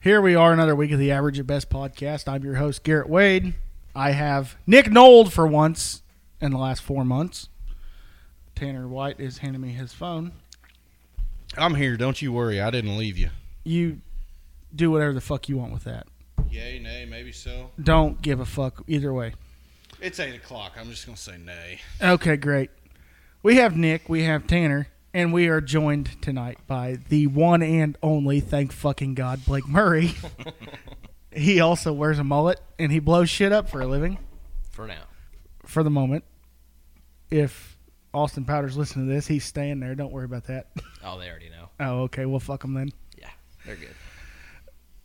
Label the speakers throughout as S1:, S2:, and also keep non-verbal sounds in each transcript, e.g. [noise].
S1: Here we are, another week of the Average at Best podcast. I'm your host, Garrett Wade. I have Nick Nold for once in the last four months. Tanner White is handing me his phone.
S2: I'm here. Don't you worry. I didn't leave you.
S1: You do whatever the fuck you want with that.
S2: Yay, nay, maybe so.
S1: Don't give a fuck either way.
S2: It's eight o'clock. I'm just gonna say nay.
S1: Okay, great. We have Nick, we have Tanner, and we are joined tonight by the one and only, thank fucking God, Blake Murray. [laughs] he also wears a mullet and he blows shit up for a living
S3: for now.
S1: for the moment. If Austin Powder's listening to this, he's staying there. Don't worry about that. [laughs]
S3: Oh, they already know.
S1: Oh, okay. We'll fuck him then.
S3: Yeah, they're good.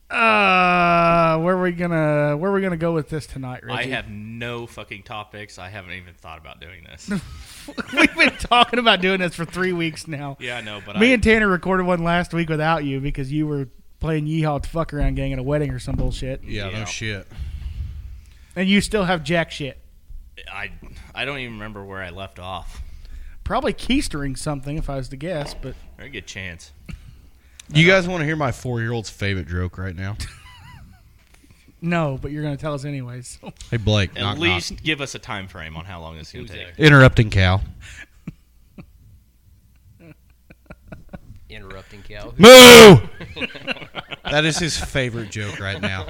S1: Uh, where are we gonna where are we gonna go with this tonight, Reggie?
S3: I have no fucking topics. I haven't even thought about doing
S2: [laughs]
S3: this.
S1: [laughs] We've been talking about doing this for three weeks now.
S3: yeah, I know, but
S1: Me
S3: I,
S1: and Tanner recorded one last week without you because you were playing Yeehaw to fuck around gang at a wedding or some bullshit,
S2: Yeah, Uh-huh.
S3: Yeah.
S2: no shit.
S1: and you still have jack shit.
S3: I, I don't even remember where I left off.
S1: Probably keistering something if I was to guess, but
S3: Very good chance.
S2: You guys want to hear my four year old's favorite joke right [laughs] now?
S1: no. But you're gonna tell us anyways. [laughs]
S2: Hey Blake,
S3: At
S2: knock, knock.
S3: least give us a time frame on how long this is going to take.
S2: interrupting Cal.
S4: Interrupting Cal.
S2: [laughs] Moo. [laughs] that is his favorite joke right now.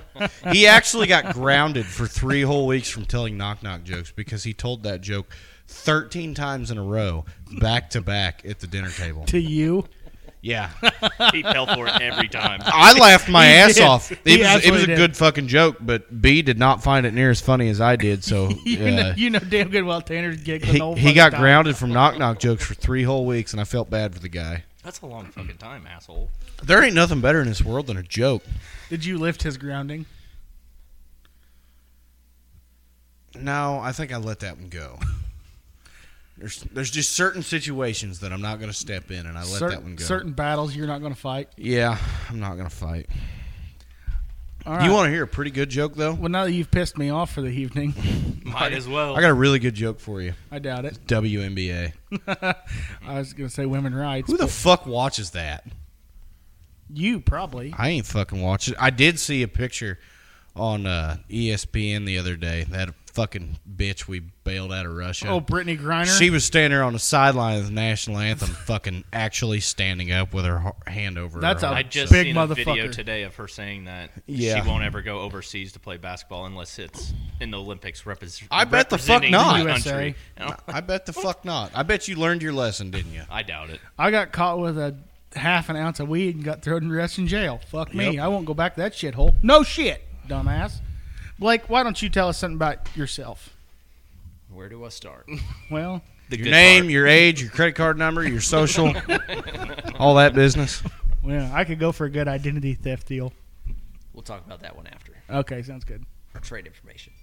S2: He actually got grounded for three whole weeks from telling knock knock jokes because he told that joke thirteen times in a row, back to back at the dinner table.
S1: to you, [laughs]
S2: Yeah.
S3: He fell for it every time.
S2: I laughed my
S1: [laughs] He
S2: ass
S1: did.
S2: off.
S1: He
S2: It was, it
S1: absolutely
S2: was a
S1: did.
S2: good fucking joke, but B did not find it near as funny as I did. So
S1: [laughs] you,
S2: uh,
S1: know, you know damn good well Tanner's giggling. the
S2: he,
S1: whole
S2: he
S1: fucking
S2: got
S1: time.
S2: grounded from knock knock jokes for three whole weeks, and I felt bad for the guy.
S3: That's a long fucking time, asshole.
S2: There ain't nothing better in this world than a joke.
S1: Did you lift his grounding?
S2: No, I think I let that one go. There's, there's just certain situations that I'm not going to step in, and I let
S1: Cer-
S2: that one go.
S1: Certain battles you're not gonna fight.
S2: Yeah, I'm not going to fight.
S1: All right.
S2: You want to hear a pretty good joke, though?
S1: Well, now that you've pissed me off for the evening, [laughs]
S3: Might as well.
S2: I got a really good joke for you.
S1: I doubt it. [laughs]
S2: WNBA.
S1: I was gonna say women rights.
S2: Who the fuck watches that?
S1: you probably.
S2: I ain't fucking watching. I did see a picture on uh, ESPN the other day. That fucking bitch we bailed out of Russia.
S1: Oh, Brittany Griner.
S2: she was standing there on the sideline of the national anthem, [laughs] fucking actually standing up with her ho- hand over.
S1: That's
S2: her
S1: a-
S3: I
S1: [laughs]
S2: heart.
S3: just
S1: Big
S3: seen a video
S1: motherfucker.
S3: today of her saying that
S2: Yeah.
S3: she won't ever go overseas to play basketball unless it's in the Olympics. Repres-
S2: I bet the fuck
S3: representing
S2: not.
S3: country.
S2: I bet the fuck not. I bet you learned your lesson, didn't you?
S3: I doubt it.
S1: I got caught with a half an ounce of weed and got thrown in arrest in jail. Fuck me.
S2: Yep.
S1: I won't go back to that shithole. No shit, dumbass. Blake, why don't you tell us something about yourself?
S4: Where do I start?
S1: Well,
S3: [laughs] The
S2: Your
S3: good
S2: name,
S3: part.
S2: your age, your credit card number, your social, all that business.
S1: well, I could go for a good identity theft deal.
S4: We'll talk about that one after.
S1: Okay, sounds good.
S4: Trade information.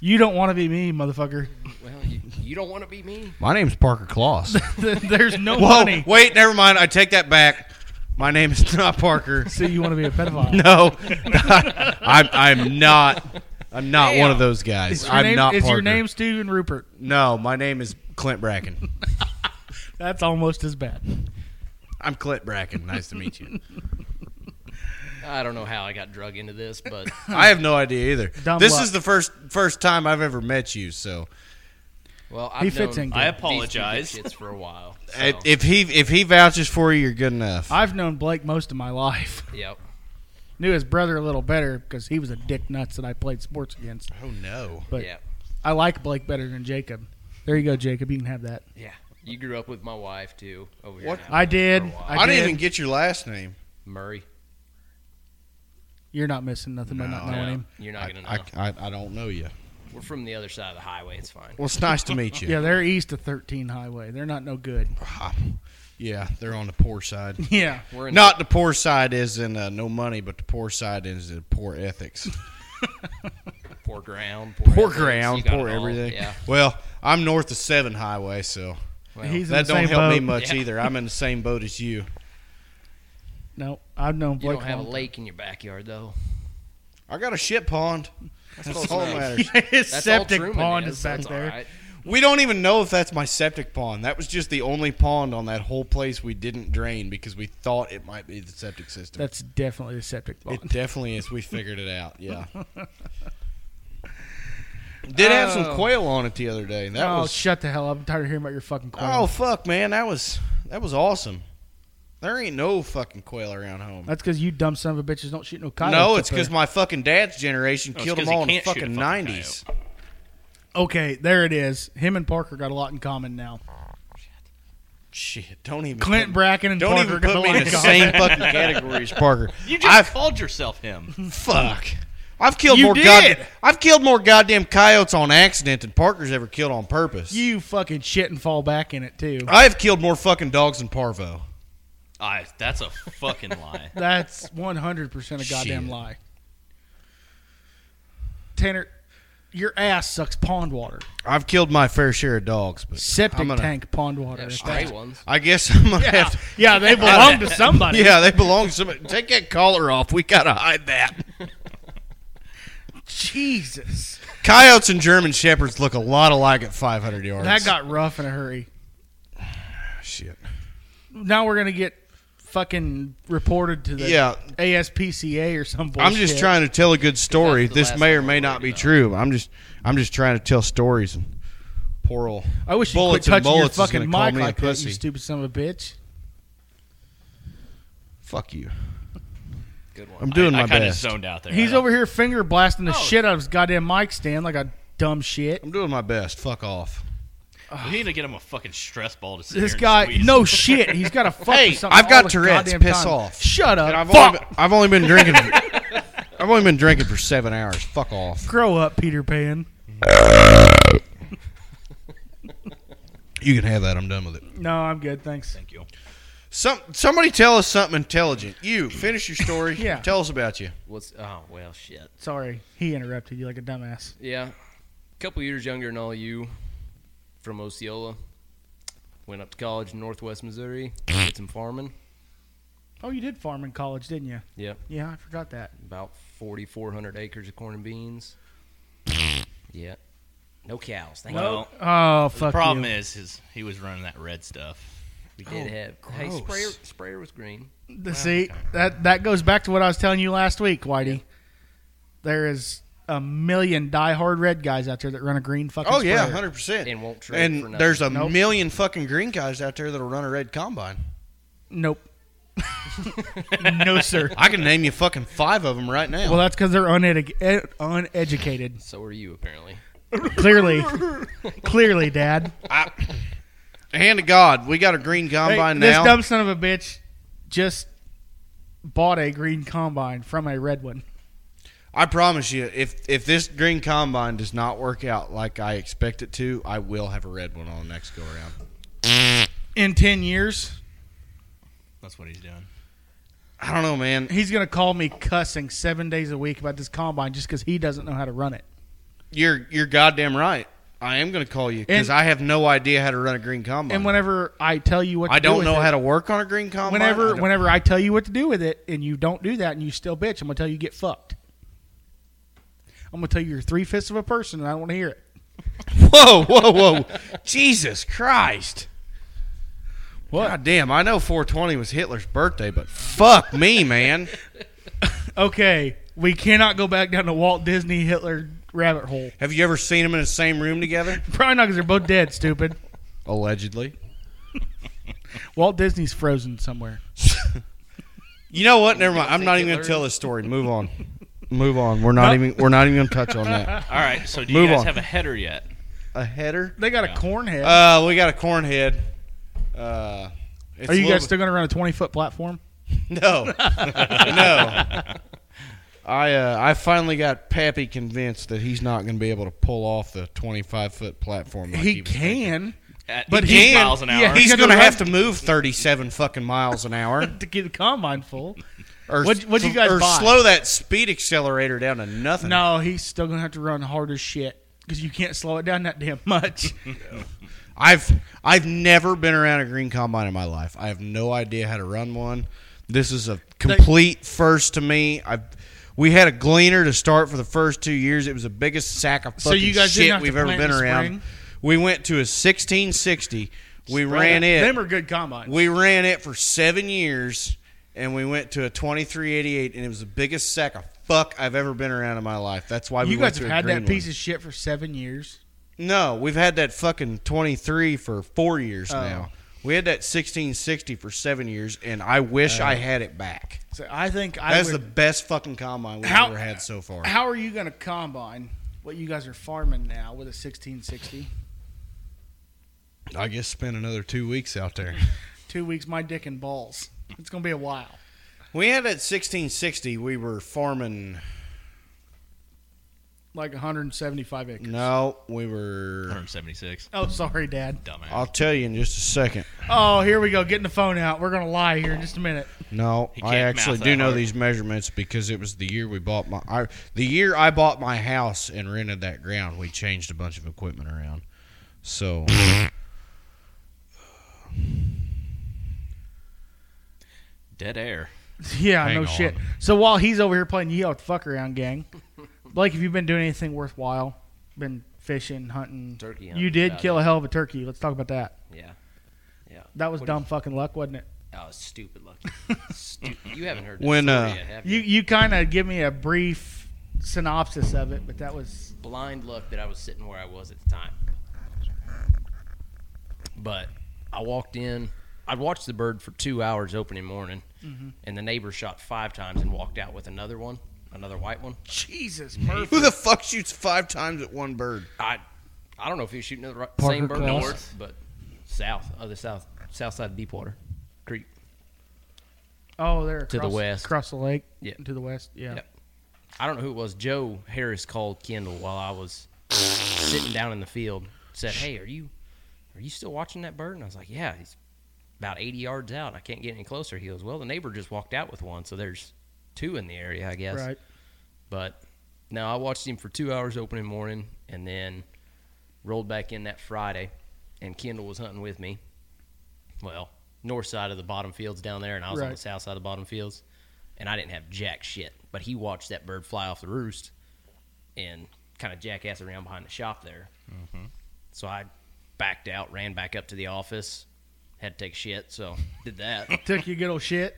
S1: You don't want to be me, motherfucker. [laughs]
S4: Well, you, you don't want to be me.
S2: My name's Parker
S1: [laughs]
S2: Kloss.
S1: There's no
S2: Whoa,
S1: money.
S2: wait, never mind. I take that back. My name is
S1: [laughs]
S2: not Parker.
S1: So you want to be a pedophile?
S2: [laughs] No, I'm I'm not. I'm not one of those guys.
S1: Is your
S2: I'm
S1: name,
S2: not.
S1: Is
S2: Parker.
S1: your name Steven Rupert?
S2: No, my name is Clint Bracken.
S1: That's almost as bad.
S2: I'm Clint Bracken. Nice to meet
S1: [laughs]
S2: you.
S4: I don't know how I got drug into this, but
S2: I have no idea either.
S1: Dumb
S2: this
S1: luck.
S2: is the first first time I've ever met you. So
S4: well, I've
S1: He fits
S4: known
S1: in good.
S3: I
S4: these
S3: apologize.
S4: two dipshits for a while. So,
S1: Oh.
S2: I- if he if he vouches for you, you're good enough.
S1: I've known Blake most of my life. [laughs]
S4: yep.
S1: Knew his brother a little better because he was a dick nuts that I played sports against.
S2: oh no.
S1: But
S4: yeah.
S1: I like Blake better than Jacob. There you go, Jacob. You can have that.
S4: Yeah. You grew up with my wife too. Over here.
S2: What?
S4: now
S1: I did.
S4: for a while.
S1: I,
S2: I, didn't
S1: did.
S2: even get your last name.
S4: Murray.
S1: You're not missing nothing by not
S2: No.
S1: knowing
S4: No,
S1: him.
S4: you're not
S2: I,
S4: gonna know.
S2: I, I, I don't know you.
S4: We're from the other side of the highway. It's fine.
S2: Well, it's nice to meet
S1: [laughs]
S2: you.
S1: Yeah, they're east of 13 Highway. They're not no good.
S2: [sighs]
S1: [laughs]
S2: yeah, they're on the poor side.
S1: Yeah.
S4: We're in
S2: Not the poor side is in uh, no money, but the poor side is in poor ethics.
S4: the poor ground. Poor,
S2: poor
S4: ethics, you
S2: ground,
S4: got
S2: poor
S4: it all.
S2: everything. [laughs]
S4: Yeah.
S2: Well, I'm north of Seven Highway, so
S4: Well,
S1: He's in
S2: that
S1: the
S2: don't
S1: same
S2: help me
S1: boat.
S2: much
S4: Yeah.
S2: either. I'm in the same boat as you.
S1: No, I've known
S4: you
S1: Blake.
S4: don't have a
S1: long-
S4: lake in your backyard though.
S2: I got a shit pond. That's,
S4: close
S2: all that
S4: enough.
S2: matters.
S1: [laughs] His
S4: That's all
S1: septic
S4: Truman
S1: pond
S4: is,
S1: is back
S4: that's all
S1: there.
S4: right.
S2: We don't even know if that's my septic pond. That was just the only pond on that whole place we didn't drain because we thought it might be the septic system.
S1: That's definitely a septic pond.
S2: It definitely is. We figured it out. Yeah. Did have some quail on it the other day. and That
S1: oh,
S2: was
S1: shut the hell up! I'm tired of hearing about your fucking quail.
S2: oh fuck, man. That was that was awesome. There ain't no fucking quail around home.
S1: that's because you dumb son of a bitches don't shoot no coyotes.
S2: No,
S1: up
S2: it's because
S1: there.
S2: my fucking dad's generation
S3: No, it's
S2: killed
S3: 'cause
S2: them
S3: he
S2: all in the
S3: can't shoot a
S2: fucking
S3: fucking
S2: nineties.
S1: okay, there it is. Him and Parker got a lot in common now.
S2: Shit, don't even
S1: Clint
S2: put-
S1: Bracken and
S2: don't
S1: Parker
S2: even
S1: got a
S2: put me
S1: lot
S2: in
S1: in
S2: the
S1: common.
S2: same fucking category
S1: [laughs]
S2: as Parker.
S3: You just
S2: I've
S3: called yourself him.
S2: fuck. I've killed
S1: You
S2: more
S1: did.
S2: goddamn. I've killed more goddamn coyotes on accident than Parker's ever killed on purpose.
S1: [laughs] You fucking shit and fall back in it
S2: [laughs]
S1: too.
S2: I've killed more fucking dogs than Parvo.
S3: I, that's a fucking
S1: [laughs]
S3: lie.
S1: That's 100 percent a goddamn
S2: Shit.
S1: lie. Tanner, your ass sucks pond water.
S2: I've killed my fair share of dogs, but
S1: Septic
S2: I'm gonna-
S1: tank pond water.
S4: Stray ones.
S2: I guess I'm gonna have to.
S1: [laughs] yeah,
S2: [laughs]
S1: they belong to somebody.
S2: Yeah, they belong to somebody. Take that collar off. We gotta hide that.
S1: Jesus,
S2: Coyotes and German shepherds look a lot alike at 500 yards.
S1: that got rough in a hurry.
S2: shit.
S1: Now we're gonna get fucking reported to the
S2: Yeah.
S1: ASPCA or some bullshit.
S2: I'm just trying to tell a good story.
S4: That's the
S2: This
S4: last
S2: may or
S4: one
S2: may
S4: we're
S2: not
S4: worried
S2: be
S4: about.
S2: true. I'm just, I'm just trying to tell stories. And poor old.
S1: I wish you quit
S2: bullets and
S1: touching your
S2: mullets is
S1: fucking
S2: gonna call
S1: mic
S2: me a
S1: like that, you
S2: pussy.
S1: stupid son of a bitch.
S2: Fuck you.
S4: Good one.
S2: I'm doing
S3: I,
S2: my
S3: I kinda
S2: best.
S3: zoned out there.
S1: He's
S3: I-
S1: over here finger blasting the
S3: Oh.
S1: shit out of his goddamn mic stand like a dumb shit.
S2: I'm doing my best. Fuck off.
S3: We need to get him a fucking stress ball to sit
S1: This
S3: here and
S1: guy,
S3: squeeze.
S1: no shit, he's
S3: [laughs]
S1: got a fucking.
S2: Hey,
S1: something
S2: I've
S1: all
S2: got
S1: the
S2: Tourette's,
S1: goddamn
S2: piss
S1: time.
S2: off.
S1: Shut up.
S2: And I've
S1: Fuck.
S2: only, been, I've only been drinking. [laughs] I've only been drinking for seven hours. Fuck off.
S1: Grow up, Peter Pan.
S2: You can have that. I'm done with it.
S1: No, I'm good, thanks.
S3: Thank you.
S2: Some somebody tell us something intelligent. You finish your story.
S1: Yeah.
S2: Tell us about you.
S4: What's? Oh well, shit.
S1: Sorry, he interrupted you like a dumbass.
S4: Yeah, a couple years younger than all you, from Osceola. Went up to college in Northwest Missouri. Did some farming.
S1: Oh, you did farm in college, didn't you?
S4: Yeah,
S1: Yeah, I forgot that.
S4: about 4,400 acres of corn and beans. yeah, no cows. Thank
S3: Well,
S1: Oh, fuck
S3: the problem
S1: you.
S3: is, is he was running that red stuff. Oh.
S4: you. We did have. Hey,
S2: gross.
S4: sprayer, sprayer was green.
S2: Oh,
S1: The- See, that that goes back to what I was telling you last week, Whitey. There is a million diehard red guys out there that run a green fucking.
S2: Oh yeah,
S1: sprayer.
S2: hundred percent.
S4: And won't trade for
S2: And
S4: nothing.
S2: there's a
S1: Nope.
S2: million fucking green guys out there that'll run a red combine. [laughs]
S1: Nope. no sir.
S2: I can name you fucking five of them right now.
S1: Well, that's because they're unedu- ed- uneducated.
S4: So are you apparently.
S1: Clearly, clearly, Dad.
S2: I, [coughs] hand to God, we got a green
S1: Hey,
S2: combine
S1: this
S2: now.
S1: dumb son of a bitch just bought a green combine from a red one.
S2: I promise you, if if this green combine does not work out like I expect it to, I will have a red one on the next go around.
S1: In ten years,
S3: That's what he's doing.
S2: I don't know, man.
S1: he's gonna call me cussing seven days a week about this combine just because he doesn't know how to run it.
S2: You're you're goddamn right. I am going to call you because
S1: And-
S2: I have no idea how to run a green combine.
S1: And whenever I tell you what, to
S2: I
S1: do
S2: don't
S1: with
S2: know
S1: it-
S2: how to work on a green combine. I
S1: Whenever,
S2: don't-
S1: whenever I tell you what to do with it, and you don't do that, and you still bitch, I'm gonna tell you, you get fucked. I'm gonna tell you you're three fifths of a person, and I don't want to hear it.
S2: Whoa, whoa, whoa. [laughs] Jesus Christ.
S1: What?
S2: God damn, I know 420 was Hitler's birthday, but fuck me, man.
S1: Okay, we cannot go back down to Walt Disney Hitler rabbit hole.
S2: Have you ever seen them in the same room together?
S1: [laughs] Probably not because they're both dead. Stupid.
S2: Allegedly.
S1: Walt Disney's frozen somewhere.
S2: You know what? Never mind. I'm
S4: think
S2: not even
S4: Hitler-
S2: going to tell this story. Move on. [laughs] Move on. We're not even we're not even going to touch on that.
S3: All right, so do
S2: Move
S3: you guys
S2: on.
S3: have a header yet?
S2: A header?
S1: They got a corn head.
S2: Uh, we got a corn head. Uh it's
S1: Are you
S2: a little
S1: guys still gonna run a 20 foot platform?
S2: No, [laughs] no. I uh, I finally got Pappy convinced that he's not going to be able to pull off the 25 foot platform. Like he, was thinking.
S3: At
S1: But
S3: 80
S1: he-
S3: miles an hour.
S1: yeah,
S2: He's
S1: He's
S2: going to
S1: gonna
S2: have to move 37 fucking miles an hour.
S1: to get the combine
S2: [laughs]
S1: full. [laughs]
S2: Or,
S1: What'd- what'd you guys
S2: or
S1: buy?
S2: slow that speed accelerator down to nothing.
S1: No, he's still gonna have to run hard as shit because you can't slow it down that damn much.
S2: I've I've never been around a green combine in my life. I have no idea how to run one. This is a complete first to me. I've we had a gleaner to start for the first two years. It was the biggest sack of fucking
S1: So you guys didn't
S2: shit
S1: have to
S2: we've ever
S1: plant
S2: been
S1: in the
S2: around.
S1: spring?
S2: We went to a 1660. [laughs] We ran it.
S1: Them are good combines.
S2: We ran it for seven years, and we went to a twenty three eighty eight, and it was the biggest sack of fuck I've ever been around in my life. That's why we
S1: you
S2: went
S1: guys
S2: to
S1: have
S2: a
S1: had
S2: green
S1: that piece
S2: one.
S1: of shit for seven years.
S2: No, we've had that fucking twenty three for four years
S1: Oh.
S2: now. We had that sixteen sixty for seven years, and I wish I had it back.
S1: So I think Oh. I
S2: That's
S1: would,
S2: the best fucking combine we've
S1: How-
S2: ever had so far.
S1: How are you going to combine what you guys are farming now with a 1660?
S2: I guess spend another two weeks out there.
S1: Two weeks, my dick and balls. It's going to be a while.
S2: [laughs] we had that sixteen sixty. We were farming.
S1: Like 175 acres.
S2: No, we were.
S3: 176.
S1: Oh, sorry, Dad.
S3: Dumbass.
S2: I'll tell you in just a second.
S1: Oh, here we go. Getting the phone out. We're going to lie here in just a minute. [laughs]
S2: No,
S3: He
S2: I
S3: can't
S2: actually
S3: mouth
S2: do
S3: that
S2: know
S3: hard.
S2: these measurements because it was the year we bought my I, the year I bought my house and rented that ground. We changed a bunch of equipment around, so
S3: Dead air.
S1: Yeah,
S2: Hang
S1: no
S2: on.
S1: shit. So while he's over here playing Yell at the Fuck Around Gang,
S4: [laughs]
S1: Blake, have you been doing anything worthwhile? Been fishing, hunting?
S4: Turkey hunting,
S1: You did
S4: about
S1: kill a hell of a turkey. Let's talk about that.
S4: Yeah. Yeah.
S1: That was
S4: What do
S1: dumb fucking luck, wasn't it?
S4: You, oh, stupid lucky. stupid. You haven't heard this
S2: When,
S4: story
S2: uh,
S4: yet, have you?
S1: You you kind of give me a brief synopsis of it, but that was
S4: blind luck that I was sitting where I was at the time. But I walked in. I watched the bird for two hours opening morning, and the neighbor shot five times and walked out with another one, another white one.
S2: [laughs]
S1: Jesus
S2: who
S1: Murphy.
S2: the fuck shoots five times at one bird?
S4: I, I don't know if he was shooting at the right,
S1: Parker
S4: same bird
S1: Cross.
S4: north, but south, other south, south side of Deepwater Creek.
S1: Oh, there
S4: To the
S1: across-
S4: west.
S1: across the lake.
S4: Yeah.
S1: to the west. Yeah.
S4: Yep. I don't know who it was. Joe Harris called Kendall while I was sitting down in the field. Said, "Hey, are you are you still watching that bird?" And I was like, "Yeah, he's about 80 yards out. I can't get any closer." He goes, "Well, the neighbor just walked out with one, so there's two in the area, I guess."
S1: Right.
S4: But no, I watched him for two hours opening morning, and then rolled back in that Friday, and Kendall was hunting with me. Well, north side of the bottom fields down there, and I was on
S1: Right.
S4: the south side of the bottom fields, and I didn't have jack shit. But he watched that bird fly off the roost, and kind of jackass around behind the shop there. So I backed out, ran back up to the office, had to take shit, so did that.
S1: Took you good old shit.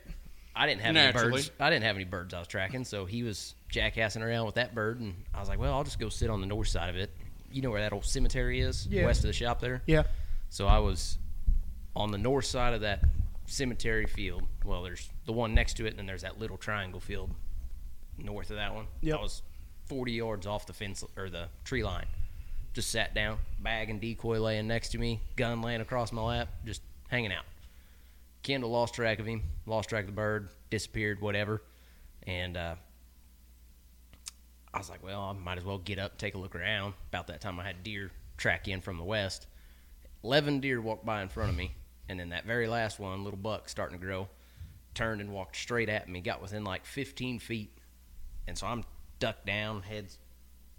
S4: I didn't have
S2: Naturally.
S4: any birds. I didn't have any birds I was tracking, so he was jackassing around with that bird, and I was like, "Well, I'll just go sit on the north side of it. You know where that old cemetery is,
S1: Yeah.
S4: west of the shop there."
S1: Yeah.
S4: So I was on the north side of that cemetery field. Well, there's the one next to it, and then there's that little triangle field north of that one.
S1: Yep.
S4: I was 40 yards off the fence or the tree line. Just sat down, bag and decoy laying next to me, gun laying across my lap, just hanging out. Kendall lost track of him, lost track of the bird, disappeared, whatever. And uh, I was like, well, I might as well get up, take a look around. About that time, I had deer track in from the west. 11 deer walked by in front of me. And then that very last one, little buck starting to grow, turned and walked straight at me, got within like 15 feet. And so I'm ducked down, heads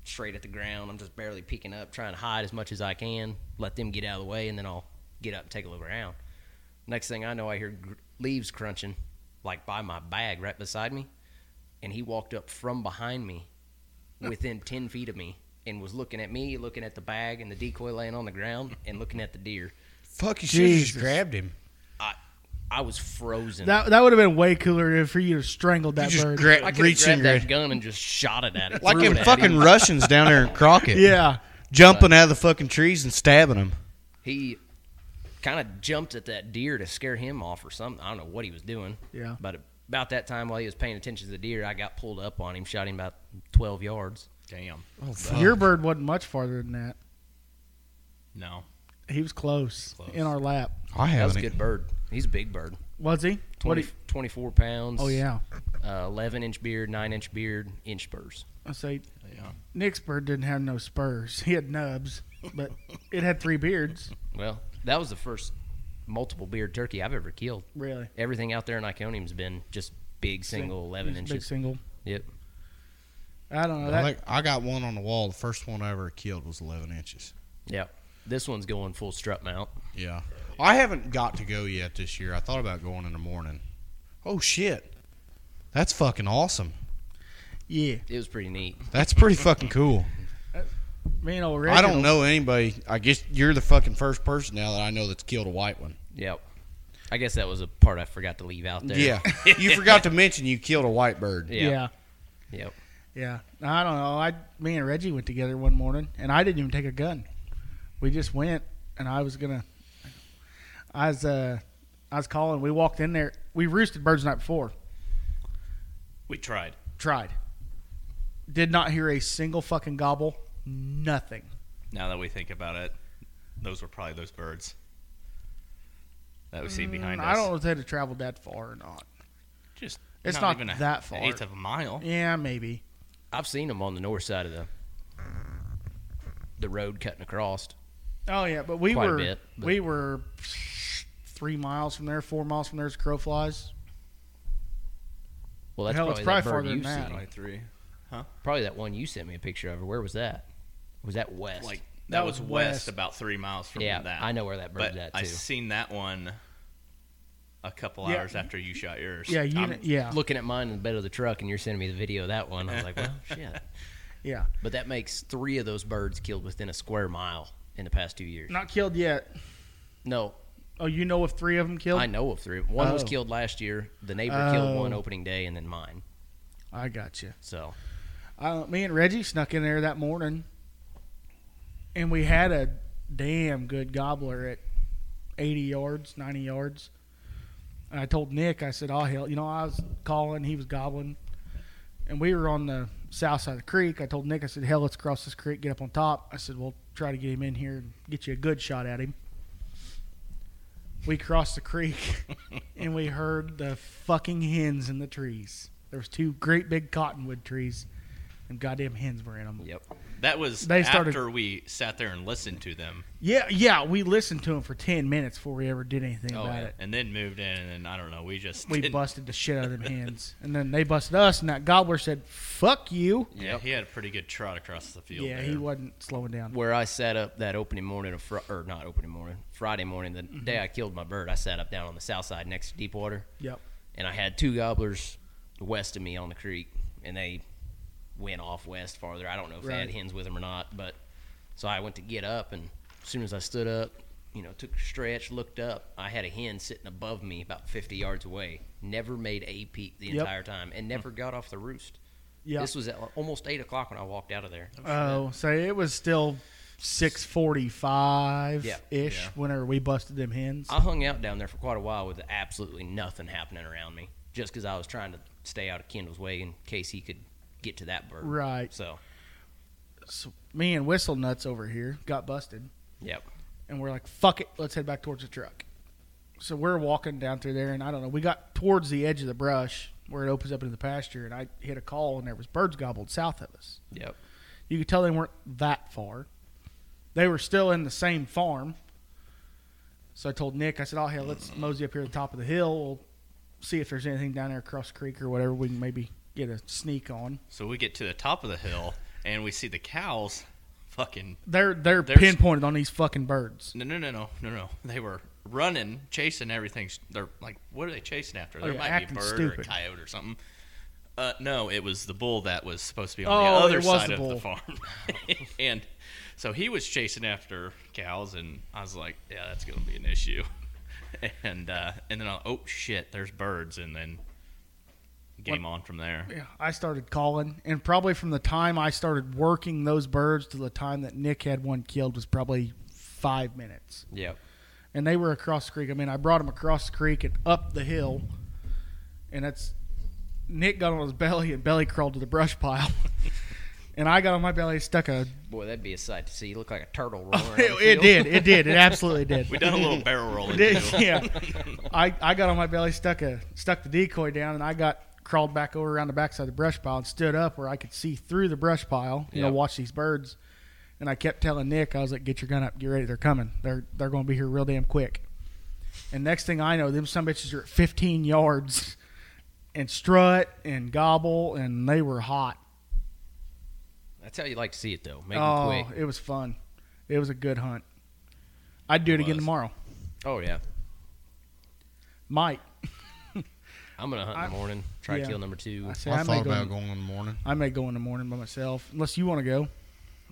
S4: straight at the ground. I'm just barely peeking up, trying to hide as much as I can, let them get out of the way, and then I'll get up and take a look around. Next thing I know, I hear gr- leaves crunching, like by my bag right beside me. And he walked up from behind me within 10 feet of me and was looking at me, looking at the bag and the decoy laying on the ground, and looking at the deer.
S2: Fuck, you should have just
S1: Jesus.
S2: grabbed him.
S4: I was frozen.
S1: That that would have been way cooler if for you to strangled
S2: You
S1: that
S2: just
S1: bird.
S2: gra-
S4: I could have
S2: reached and
S4: grabbed
S2: grabbed.
S4: that gun and just shot it at it.
S2: Like
S4: threw
S2: in
S4: it at
S2: fucking
S4: him.
S2: Russians down there in
S1: [laughs]
S2: Crockett.
S1: yeah.
S2: Jumping out of the fucking trees and stabbing them.
S4: he kind of jumped at that deer to scare him off or something. I don't know what he was doing.
S1: Yeah.
S4: But about that time, while he was paying attention to the deer, I got pulled up on him, shot him about twelve yards.
S3: Damn.
S2: Oh,
S1: Your bird wasn't much farther than that.
S3: No.
S1: He was close,
S3: Close.
S1: in our lap.
S2: I
S4: That was
S2: haven't. e-
S4: a good bird. He's a big bird.
S1: Was he? What?
S4: 20,
S1: he-
S4: 24 pounds.
S1: oh yeah.
S4: Uh, Eleven inch beard, nine inch beard, inch spurs.
S1: I say
S3: Yeah.
S1: Nick's bird didn't have no spurs. He had nubs, but it had three beards.
S4: Well, that was the first multiple beard turkey I've ever killed.
S1: Really.
S4: Everything out there in Iconium's been just big single, eleven
S1: He's a Big
S4: inches.
S1: single.
S4: Yep.
S1: I don't know.
S2: I,
S1: That,
S2: think- I got one on the wall. The first one I ever killed was 11 inches.
S4: Yep. This one's going full strut mount.
S2: Yeah. I haven't got to go yet this year. I thought about going in the morning. Oh shit. That's fucking awesome.
S1: yeah.
S4: It was pretty neat.
S2: That's pretty fucking cool.
S1: Me and old Rick.
S2: I don't know anybody. I guess you're the fucking first person now that I know that's killed a white one.
S4: Yep. I guess that was a part I forgot to leave out there.
S2: Yeah, you forgot to mention you killed a white bird.
S4: [laughs] Yeah.
S1: yeah.
S4: Yep.
S1: Yeah, I don't know. I me and Reggie went together one morning, and I didn't even take a gun. We just went, and I was gonna. I was uh, I was calling. We walked in there. We roosted birds the night before.
S3: We tried.
S1: Tried. Did not hear a single fucking gobble. Nothing.
S3: Now that we think about it, those were probably those birds that we see behind
S1: Mm,
S3: us.
S1: I don't know if they'd have traveled that far or not.
S3: Just
S1: It's not
S3: even a,
S1: that far.
S3: An eighth of a mile.
S1: Yeah, maybe.
S4: I've seen them on the north side of the the road cutting across.
S1: Oh yeah, but we
S4: Quite a
S1: were
S4: bit, but-
S1: we were three miles from there, four miles from there as crow flies.
S4: Well, that's
S1: Hell, it's
S4: probably,
S1: probably
S4: that bird
S1: farther
S4: you've
S1: than that.
S4: seen.
S3: Probably three.
S4: Probably that one you sent me a picture of. Where was that? Was that west?
S3: Like that,
S1: That
S3: was
S1: was
S3: west,
S1: west.
S3: about three miles from
S4: yeah,
S3: that.
S4: I know where that bird's
S3: but
S4: at
S3: I
S4: too.
S3: seen that one a couple
S1: Yeah.
S3: hours after you shot yours. Um,
S1: Yeah, you
S3: I'm-
S1: kn- yeah
S4: Looking at mine in the bed of the truck, and you're sending me the video of that one. I was like, well, shit.
S1: yeah.
S4: But that makes three of those birds killed within a square mile in the past two years.
S1: Not killed yet.
S4: No,
S1: Oh, you know if three of them killed?
S4: I know of three. One was
S1: Oh.
S4: killed last year. The neighbor killed one
S1: Oh.
S4: opening day, and then mine.
S1: I got you.
S4: So
S1: Uh, me and Reggie snuck in there that morning, and we had a damn good gobbler at 80 yards, 90 yards. And I told Nick, I said, "Oh hell, you know, I was calling, he was gobbling, and we were on the south side of the creek." I told Nick, I said, "Hell, let's cross this creek, get up on top." I said, "We'll try to get him in here and get you a good shot at him." We crossed the creek, and we heard the fucking hens in the trees. There was two great big cottonwood trees, and goddamn hens were in them.
S4: yep.
S3: That was
S1: They started-
S3: after we sat there and listened to them,
S1: Yeah, yeah, we listened to him for ten minutes before we ever did anything
S4: Oh,
S1: about
S4: yeah.
S1: it.
S3: and then moved in, and then, I don't know. We just
S1: We
S3: didn't-
S1: busted the shit out of them hens, and then they busted us. And that gobbler said, "Fuck you."
S3: [laughs] Yeah, he had a pretty good trot across the field.
S1: Yeah,
S3: there.
S1: he wasn't slowing down.
S4: Where I sat up that opening morning of fr- or not opening morning, Friday morning, the
S1: Mm-hmm.
S4: day I killed my bird, I sat up down on the south side next to Deepwater,
S1: Yep.
S4: and I had two gobblers west of me on the creek, and they went off west farther. I don't know if they had
S1: Right.
S4: hens with them or not, but so I went to get up, and as soon as I stood up, you know, took a stretch, looked up, I had a hen sitting above me about 50 yards away. Never made a peep the
S1: Yep.
S4: entire time, and never got off the roost.
S1: Yeah.
S4: This was at like, almost eight o'clock when I walked out of there.
S1: Oh, so it was still six forty-five
S4: Yeah.
S1: ish
S3: Yeah.
S1: whenever we busted them hens.
S4: I hung out down there for quite a while with absolutely nothing happening around me, just because I was trying to stay out of Kendall's way in case he could get to that bird.
S1: Right.
S4: So,
S1: So me and Whistle Nuts over here got busted.
S4: yep.
S1: and we're like, "Fuck it, let's head back towards the truck." So we're walking down through there, and I don't know. We got towards the edge of the brush where it opens up into the pasture, and I hit a call, and there was birds gobbled south of us.
S4: Yep.
S1: You could tell they weren't that far. They were still in the same farm. So I told Nick, I said, "Oh hell, let's mosey up here to the top of the hill. We'll see if there's anything down there across the creek or whatever. We can maybe get a sneak on."
S3: So we get to the top of the hill, and we see the cows. Fucking
S1: They're they're
S3: There's-
S1: pinpointed on these fucking birds.
S3: no, no, no, no, no, no. They were running, chasing everything. They're like, what are they chasing after? There
S1: Oh, yeah,
S3: might be a
S1: acting
S3: bird or a
S1: stupid.
S3: coyote or something. Uh, no, it was the bull that was supposed to be on
S1: Oh,
S3: the other
S1: it was
S3: side
S1: the
S3: of
S1: bull.
S3: the farm, [laughs] and so he was chasing after cows, and I was like, yeah, that's gonna be an issue. [laughs] And uh, and then I, oh shit, there's birds, and then game on from there.
S1: Yeah, I started calling, and probably from the time I started working those birds to the time that Nick had one killed was probably five minutes.
S4: Yep.
S1: And they were across the creek. I mean, I brought them across the creek and up the hill, and that's Nick got on his belly and belly crawled to the brush pile, [laughs] and I got on my belly, stuck a.
S4: Boy, that'd be a sight to see. You look like a turtle rolling. around
S1: It, [laughs]
S4: the
S1: it
S4: field.
S1: did, it did, it absolutely
S4: [laughs]
S1: did.
S3: We done a little barrel
S1: [laughs]
S3: rolling.
S1: Did-
S3: too.
S1: yeah. I, I got on my belly, stuck a stuck the decoy down, and I got crawled back over around the backside of the brush pile and stood up where I could see through the brush pile. You
S4: Yeah.
S1: know, watch these birds. And I kept telling Nick, I was like, "Get your gun up, get ready. They're coming. They're they're going to be here real damn quick." And next thing I know, them some bitches are at 15 yards, and strut and gobble, and they were hot.
S4: That's how you like to see it, though. Make
S1: oh,
S4: them quick.
S1: it was fun. It was a good hunt. I'd do it,
S3: It
S1: again
S3: was.
S1: tomorrow.
S4: Oh yeah.
S1: Might
S4: I'm gonna hunt in the morning. Try
S1: yeah.
S4: kill number two.
S1: I say
S2: I
S1: I, may
S2: thought
S1: go.
S2: about going in the morning.
S1: I may go in the morning by myself unless you want to go.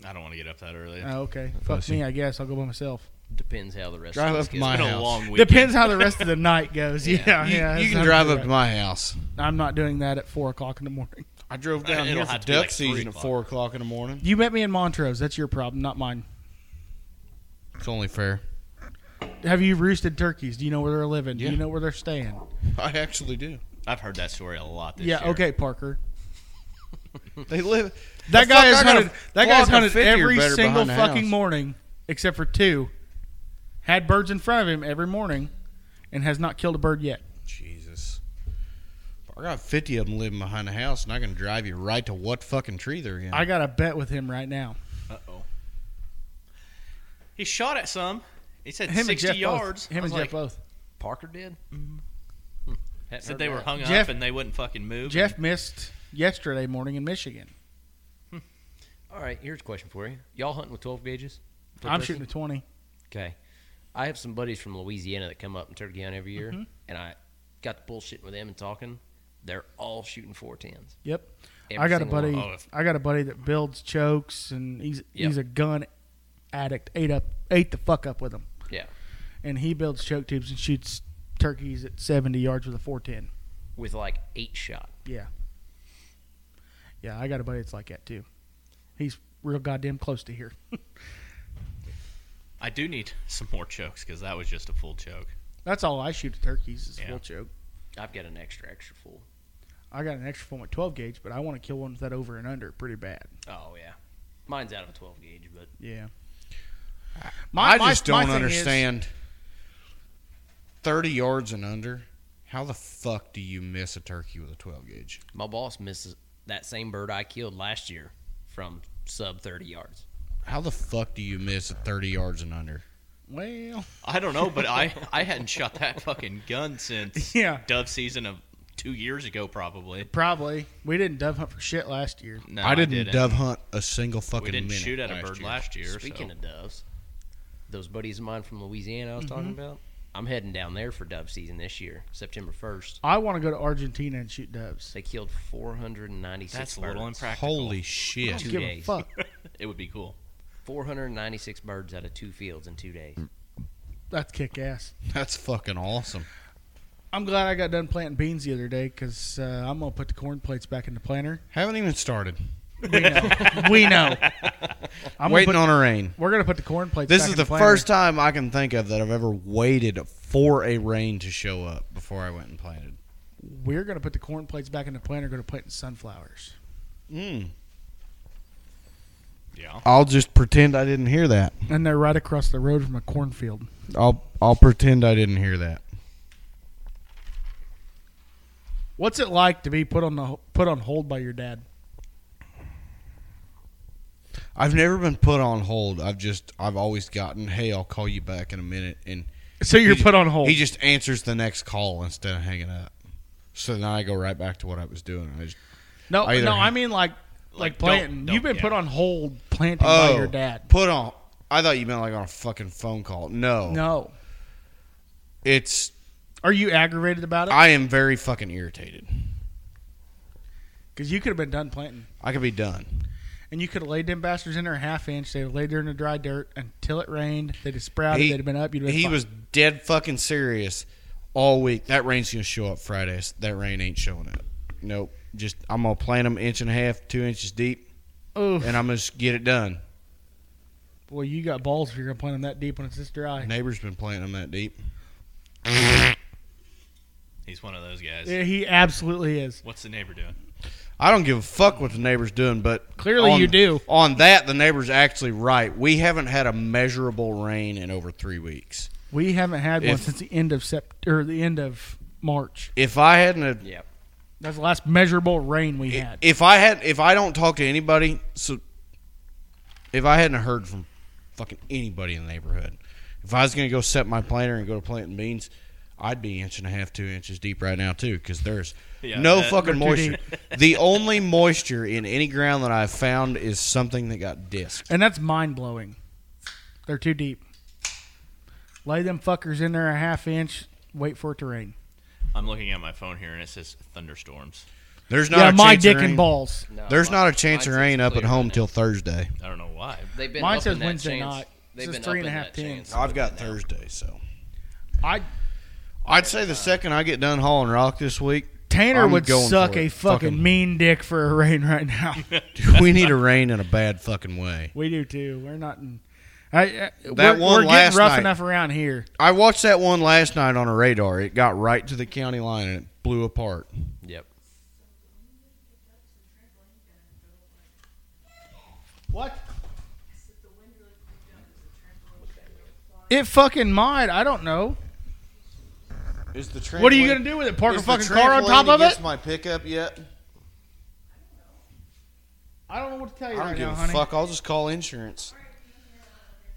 S3: I don't want to get up that early.
S1: Oh, okay. Fuck
S2: Pussy.
S1: me, I guess. I'll go by myself.
S4: Depends how the rest
S2: Drive
S4: of
S2: up
S4: this
S2: my
S3: it's been a
S2: house.
S3: long week.
S1: Depends
S2: [laughs]
S1: how the rest of the night goes. Yeah, yeah.
S2: You, you
S1: that's
S2: can
S1: how
S2: drive
S1: I
S2: up
S1: do it.
S2: to my house.
S1: I'm not doing that at four o'clock in the morning. [laughs]
S2: I drove down
S3: It'll
S2: here for
S3: have to be like
S2: duck season
S3: 3
S2: at four o'clock in the morning.
S1: You met me in Montrose. That's your problem, not mine.
S2: It's
S1: [laughs]
S2: only fair.
S1: Have you roosted turkeys? Do you know where they're living? Do
S2: Yeah.
S1: you know where they're staying?
S2: I actually do.
S3: I've heard that story a lot this
S1: yeah.
S3: year.
S1: Okay, Parker.
S2: They live.
S1: That
S2: The
S1: guy
S2: fuck,
S1: is
S2: I got a
S1: hunted. That guy's
S2: flock of
S1: hunted
S2: 50 or
S1: every
S2: better
S1: single
S2: behind the house.
S1: fucking morning, except for two. Had birds in front of him every morning, and has not killed a bird yet.
S2: Jesus. I got 50 of them living behind the house, and I can drive you right to what fucking tree they're in.
S1: I got a bet with him right now.
S3: Uh oh. He shot at some. He said
S1: Him and
S3: 60
S1: Jeff
S3: yards.
S1: both. Him
S3: I was
S1: and
S3: like,
S1: Jeff both.
S4: Parker did. Hmm. Hadn't
S3: Said
S4: heard
S3: they
S4: that.
S3: were hung
S1: Jeff-
S3: up and they wouldn't fucking move.
S1: Jeff missed yesterday morning in Michigan.
S4: All right, here's a question for you. Y'all hunting with 12 gauges? For
S1: I'm
S4: turkey?
S1: shooting a twenty.
S4: Okay. I have some buddies from Louisiana that come up in Turkey Hunt every
S3: Mm-hmm.
S4: year, and I got to bullshitting with them and talking. They're all shooting 410s.
S1: Yep.
S4: Every
S1: I got a
S4: single
S1: buddy.
S4: one.
S3: Oh, if-
S1: I got a buddy that builds chokes, and he's
S4: Yep.
S1: he's a gun addict. Ate up, ate the fuck up with him,
S4: Yeah.
S1: and he builds choke tubes and shoots turkeys at seventy yards with a four ten.
S4: With like eight shot.
S1: Yeah. Yeah, I got a buddy that's like that too. He's real goddamn close to here.
S3: I do need [laughs] some more chokes because that was just a full choke.
S1: That's all I shoot at turkeys is
S3: Yeah.
S1: full choke.
S4: I've got an extra, extra full.
S1: I got an extra full at twelve gauge, but I want to kill one with that over and under pretty bad.
S4: Oh, yeah. Mine's out of a 12 gauge, but
S1: Yeah.
S2: I
S1: My- my-
S2: just
S1: my
S2: don't
S1: thing is-
S2: understand. 30 yards and under. How the fuck do you miss a turkey with a 12 gauge?
S4: my boss misses that same bird I killed last year from sub 30 yards.
S2: How the fuck do you miss at 30 yards and under?
S1: Well, [laughs]
S3: I don't know, but I, I hadn't shot that fucking gun since
S1: Yeah.
S3: dove season of two years ago, probably.
S1: probably we didn't dove hunt for shit last year.
S3: No,
S2: I, didn't dove hunt a single fucking
S3: We didn't
S2: minute
S3: shoot at a
S2: last
S3: bird
S2: year.
S3: last year.
S4: Speaking
S3: so.
S4: of doves, those buddies of mine from Louisiana I was talking
S3: Mm-hmm.
S4: about, I'm heading down there for dove season this year, September 1st.
S1: I want to go to Argentina and shoot doves.
S4: They killed 496
S3: that's a
S4: birds.
S3: little impractical.
S2: Holy
S1: I
S2: shit.
S1: don't
S4: Two
S1: give a
S4: days.
S1: fuck.
S3: It would be cool.
S4: 496 birds out of two fields in two days.
S2: Mm.
S1: That's kick ass.
S2: That's fucking awesome.
S1: I'm glad I got done planting beans the other day because uh, I'm gonna put the corn plates back in the planter.
S2: Haven't even started.
S1: We know. [laughs] we know. I'm
S2: Waiting
S1: gonna put,
S2: on a rain.
S1: We're gonna put the corn plates.
S2: This
S1: back
S2: is
S1: in
S2: the
S1: planter.
S2: first time I can think of that I've ever waited for a rain to show up before I went and planted.
S1: We're gonna put the corn plates back in the planter. Gonna plant sunflowers. Hmm.
S2: Mm.
S3: Yeah.
S2: I'll just pretend I didn't hear that.
S1: And they're right across the road from a cornfield.
S2: I'll I'll pretend I didn't hear that.
S1: What's it like to be put on the put on hold by your dad?
S2: I've never been put on hold. I've just I've always gotten, "Hey, I'll call you back in a minute." And
S1: So you're
S2: he-
S1: put on hold.
S2: He just answers the next call instead of hanging up. So then I go right back to what I was doing. I just
S1: no,
S2: either-
S1: no. I mean like like,
S3: Like, don't-
S1: planting.
S3: don't-
S1: You've been
S3: yeah.
S1: put on hold planting by your dad.
S2: "Oh, Put on. I thought you meant like on a fucking phone call. No,
S1: No.
S2: It's
S1: Are you aggravated about it?
S2: I am very fucking irritated.
S1: Because you could have been done planting,
S2: I could be done.
S1: and you could have laid them bastards in there a half inch. They'd have laid there in the dry dirt until it rained. They'd have sprouted. they'd have been up. You'd have been
S2: he
S1: fine.
S2: was dead fucking serious all week. That rain's gonna show up Friday. That rain ain't showing up. Nope. Just I'm gonna plant them inch and a half, two inches deep,
S1: Oof.
S2: and I'm gonna just get it done.
S1: Well, you got balls if you're gonna plant them that deep when it's this dry.
S2: Neighbor's been planting them that deep.
S3: He's one of those guys.
S1: Yeah, he absolutely is.
S3: What's the neighbor doing?
S2: I don't give a fuck what the neighbor's doing, but
S1: Clearly
S2: on-
S1: you do.
S2: On that, the neighbor's actually right. We haven't had a measurable rain in over three weeks.
S1: We haven't had one
S2: If-
S1: since the end of sept or the end of March.
S2: If I hadn't have
S4: Yep.
S1: That's the last measurable rain we had.
S2: If I had, if I don't talk to anybody, so if I hadn't heard from fucking anybody in the neighborhood, if I was gonna go set my planter and go to planting beans, I'd be inch and a half, two inches deep right now too, because there's
S3: Yeah,
S2: no
S3: that-
S2: fucking
S1: They're too
S2: moisture.
S3: [laughs]
S2: the only moisture in any ground that I've found is something that got disked.
S1: and that's mind blowing. They're too deep. Lay them fuckers in there a half inch. Wait for it to rain.
S3: I'm looking at my phone here and it says thunderstorms.
S2: There's not
S1: yeah,
S2: a
S1: my
S2: chance of
S1: dick and
S2: rain-
S1: balls.
S4: No,
S2: There's
S4: mine-
S2: not a chance of
S4: mine says
S2: rain up at
S4: clear.
S2: home till Thursday.
S3: I don't know why.
S4: They've been
S1: Mine
S4: up
S1: says
S4: in that
S1: Wednesday
S4: chance.
S1: night.
S4: They've
S1: It says
S4: been
S1: three and
S4: up
S1: a
S4: in
S1: half
S4: that
S1: pins.
S4: chance.
S2: I've got Thursday, so
S1: I
S2: I'd say the second I get done hauling rock this
S4: [laughs]
S2: week, [laughs]
S1: Tanner
S2: I'm
S1: would
S2: going
S1: suck
S2: for
S1: a
S2: it.
S1: fucking mean dick for a [laughs] rain right
S2: [laughs]
S1: now.
S2: Fucking- we need a rain in a bad fucking way.
S1: we do too. We're not. In, I, I, that we're,
S2: one
S1: we're
S2: last
S1: getting rough
S2: night.
S1: enough around here.
S2: I watched that one last night on a radar. It got right to the county line and it blew apart.
S4: Yep.
S1: What? It fucking might. I don't know.
S2: Is the
S1: What are you gonna do with it? Park a fucking car on top of it?
S2: my pickup yet?
S1: I don't know what to tell
S2: I
S1: you
S2: don't
S1: right
S2: give
S1: now,
S2: a
S1: honey.
S2: fuck. I'll just call insurance.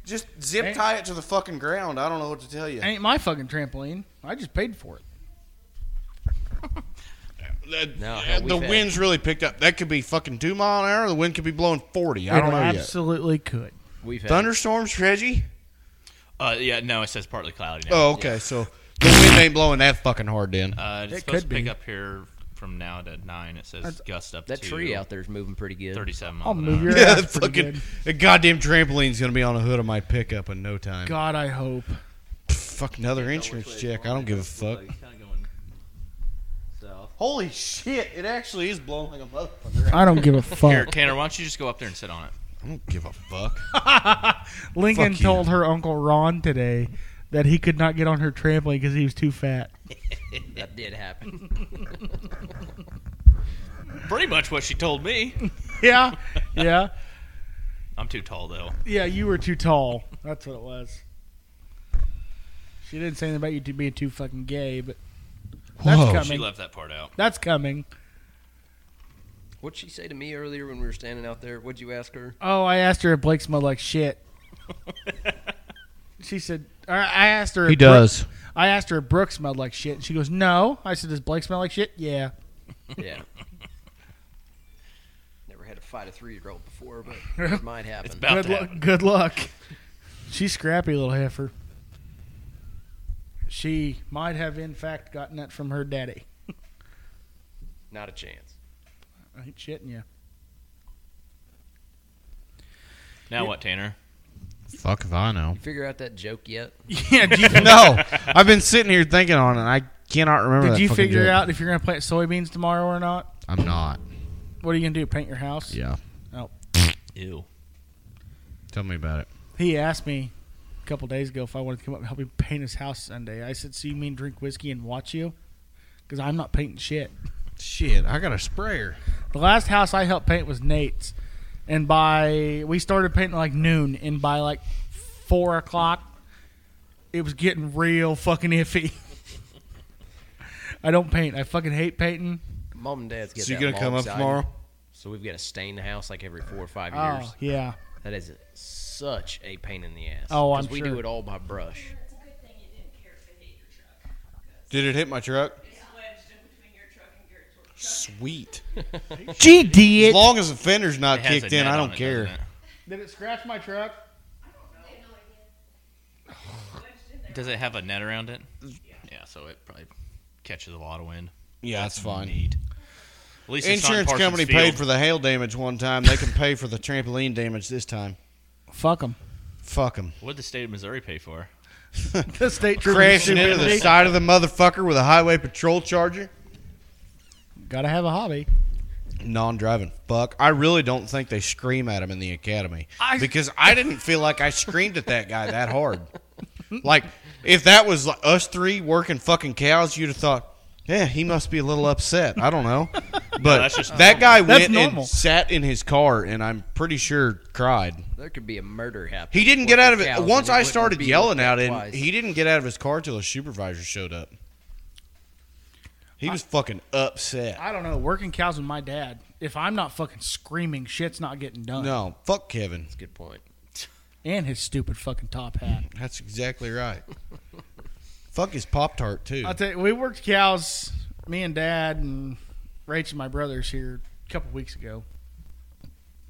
S2: Just zip
S1: Ain't-
S2: tie it to the fucking ground. I don't know what to tell you.
S1: Ain't my fucking trampoline. I just paid for it.
S4: No,
S2: the
S4: Oh, hell, we've had-
S2: wind's really picked up. That could be fucking two mile an hour. The wind could be blowing forty. I don't
S1: it
S2: know yet.
S1: absolutely could.
S4: We've had
S2: Thunderstorms, Reggie.
S3: Uh, yeah, no, it says partly cloudy now.
S2: Oh, okay. So [laughs] the wind ain't blowing that fucking hard then.
S3: Uh, it's
S1: It
S3: supposed
S1: could
S3: to pick
S1: be.
S3: up here from now to nine. It says gust up
S4: that
S3: to
S4: tree out there is moving pretty good.
S3: Thirty-seven.
S1: I'll
S3: miles an
S2: [laughs]
S1: move your
S3: hour.
S2: Yeah,
S1: ass
S2: that
S1: pretty
S2: fucking
S1: good.
S2: the goddamn trampoline's gonna be on the hood of my pickup in no time.
S1: God, I hope.
S2: Fuck another insurance check. I don't give a fuck. Holy shit! It actually is blowing like a motherfucker.
S1: I don't give [laughs] a fuck.
S3: Here, Tanner, why don't you just go up there and sit on it?
S2: I don't give a fuck.
S1: Lincoln
S2: Fuck you.
S1: told her uncle Ron today that he could not get on her trampoline because he was too fat.
S4: That
S2: [laughs]
S4: did happen.
S3: Pretty much what she told me.
S1: Yeah, yeah,
S3: I'm too tall though.
S1: yeah. You were too tall. That's what it was. She didn't say anything about you t- being too fucking gay, but that's
S2: Whoa.
S3: She
S1: coming.
S3: left that part out.
S1: That's coming.
S4: What'd she say to me earlier when we were standing out there? What'd you ask her?
S1: Oh, I asked her if Blake smelled like shit. she said, or I asked her. if Brooke- I asked her if Brooke smelled like shit. And she goes, no. I said, does Blake smell like shit? Yeah.
S4: Yeah. [laughs] Never had to fight a three-year-old before,
S2: [laughs]
S4: but it might happen.
S3: About
S1: good
S3: to
S1: luck.
S3: happen.
S1: Good luck. She's scrappy little heifer. She might have, in fact, gotten that from her daddy.
S4: Not a chance.
S1: I ain't shitting you.
S3: Now what, Tanner?
S2: Fuck if I know.
S4: You figure out that joke yet?
S1: [laughs] Yeah. Did you,
S2: [laughs] No, I've been sitting here thinking on it. and I cannot remember.
S1: did
S2: that
S1: you
S2: fucking
S1: figure
S2: joke.
S1: out if you're gonna plant soybeans tomorrow or not?
S2: I'm not.
S1: What are you gonna do? Paint your house?
S2: Yeah.
S3: Ew.
S2: Tell me about it.
S1: He asked me a couple days ago if I wanted to come up and help him paint his house Sunday. I said, "So you mean drink whiskey and watch you?" Because I'm not painting shit.
S2: Shit, I got a sprayer.
S1: The last house I helped paint was Nate's, and by we started painting like noon, and by like four o'clock, it was getting real fucking iffy. [laughs] I don't paint. I fucking hate painting.
S4: Mom and Dad's get
S2: So you
S4: that
S2: gonna come
S4: log
S2: up
S4: siding,
S2: tomorrow?
S4: So we've got to stain the house like every four or five years.
S1: Oh yeah,
S4: That is such a pain in the ass.
S1: Oh, I'm
S4: 'Cause we
S1: sure.
S4: do it all by brush.
S5: It's a good thing you didn't care if it hit your truck.
S2: Did it hit my truck?
S5: It's wedged in between your truck and Garrett's work.
S2: Sweet.
S1: GD
S2: As long as the fender's not
S3: It has
S2: kicked
S3: a
S2: in,
S3: net
S2: I
S3: on
S2: don't
S3: it,
S2: care.
S3: doesn't
S1: Did it scratch my truck?
S5: They have no
S1: [sighs]
S5: idea. Wedged in
S3: it? Does it have a net around it? Yeah, so it probably catches a lot of wind.
S2: Yeah, that's fine.
S3: Neat. At least it's not in
S2: Insurance
S3: Parsons
S2: company
S3: Field.
S2: paid for the hail damage one time. They can pay for the trampoline damage this time.
S1: Fuck them.
S2: Fuck them.
S3: What did the state of Missouri pay for?
S1: [laughs] The state trooper
S2: Crashing into the
S1: stupidity.
S2: side of the motherfucker with a highway patrol charger.
S1: Gotta have a hobby.
S2: Non-driving fuck. I really don't think they scream at him in the academy
S1: I- [laughs]
S2: because I didn't feel like I screamed at that guy that hard. Like if that was like us three working fucking cows, you'd have thought, yeah, he must be a little upset. I
S1: [laughs]
S2: don't know, but
S3: that's just
S2: that guy
S1: That's
S2: went
S1: normal.
S2: and sat in his car, and I'm pretty sure cried.
S4: There could be a murder happening.
S2: He didn't
S4: with
S2: get
S4: the
S2: out of it.
S4: cows, and
S2: Once
S4: it
S2: I
S4: wouldn't
S2: started
S4: be
S2: yelling
S4: looked
S2: at him,
S4: twice.
S2: he didn't get out of his car till his supervisor showed up. He was fucking upset.
S1: I don't know. Working cows with my dad. If I'm not fucking screaming, shit's not getting done.
S2: no, fuck Kevin.
S4: Good point.
S1: And his stupid fucking top hat.
S2: That's exactly right. [laughs] Fuck his Pop Tart, too.
S1: I'll tell you, we worked cows, me and dad and Rachel, my brothers here a couple weeks ago.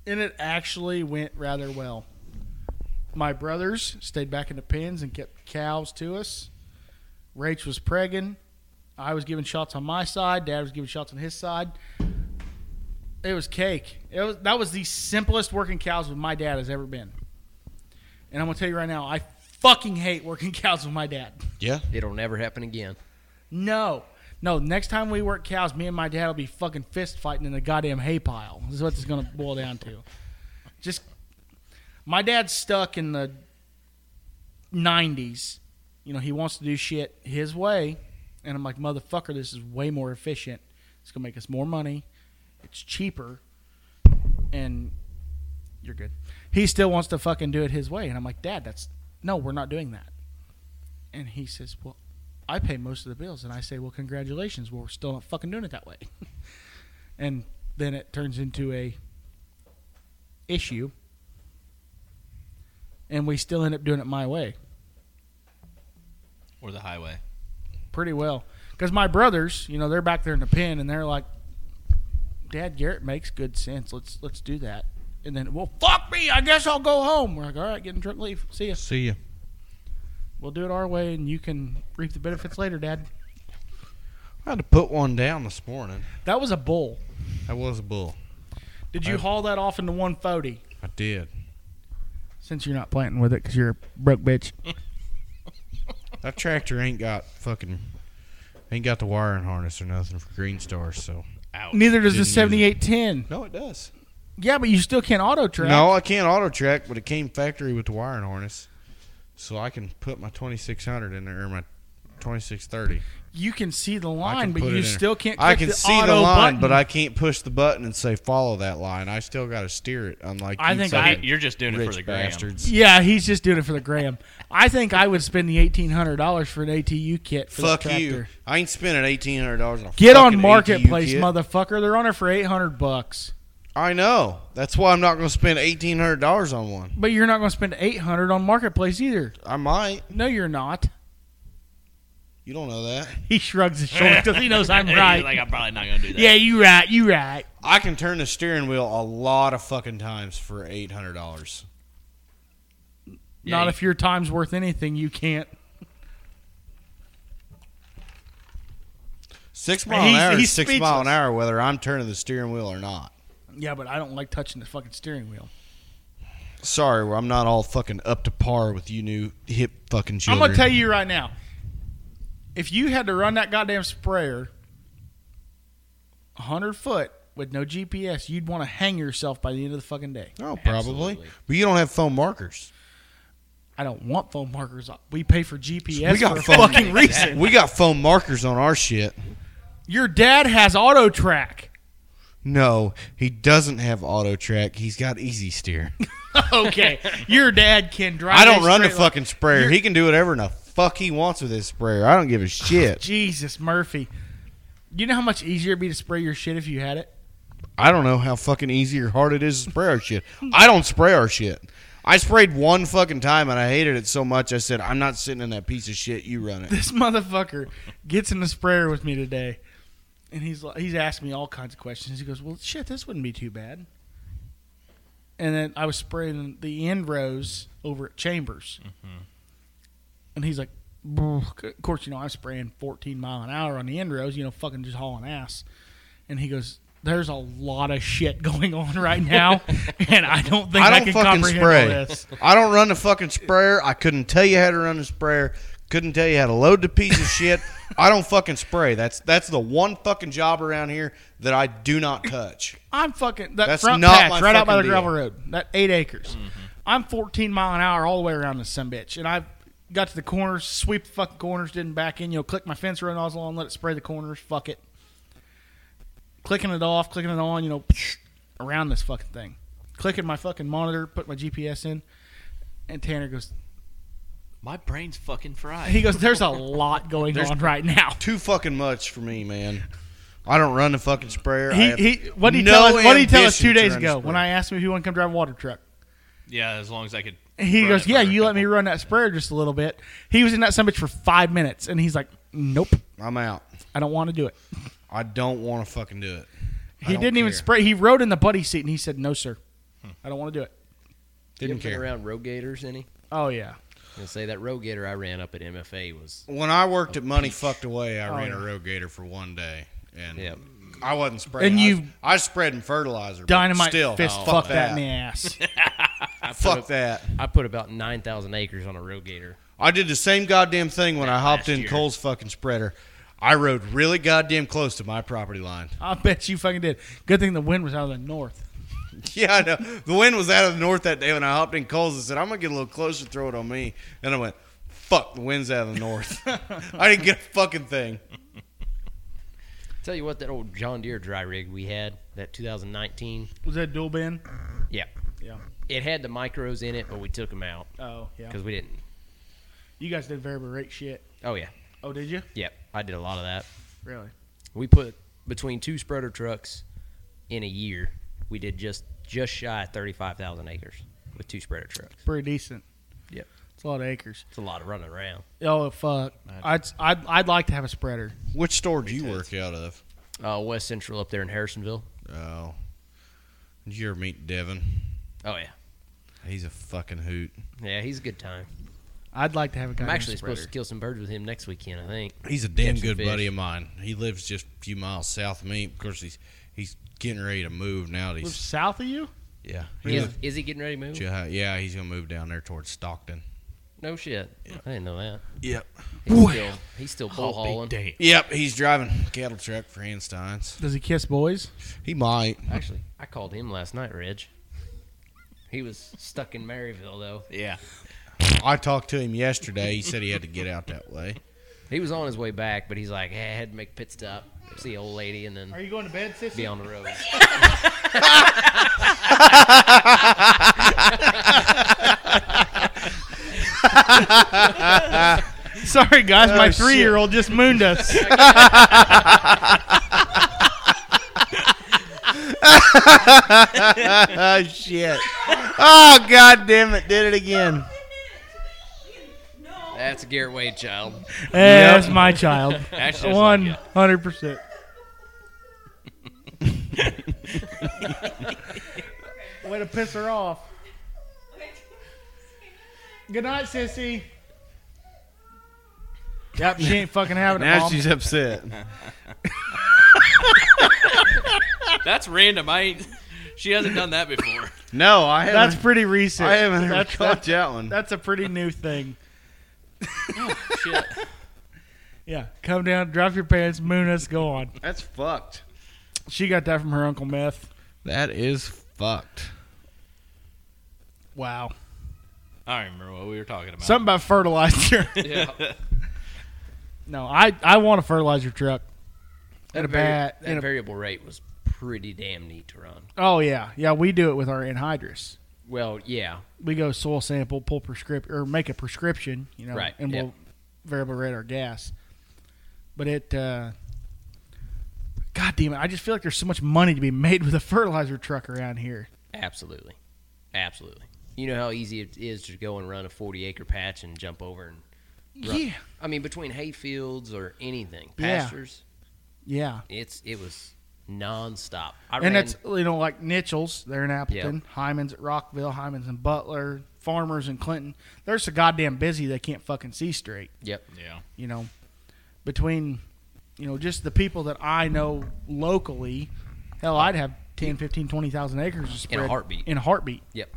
S1: And it actually went rather well. My brothers stayed back in the pens and kept cows to us. Rach was pregging. I was giving shots on my side. Dad was giving shots on his side. It was cake. It was that was the simplest working cows with my dad has ever been. And I'm gonna tell you right now, I fucking hate working [laughs] cows with my dad.
S2: Yeah.
S4: It'll never happen again.
S1: No. No, next time we work cows, me and my dad will be fucking fist fighting in the goddamn hay pile. Is what it's gonna boil down to. Just my dad's stuck in the nineties. You know, he wants to do shit his way. And I'm like, motherfucker, this is way more efficient. It's gonna make us more money. It's cheaper. And you're good. He still wants to fucking do it his way. And I'm like, Dad, that's no, we're not doing that. And he says, Well, I pay most of the bills. And I say, Well, congratulations. Well, we're still not fucking doing it that way. [laughs] and then it turns into a issue. And we still end up doing it my way
S3: Or the highway.
S1: pretty well. Because my brothers, you know, they're back there in the pen and they're like, Dad, Garrett makes good sense. Let's let's do that. And then, well, fuck me. I guess I'll go home. We're like, all right, get in drunk, leave. See ya.
S2: See you.
S1: We'll do it our way, and you can reap the benefits later, Dad.
S2: I had to put one down this morning.
S1: That was a bull.
S2: That was a bull.
S1: Did you
S2: I-
S1: haul that off into 140?
S2: I did.
S1: Since you're not planting with it, because you're a broke bitch.
S2: That tractor ain't got fucking ain't got the wiring harness or nothing for Green Stars, so
S3: Ouch.
S1: Neither does the
S2: Didn't use it.
S1: 7810.
S2: No it does.
S1: Yeah, but you still can't auto track.
S2: No, I can't auto track, but it came factory with the wiring harness. So I can put my twenty six hundred in there or my twenty six thirty.
S1: You can see the
S2: I
S1: line,
S2: can
S1: but
S2: put it
S1: you
S2: in there.
S1: still can't.
S2: I
S1: click
S2: can
S1: the
S2: see the
S1: auto
S2: line,
S1: button.
S2: but I can't push the button and say follow that line. I still got to steer it. Unlike
S1: I
S2: you
S1: think
S2: fucking
S1: I-
S3: You're just doing it for
S2: rich
S3: the gram.
S2: bastards.
S1: Yeah, he's just doing it for the gram. I think I would spend the eighteen hundred dollars for an ATU kit for
S2: Fuck
S1: the tractor.
S2: you! I ain't spending eighteen hundred dollars on a
S1: Get on
S2: fucking
S1: marketplace,
S2: ATU kit.
S1: motherfucker. They're on it for eight hundred bucks.
S2: I know. That's why I'm not going to spend eighteen hundred dollars on one.
S1: But you're not going to spend eight hundred on marketplace either.
S2: I might.
S1: No, you're not.
S2: You don't know that.
S1: He shrugs his shoulders
S2: [laughs]
S1: because he knows I'm
S3: He's
S1: right.
S3: like I'm probably not gonna do
S1: [laughs]
S3: that.
S1: yeah, you right. You right.
S2: I can turn the steering wheel a lot of fucking times for eight hundred dollars.
S3: Yeah,
S1: not
S3: you-
S1: if your time's worth anything. You can't.
S2: Six mile an
S1: He's-
S2: hour. is
S1: he's
S2: six mile an hour, whether I'm turning the steering wheel or not.
S1: Yeah, but I don't like touching the fucking steering wheel.
S2: Sorry, I'm not all fucking up to par with you new hip fucking
S1: I'm
S2: children.
S1: gonna tell you right now. If you had to run that goddamn sprayer hundred foot with no GPS, you'd want to hang yourself by the end of the fucking day.
S2: Oh, probably.
S3: Absolutely.
S2: But you don't have foam markers.
S1: I don't want foam markers. We pay for GPS
S2: we got
S1: for a
S2: foam
S3: [laughs]
S1: fucking reason.
S2: We got foam markers on our shit.
S1: Your dad has auto track. [laughs]
S2: No, he doesn't have auto track. He's got
S1: [laughs]
S2: easy steer.
S1: Okay, your dad can drive.
S2: I don't
S1: a
S2: run the
S1: straight line.
S2: fucking sprayer. He can do whatever the fuck he wants with his sprayer. I don't give
S1: [laughs]
S2: a shit.
S1: Jesus Murphy. You know how much easier it'd be to spray your shit if you had it.
S2: I don't know how fucking easy or hard it is to spray our shit. I don't spray our shit. I sprayed one fucking time and I hated it so much I said, I'm not sitting in that piece of shit. You run it.
S1: This motherfucker gets in the sprayer with me today, and he's like- he's asked me all kinds of questions. He goes, "Well, shit, this wouldn't be too bad." And then I was spraying the end rows over at Chambers,
S2: Mm-hmm.
S1: and he's like, "Bruh." "Of course, you know I'm spraying 14 mile an hour on the end rows. You know, fucking just hauling ass." And he goes, "There's a lot of shit [laughs] going on right
S2: [laughs]
S1: now, and I don't [laughs] think I,
S2: I don't
S1: can
S2: fucking
S1: comprehend all
S2: spray.
S1: this."
S2: [laughs] I don't run the fucking sprayer. I couldn't tell you how to run the sprayer. Couldn't tell you how to load the piece
S1: [laughs]
S2: of shit. I don't fucking spray. That's that's the one fucking job around here that I do not touch.
S1: I'm fucking that
S2: That's
S1: front
S2: not
S1: patch
S2: my
S1: right out by the
S2: fucking
S1: gravel
S2: deal. Mm-hmm.
S1: road. That eight acres. I'm 14 mile an hour all the way around this some bitch, and I got to the corners, sweep the fucking corners, didn't back in. You know, click my fence row nozzle on, let it spray the corners. Fuck it. Clicking it off, clicking it on. You know, [sniffs] around this fucking thing. Clicking my fucking monitor, put my GPS in, and Tanner goes.
S3: My brain's fucking fried.
S1: He goes.
S2: [laughs]
S1: There's a lot going
S2: There's-
S1: on right now.
S2: Too fucking much for me, man. I don't run the fucking sprayer. [laughs] I
S1: He,
S2: have
S1: he what did he
S2: no
S1: tell us? What did he tell us
S2: ambition
S1: two
S2: to
S1: days
S2: run the
S1: ago when
S2: sprayer.
S1: I asked him if he wanted to come drive a water truck?
S3: yeah, as long as I could.
S1: And he
S3: run
S1: goes,
S3: it
S1: "Yeah,
S3: for a
S1: you let me
S3: couple-
S1: run that sprayer just a little bit." He was in that summit for five minutes, and he's like, "Nope,
S2: I'm out.
S1: I don't want to do it."
S2: I don't want to fucking do it. I
S1: He
S2: don't
S1: didn't even
S2: care.
S1: spray. He rode in the buddy seat, and he said, "No, sir, I don't want to do it."
S2: Didn't
S4: you ever been
S2: care.
S4: around road gators any?
S1: Oh yeah,
S4: And say that road gator I ran up at MFA was
S2: When I worked at Money Fucked Away, I
S1: Oh,
S2: ran a
S1: yeah.
S2: road gator for one day, and
S4: yeah.
S2: I wasn't spraying.
S1: And
S2: I was-
S1: you-
S2: I was spreading fertilizer. but
S1: Dynamite
S2: still,
S1: fist
S2: oh,
S1: fuck that in the ass. [laughs]
S2: Fuck that.
S4: I put about nine thousand acres on a row gator.
S2: I did the same goddamn thing when I hopped
S3: last
S2: in
S3: year.
S2: Cole's fucking spreader. I rode really goddamn close to my property line.
S1: I bet you fucking did. Good thing the wind was out of the north.
S2: [laughs] Yeah, I know. The wind was out of the north that day when I hopped in Cole's and said, I'm going to get a little closer, throw it on me. And I went, fuck, the wind's out of the [laughs] north. I didn't get a fucking thing.
S4: Tell you what, that old John Deere dry rig we had, that 2019.
S1: Was that dual bin?
S4: Yeah,
S1: Yeah.
S4: it had the micros in it, but we took them out
S1: Oh yeah.
S4: because we didn't.
S1: You guys did variable rate shit.
S4: Oh yeah,
S1: Oh, did you?
S4: yeah, I did a lot of that.
S1: Really?
S4: We put between two spreader trucks in a year, we did just just shy of 35,000 acres with two spreader trucks.
S1: Pretty decent.
S4: Yep.
S1: It's a lot of acres.
S4: It's a lot of running around.
S1: Oh fuck! I'd, I'd I'd like to have a spreader.
S2: Which store do you work out of?
S4: Uh, West Central up there in Harrisonville.
S2: Oh. Did you ever meet Devin?
S4: Oh yeah,
S2: He's a fucking hoot.
S4: yeah, he's a good time.
S1: I'd like to have a guy.
S4: I'm actually supposed to
S1: spreader.
S4: kill some birds with him next weekend, I think.
S2: He's a damn
S4: Catching
S2: good
S4: fish.
S2: buddy of mine. He lives just a few miles south of me. Of course, he's he's getting ready to move now. that
S1: Live
S2: He's
S1: south of you.
S2: yeah, he
S4: Is,
S2: lives-
S4: is he getting ready to move?
S2: yeah, yeah, he's gonna move down there towards Stockton.
S4: No shit. I didn't know that.
S2: Yep,
S4: He's
S1: Well.
S4: still he's still bull hauling.
S3: damn.
S2: yep, he's driving cattle truck for Hanstein's.
S1: Does he kiss boys?
S2: He might.
S4: Actually, I called him last night, Reg. He was stuck in Maryville though.
S3: Yeah.
S2: I talked to him yesterday. He said he had to get out that way.
S4: He was on his way back, but he's like, hey, I had to make a pit stop, see an old lady, and then
S1: you going to bed, sis?
S4: be on the road.
S1: [laughs] Sorry, guys. my
S2: shit.
S1: three-year-old just mooned [laughs] us.
S2: Oh shit! Oh god damn it! Did it again.
S1: Eh.
S5: No.
S4: That's a Garrett Wade child.
S1: [laughs] That's my child.
S3: Actually,
S1: One hundred percent. Way to piss her off. Good night, sissy. Yep, she ain't fucking [laughs] having it,
S2: Now
S1: mom.
S2: she's upset.
S3: that's random. I ain't, [laughs] she hasn't done that before.
S2: No, I haven't.
S1: That's pretty recent.
S2: [laughs] I haven't ever
S1: that's,
S2: caught
S1: that's,
S2: that one.
S1: that's a [laughs] pretty new thing.
S3: [laughs] Shit.
S1: Yeah, come down, drop your pants, moon us, go on.
S2: that's fucked.
S1: She got that from her uncle Meth.
S2: That is fucked.
S1: Wow,
S3: I don't remember what we were talking about.
S1: something about [laughs] fertilizer.
S3: [laughs]
S4: Yeah.
S1: no, I I want a fertilizer truck.
S4: That,
S1: a
S4: vari-
S1: bat,
S4: that
S1: and a-
S4: variable rate was pretty damn neat to run.
S1: Oh yeah, yeah. We do it with our anhydrous.
S4: Well, yeah.
S1: We go soil sample, pull prescript or make a prescription, you know,
S4: Right,
S1: and
S4: yeah.
S1: we'll variable rate our gas. But it, uh, God damn it! I just feel like there's so much money to be made with a fertilizer truck around here.
S4: Absolutely. Absolutely. You know how easy it is to go and run a 40 acre patch and jump over and Right.
S1: Yeah,
S4: I mean between hay fields or anything,
S1: Yeah.
S4: pastures,
S1: yeah.
S4: it's it was nonstop. I
S1: and
S4: ran
S1: that's you know like Nichols, they're in Appleton, Hyman's at Rockville, Hyman's in Butler, Farmers in Clinton. They're so goddamn busy they can't fucking see straight.
S4: Yep.
S3: Yeah.
S1: you know, between, you know, just the people that I know locally, hell, I'd have 10, 15, 20,000 acres to spread.
S4: heartbeat.
S1: In a heartbeat.
S4: Yep.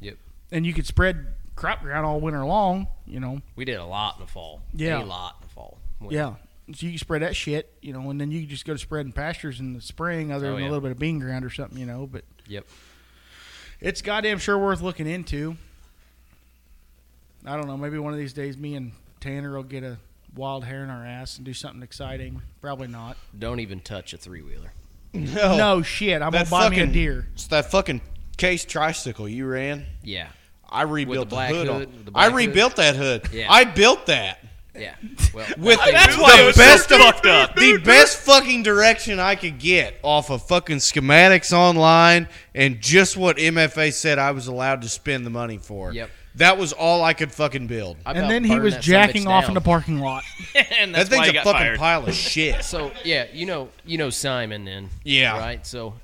S4: Yep.
S1: And you could spread crop ground all winter long, you know.
S4: We did a lot in the fall.
S1: Yeah.
S4: A lot in the fall. We-
S1: Yeah. So you can spread that shit, you know, and then you can just go to spreading pastures in the spring other
S4: Oh,
S1: than
S4: yeah.
S1: a little bit of bean ground or something, you know. But
S4: Yep.
S1: it's goddamn sure worth looking into. I don't know. Maybe one of these days me and Tanner will get a wild hair in our ass and do something exciting. Probably not.
S4: Don't even touch a three wheeler.
S2: No,
S1: no shit. I'm going
S2: Oh, that
S1: to buy me a
S2: fucking-
S1: deer.
S2: It's that fucking case tricycle you ran.
S4: Yeah.
S2: I rebuilt the,
S4: black
S2: hood. on-
S4: hood, with the
S2: I
S4: black hood.
S2: rebuilt that hood.
S4: Yeah.
S2: I built that
S1: [laughs]
S4: Yeah. Well,
S2: with
S3: That's
S2: the
S3: why it was so
S2: best of-
S3: fucked up.
S2: The best fucking direction I could get off of fucking schematics online and just what MFA said I was allowed to spend the money for.
S4: Yep.
S2: That was all I could fucking build.
S4: I about
S1: and then he
S4: burned
S1: was
S4: that son of a
S1: jacking
S4: bitch
S1: off in
S4: down.
S1: the parking lot. [laughs]
S3: and
S2: That
S3: that's
S2: thing's
S3: why
S2: a
S3: he got
S2: fucking
S3: fired.
S2: pile of
S4: [laughs]
S2: shit.
S4: So yeah, you know, you know Simon then.
S2: Yeah.
S4: Right. So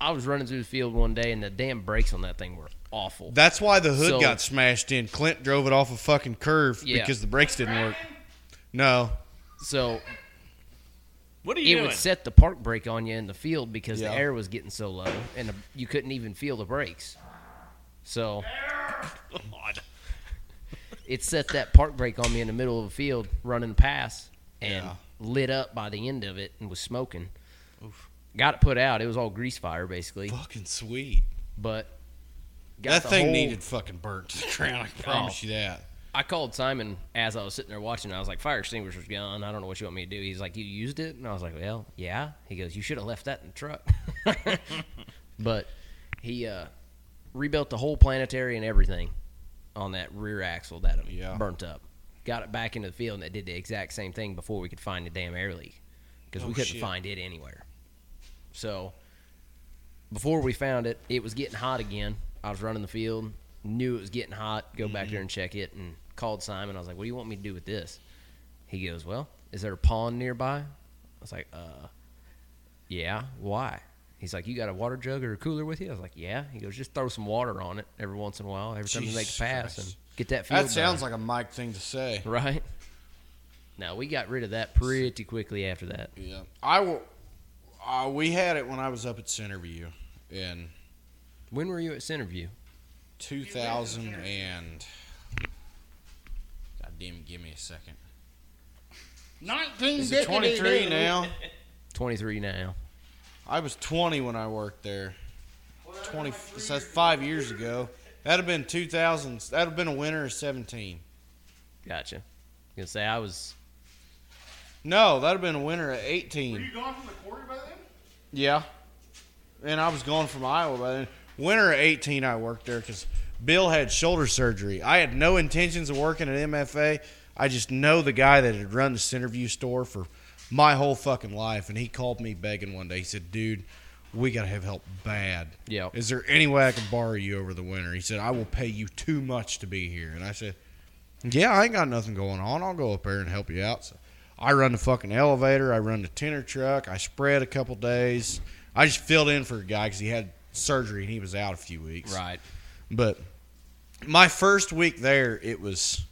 S4: I was running through the field one day, and the damn brakes on that thing were awful.
S2: That's why the hood
S4: So-
S2: got smashed in. Clint drove it off a fucking curve [laughs]
S4: Yeah.
S2: because the brakes didn't work. No.
S4: so
S3: What are you
S4: it
S3: doing?
S4: would set the park brake on you in the field because
S2: Yeah.
S4: the air was getting so low and the, you couldn't even feel the brakes. So
S3: God.
S4: it set that park brake on me in the middle of the field running past and
S2: Yeah.
S4: lit up by the end of it and was smoking. Got it put out. It was all grease fire basically,
S2: Fucking sweet.
S4: but got
S2: That
S4: the
S2: thing
S4: whole-
S2: needed fucking burnt to the ground. I promise you that.
S4: I called Simon as I was sitting there watching. I was like, "Fire extinguisher's gone. I don't know what you want me to do." He's like, "You used it," and I was like, "Well, yeah." He goes, "You should have left that in the truck." [laughs] but he uh, rebuilt the whole planetary and everything on that rear axle that
S2: Yeah.
S4: burnt up. Got it back into the field, and it did the exact same thing before we could find the damn air leak because
S2: Oh,
S4: we couldn't
S2: shit.
S4: find it anywhere. So before we found it, it was getting hot again. I was running the field, knew it was getting hot, go
S2: Mm-hmm.
S4: back there and check it, and called Simon. I was like, "What do you want me to do with this?" He goes, "Well, is there a pond nearby?" I was like, "Uh, yeah. Why?" He's like, "You got a water jug or a cooler with you?" I was like, "Yeah." He goes, "Just throw some water on it every once in a while, every time you make
S2: Jesus
S4: a pass,
S2: Christ.
S4: and get that field."
S2: That sounds like a Mike thing to say.
S4: right. No, we got rid of that pretty quickly after that.
S2: Yeah, I will. Uh, we had it when I was up at Centerview in
S4: When were you at Centerview?
S2: 2000 and. God damn, give me a second.
S1: 19
S2: Is it 23 now?
S4: Twenty three now.
S2: I was 20 when I worked there. 20. So that's five years ago. That'd have been 2000. That'd have been a winter of 17.
S4: Gotcha. I was gonna say I was
S2: No, that'd have been a winter of 18.
S1: gone from the quarry by then?
S2: Yeah. And I was gone from Iowa by then. Winter of 18, I worked there because Bill had shoulder surgery. I had no intentions of working at MFA. I just know the guy that had run the Centerview store for my whole fucking life. And he called me begging one day. He said, dude, we got to have help bad.
S4: Yeah.
S2: Is there any way I can borrow you over the winter? He said, I will pay you too much to be here. And I said, yeah, I ain't got nothing going on. I'll go up there and help you out. So I run the fucking elevator. I run the tenor truck. I spread a couple days. I just filled in for a guy because he had surgery and he was out a few weeks. But my first week there, it was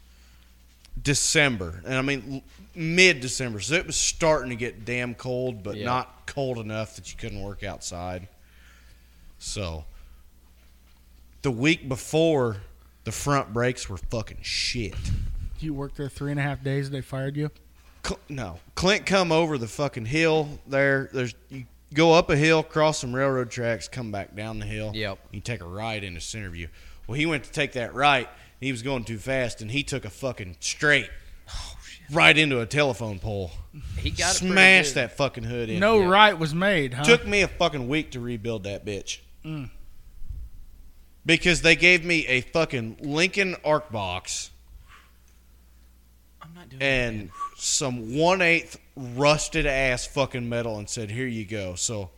S2: December, and I mean mid December, so it was starting to get damn cold, but
S4: Yeah.
S2: not cold enough that you couldn't work outside. So the week before, the front brakes were fucking shit.
S1: You worked there three and a half days and they fired you?
S2: Cl- no, Clint come over the fucking hill there. There's you go up a hill, cross some railroad tracks, come back down the hill.
S4: Yep.
S2: You take a right into Centerview. Well, he went to take that right. And he was going too fast, and he took a fucking straight right into a telephone pole.
S4: He Oh, got it pretty
S2: smashed
S4: good.
S2: that fucking hood in.
S1: No
S4: Yeah.
S1: right was made, huh?
S2: Took me a fucking week to rebuild that bitch.
S1: Mm.
S2: Because they gave me a fucking Lincoln Arc box
S3: I'm not doing it.
S2: and some one eighth rusted ass fucking metal and said, "Here you go." So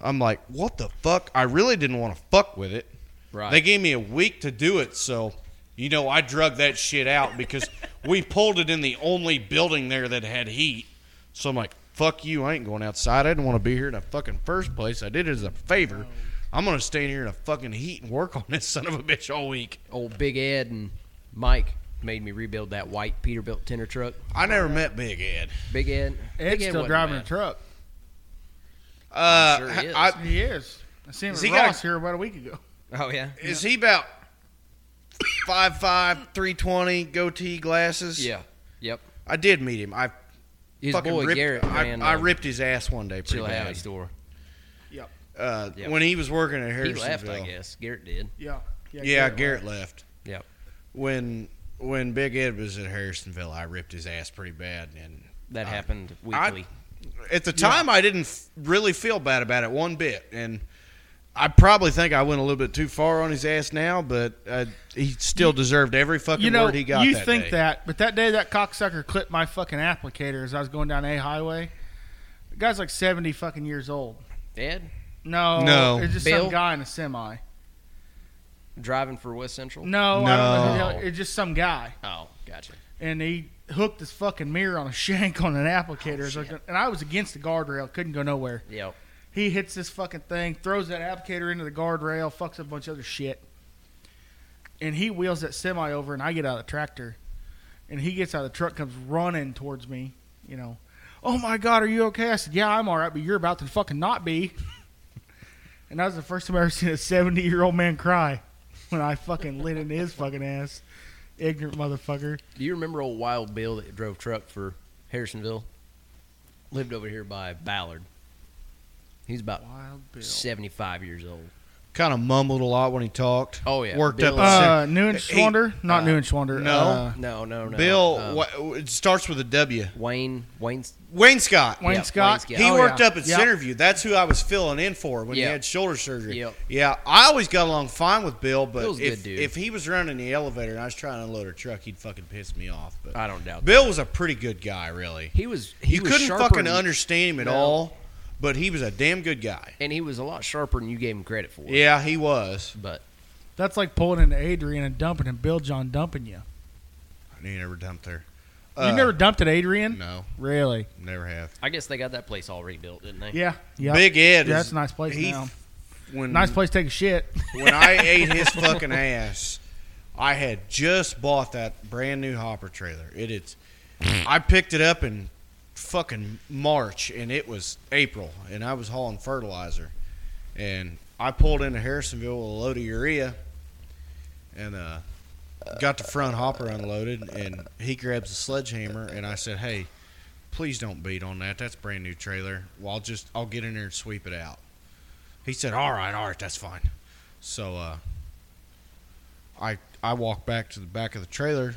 S2: I'm like, "What the fuck?" I really didn't want to fuck with it.
S4: Right.
S2: They gave me a week to do it, so you know I drug that shit out
S3: [laughs]
S2: because we pulled it in the only building there that had heat. So I'm like, "Fuck you! I ain't going outside. I didn't want to be here in the fucking first place. I did it as a favor." I'm gonna stay in here in the fucking heat and work on this [laughs] son of a bitch all week.
S4: old Big Ed and Mike made me rebuild that white Peterbilt tenor truck.
S2: I never met Big Ed.
S4: Big Ed, Big
S1: Ed's
S4: Ed
S1: still
S4: wasn't
S1: driving a
S4: bad.
S1: truck.
S2: Uh,
S4: sure he is.
S2: I,
S1: He is. I seen him
S2: Has
S1: at
S2: he got a-
S1: Ross here about a week ago.
S4: Oh yeah,
S2: Is he about 5'5", 320, goatee, glasses?
S4: yeah, yep.
S2: I did meet him. I
S4: His
S2: fucking
S4: boy
S2: ripped,
S4: Garrett
S2: I,
S4: ran
S2: I
S4: the
S2: ripped his ass one day pretty
S4: Chill Alley
S2: bad.
S4: store.
S2: Uh,
S4: Yeah.
S2: When he was working at
S4: He
S2: Harrisonville.
S4: left, I guess. Garrett did.
S1: [laughs] Yeah.
S2: Yeah, Garrett left.
S4: Yeah.
S2: When when Big Ed was at Harrisonville, I ripped his ass pretty bad. And
S4: That
S2: I-
S4: happened
S2: I-
S4: weekly.
S2: at the time, I didn't f- really feel bad about it one bit. And I probably think I went a little bit too far on his ass now, but uh, he still deserved every fucking
S1: You know,
S2: word he got.
S1: you
S2: that
S1: think
S2: day.
S1: that, but that day that cocksucker clipped my fucking applicator as I was going down A highway. The guy's like seventy fucking years old.
S4: Ed
S1: No,
S2: No.
S1: it's just
S4: Bill?
S1: some guy in a semi.
S4: driving for West Central.
S1: No, I don't know who the
S2: No.
S1: hell- it's just some guy,
S4: Oh, gotcha.
S1: and he hooked his fucking mirror on a [laughs] shank on an applicator. So- and I was against the guardrail, couldn't go nowhere.
S4: Yep.
S1: He hits this fucking thing, throws that applicator into the guardrail, fucks up a bunch of other shit. And he wheels that semi over, and I get out of the tractor. And he gets out of the truck, comes running towards me, you know. "Oh my God, are you okay?" I said, "Yeah, I'm all right, but you're about to fucking not be." [laughs] and that was the first time I ever seen a 70 year old man cry [laughs] when I fucking lit into his fucking ass, ignorant motherfucker.
S4: Do you remember old Wild Bill that drove truck for Harrisonville? Lived over here by Ballard. He's about
S1: Wild Bill.
S4: 75 years old.
S2: Kind of mumbled a lot when he talked.
S4: Oh, yeah.
S2: worked
S4: Bill-
S2: up. a
S1: Uh, New and
S2: Hey,
S1: Schwander, not
S4: uh,
S1: New and Schwander.
S2: no.
S1: uh,
S4: No, no, no.
S2: Bill,
S4: Um,
S2: wha- it starts with a W.
S4: Wayne, Wayne's.
S2: Wayne Scott.
S1: Wayne
S4: Yeah, Wayne
S1: Scott.
S4: Scott.
S2: He
S1: Oh,
S2: worked
S1: yeah.
S2: up at
S1: Yep.
S2: Centerview. That's who I was filling in for when he
S4: Yeah.
S2: had shoulder surgery.
S4: Yep.
S2: Yeah, I always got along fine with Bill, but
S4: Bill's a
S2: if,
S4: good dude.
S2: if he was running the elevator and I was trying to unload a truck, he'd fucking piss me off. But
S4: I don't doubt.
S2: Bill was a pretty good guy, really.
S4: He was. He
S2: you
S4: was
S2: couldn't
S4: sharper
S2: fucking
S4: than-
S2: understand him at
S4: No.
S2: all, but he was a damn good guy.
S4: And he was a lot sharper than you gave him credit for.
S2: Yeah, he was.
S4: But
S1: That's like pulling into Adrian and dumping and Bill John dumping you.
S2: He never dumped there.
S1: You never dumped at Adrian?
S2: Uh, No,
S1: Really?
S2: never have.
S4: I guess they got that place all rebuilt, didn't they?
S1: Yeah. Yeah.
S2: Big Ed.
S1: Yeah,
S2: is-
S1: that's a nice place
S2: he-
S1: now.
S2: When
S1: Nice place to take a shit. [laughs]
S2: when I ate his fucking ass, I had just bought that brand new hopper trailer. It is. I picked it up in fucking March, and it was April, and I was hauling fertilizer, and I pulled into Harrisonville with a load of urea, and uh, got the front hopper unloaded, and he grabs a sledgehammer, and I said, "Hey, please don't beat on that. That's brand new trailer. Well, I'll just I'll get in there and sweep it out." He said, "All right, all right, that's fine." So uh, I I walked back to the back of the trailer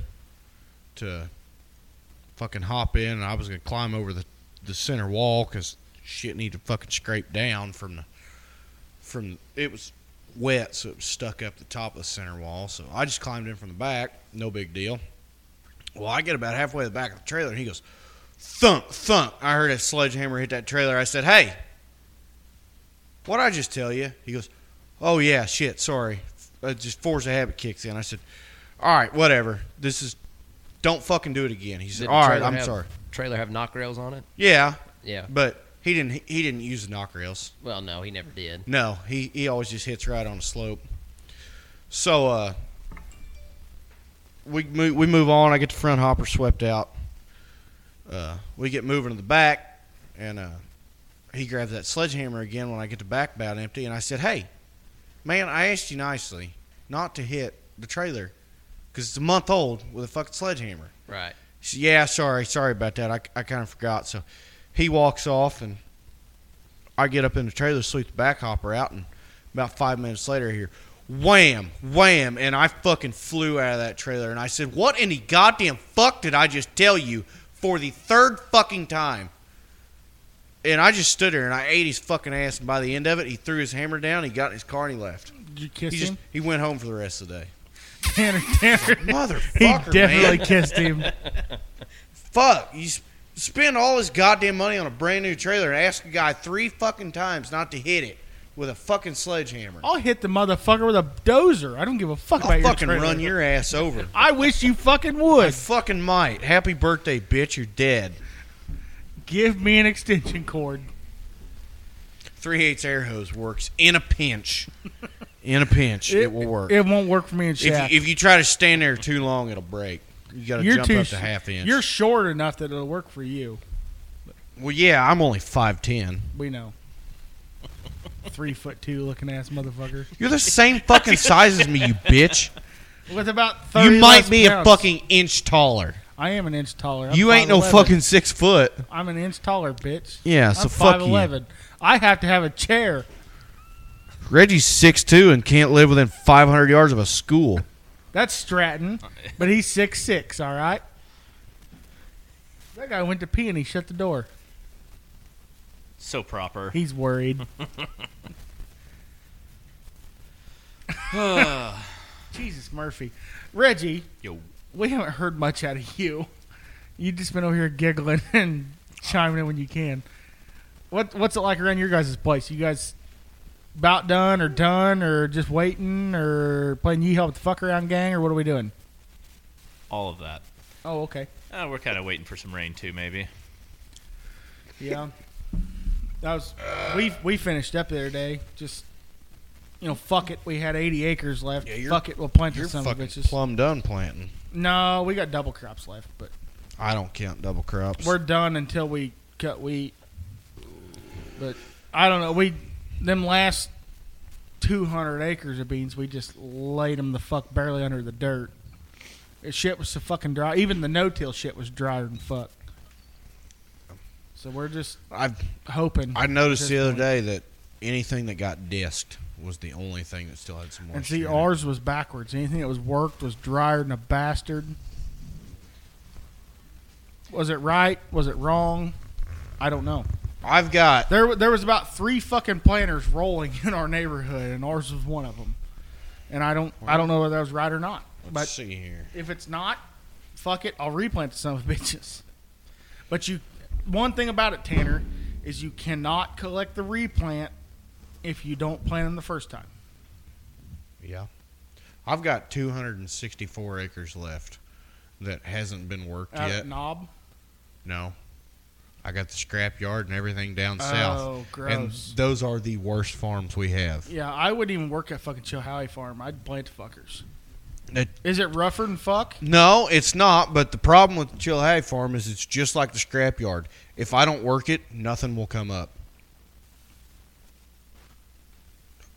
S2: to fucking hop in, and I was gonna climb over the the center wall because shit needed to fucking scrape down from the from it was wet, so it was stuck up the top of the center wall. So I just climbed in from the back, no big deal. Well, I get about halfway to the back of the trailer, and he goes, thunk, thunk. I heard a sledgehammer hit that trailer. I said, hey, what I just tell you? He goes, oh yeah, shit, sorry. Uh, just force of habit kicks in. I said, all right, whatever. This is, don't fucking do it again. He said,
S4: Did the
S2: all right,
S4: trailer
S2: I'm
S4: have-
S2: sorry.
S4: Trailer have knock rails on it.
S2: Yeah,
S4: Yeah.
S2: but he didn't. He, he didn't use the knock rails.
S4: Well, no, he never did.
S2: No, he, he always just hits right on the slope. So uh, we move, we move on. I get the front hopper swept out. Uh, we get moving to the back, and uh, he grabs that sledgehammer again when I get the back about empty. And I said, "Hey, man, I asked you nicely not to hit the trailer because it's a month old with a fucking sledgehammer."
S4: Right.
S2: She, yeah, sorry, sorry about that. I, I kind of forgot. So he walks off, and I get up in the trailer, sweep the back hopper out, and about five minutes later, I hear wham, wham, and I fucking flew out of that trailer. And I said, What in the goddamn fuck did I just tell you for the third fucking time? And I just stood there and I ate his fucking ass. And by the end of it, he threw his hammer down, he got in his car, and he left.
S1: Did you
S2: He
S1: kiss
S2: just
S1: him?
S2: he went home for the rest of the day.
S1: [laughs] Tanner, Tanner.
S2: [laughs] Motherfucker,
S1: He
S2: man
S1: definitely kissed him.
S2: fuck you s- spend all this goddamn money on a brand new trailer and ask a guy three fucking times not to hit it with a fucking sledgehammer
S1: I'll hit the motherfucker with a dozer. I don't give a fuck
S2: i'll
S1: about your
S2: fucking
S1: trailer.
S2: run your
S1: [laughs]
S2: ass over
S1: I wish you fucking would.
S2: i fucking might happy birthday bitch you're dead
S1: Give me an extension cord.
S2: three eighths air hose works in a pinch in a pinch it, will work
S1: It won't work for me and
S2: if,
S1: Shaq.
S2: you, if you try to stand there too long it'll break you gotta
S1: you're
S2: jump
S1: too
S2: up to
S1: sh-
S2: half inch
S1: You're short enough that it'll work for you.
S2: well yeah i'm only 510
S1: We know. Three foot two looking ass motherfucker.
S2: you're the
S1: [laughs]
S2: same fucking size as me you bitch
S1: With about thirty.
S2: you might
S1: less
S2: be a
S1: pounds.
S2: fucking inch taller
S1: I am an inch taller. I'm
S2: you ain't no
S1: 5'11".
S2: fucking six foot
S1: I'm an inch taller, bitch.
S2: Yeah,
S1: I'm
S2: so fuck you.
S1: 5'11". I have to have a chair.
S2: Reggie's six two and can't live within 500 yards of a school.
S1: That's Stratton, but he's six six. All right. That guy went to pee and he shut the door.
S3: So proper.
S1: He's [laughs] worried. Jesus Murphy, Reggie,
S3: Yo,
S1: we haven't heard much out of you. You just been over here giggling [laughs] and chiming in when you can. What What's it like around your guys' place? You guys about done or done or just waiting or playing you help the fuck around gang or what are we doing?
S3: all of that.
S1: Oh, okay.
S3: Uh, we're kind of waiting for some rain too, maybe.
S1: [laughs] Yeah. That was we we finished up the other day. Just you know, fuck it. We had eighty acres left.
S2: Yeah, you're-
S1: fuck it. We'll plant
S2: You're
S1: this some
S2: fucking
S1: bitches.
S2: plumb done planting.
S1: no, we got double crops left, but
S2: I don't count double crops.
S1: we're done until we cut wheat. But I don't know. We them last two hundred acres of beans, we just laid them the fuck barely under the dirt. It shit was so fucking dry. Even the no-till shit was drier than fuck. So we're just
S2: I've
S1: hoping.
S2: I noticed the
S1: Just
S2: other
S1: one.
S2: day that anything that got disked was the only thing that still had some moisture.
S1: And see,
S2: in it.
S1: ours was backwards. Anything that was worked was drier than a bastard. Was it right? Was it wrong? I don't know.
S2: I've got
S1: There, wa- there was about three fucking planters rolling [laughs] in our neighborhood, and ours was one of them. And I don't, I don't know whether that was right or not.
S2: let's
S1: But
S2: see here.
S1: if it's not, fuck it. I'll replant some of [laughs] bitches. But you, one thing about it, Tanner, is you cannot collect the replant if you don't plant them the first time.
S2: Yeah. I've got 264 acres left that hasn't been worked
S1: Out
S2: yet.
S1: at Knob.
S2: No. I got the scrap yard and everything down south.
S1: Oh, gross.
S2: And those are the worst farms we have.
S1: Yeah, I wouldn't even work at fucking Chilhowie Farm. I'd plant the fuckers.
S2: That-
S1: Is it rougher than fuck?
S2: No, it's not, but the problem with the Chilhag farm is it's just like the scrap yard. If I don't work it, nothing will come up.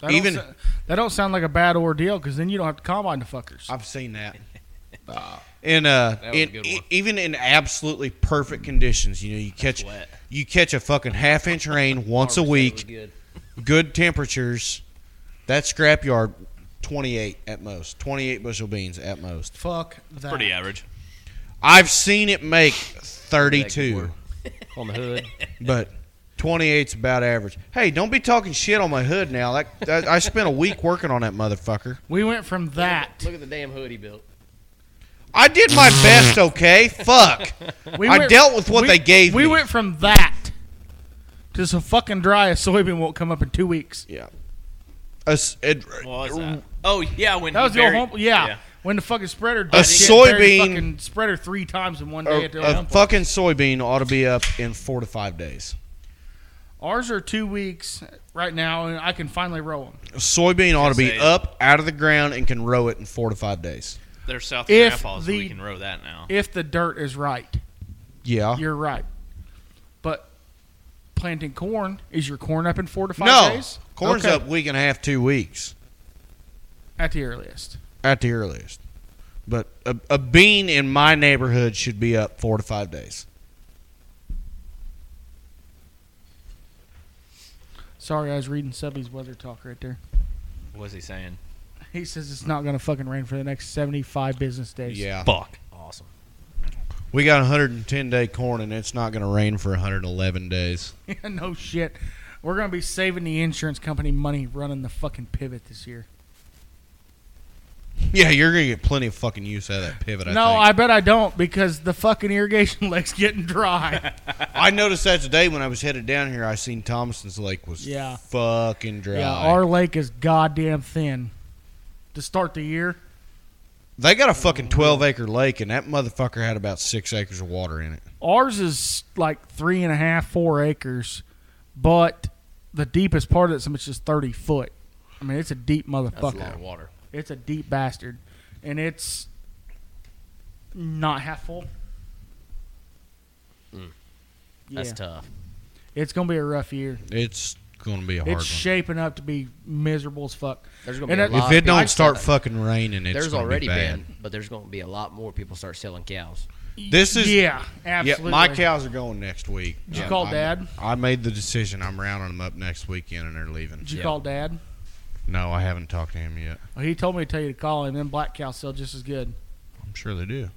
S1: That even
S2: Even-
S1: don't, sou- that don't sound like a bad ordeal because then you don't have to combine the fuckers.
S2: I've seen
S4: [laughs]
S2: that. In uh,
S4: That was a
S2: in,
S4: good
S2: e-
S4: one.
S2: even in absolutely perfect conditions, you know, you catch
S3: wet.
S2: you catch a fucking half inch
S4: [laughs]
S2: rain once a
S4: Harvest, that was
S2: week,
S4: good.
S2: good temperatures. That scrap yard, twenty eight at most, twenty eight bushel beans at most.
S1: Fuck that.
S3: Pretty average.
S2: I've seen it make thirty two,
S4: work. on the
S2: [laughs]
S4: hood.
S2: but. 28's about average. Hey, don't be talking shit on my hood now. That, that I spent a week working on that motherfucker.
S1: We went from that.
S4: Look at the damn hood he built.
S2: I did my best, okay? Fuck.
S1: We
S2: I
S1: went-
S2: dealt with what
S1: we-
S2: they gave
S1: we
S2: me.
S1: went from that to so fucking dry a soybean won't come up in two weeks.
S2: Yeah. A, s- it-
S3: What was that? Oh yeah, when
S1: That
S3: he
S1: was the old
S3: buried-
S1: home. Yeah. When the fucking spreader did
S2: soybean-
S1: fucking spreader three times in one day
S2: a,
S1: at the
S2: a
S1: dump off.
S2: fucking soybean ought to be up in four to five days.
S1: Ours are two weeks right now, and I can finally roll them.
S2: A soybean ought to be
S3: Say it.
S2: up out of the ground and can row it in four to five days.
S3: There's South
S1: If
S3: Grandpa's.
S1: the-
S3: we can row that now.
S1: If the dirt is right.
S2: Uh-huh. Yeah.
S1: You're right. But planting corn, is your corn up in four to five
S2: no.
S1: days?
S2: Corn's
S1: Okay.
S2: up week and a half, two weeks
S1: At the earliest.
S2: at the earliest. But a, a bean in my neighborhood should be up four to five days.
S1: Sorry, I was reading Subby's weather talk right there.
S3: What was he saying?
S1: He says it's not going to fucking rain for the next 75 business days. [laughs]
S2: Yeah.
S3: Fuck.
S4: Awesome.
S2: We got 110 day corn and it's not going to rain for 111 days.
S1: no shit. We're going to be saving the insurance company money running the fucking pivot this year.
S2: Yeah, you're going to get plenty of fucking use out of that pivot, I
S1: no,
S2: think.
S1: I bet I don't because the fucking irrigation [laughs] lake's getting dry.
S2: I noticed that today when I was headed down here. I seen Thomason's Lake was
S1: Yeah.
S2: fucking [laughs] dry.
S1: yeah, our lake is goddamn thin. To start the year,
S2: they got a fucking twelve acre lake, and that motherfucker had about six acres of water in it.
S1: Ours is like three and a half, four acres, but the deepest part of it's much as thirty foot. I mean, it's a deep
S4: That's a lot
S1: motherfucker.
S4: of water.
S1: It's a deep bastard, and it's not half full. Yeah,
S4: Hmm. That's tough.
S1: it's gonna be a rough year.
S2: It's gonna be a hard
S1: It's shaping up to be miserable as fuck.
S4: There's gonna be
S1: And
S4: a
S1: it-
S2: one.
S4: lot
S2: If it
S4: of
S2: don't
S4: people-
S2: start fucking raining, it's
S4: there's
S2: gonna
S4: already
S2: be bad.
S4: been, but there's going to be a lot more people start selling cows.
S2: This is
S1: yeah,
S2: Yeah,
S1: absolutely.
S2: my cows are going next week.
S1: Did you
S2: Um,
S1: call
S2: I-
S1: Dad?
S2: I made the decision. I'm rounding them up next weekend, and they're leaving.
S1: Did you
S4: Yeah.
S1: call Dad?
S2: No, I haven't talked to him yet.
S1: Oh, he told me to tell you to call him. Then black cows sell just as good.
S2: I'm sure they do.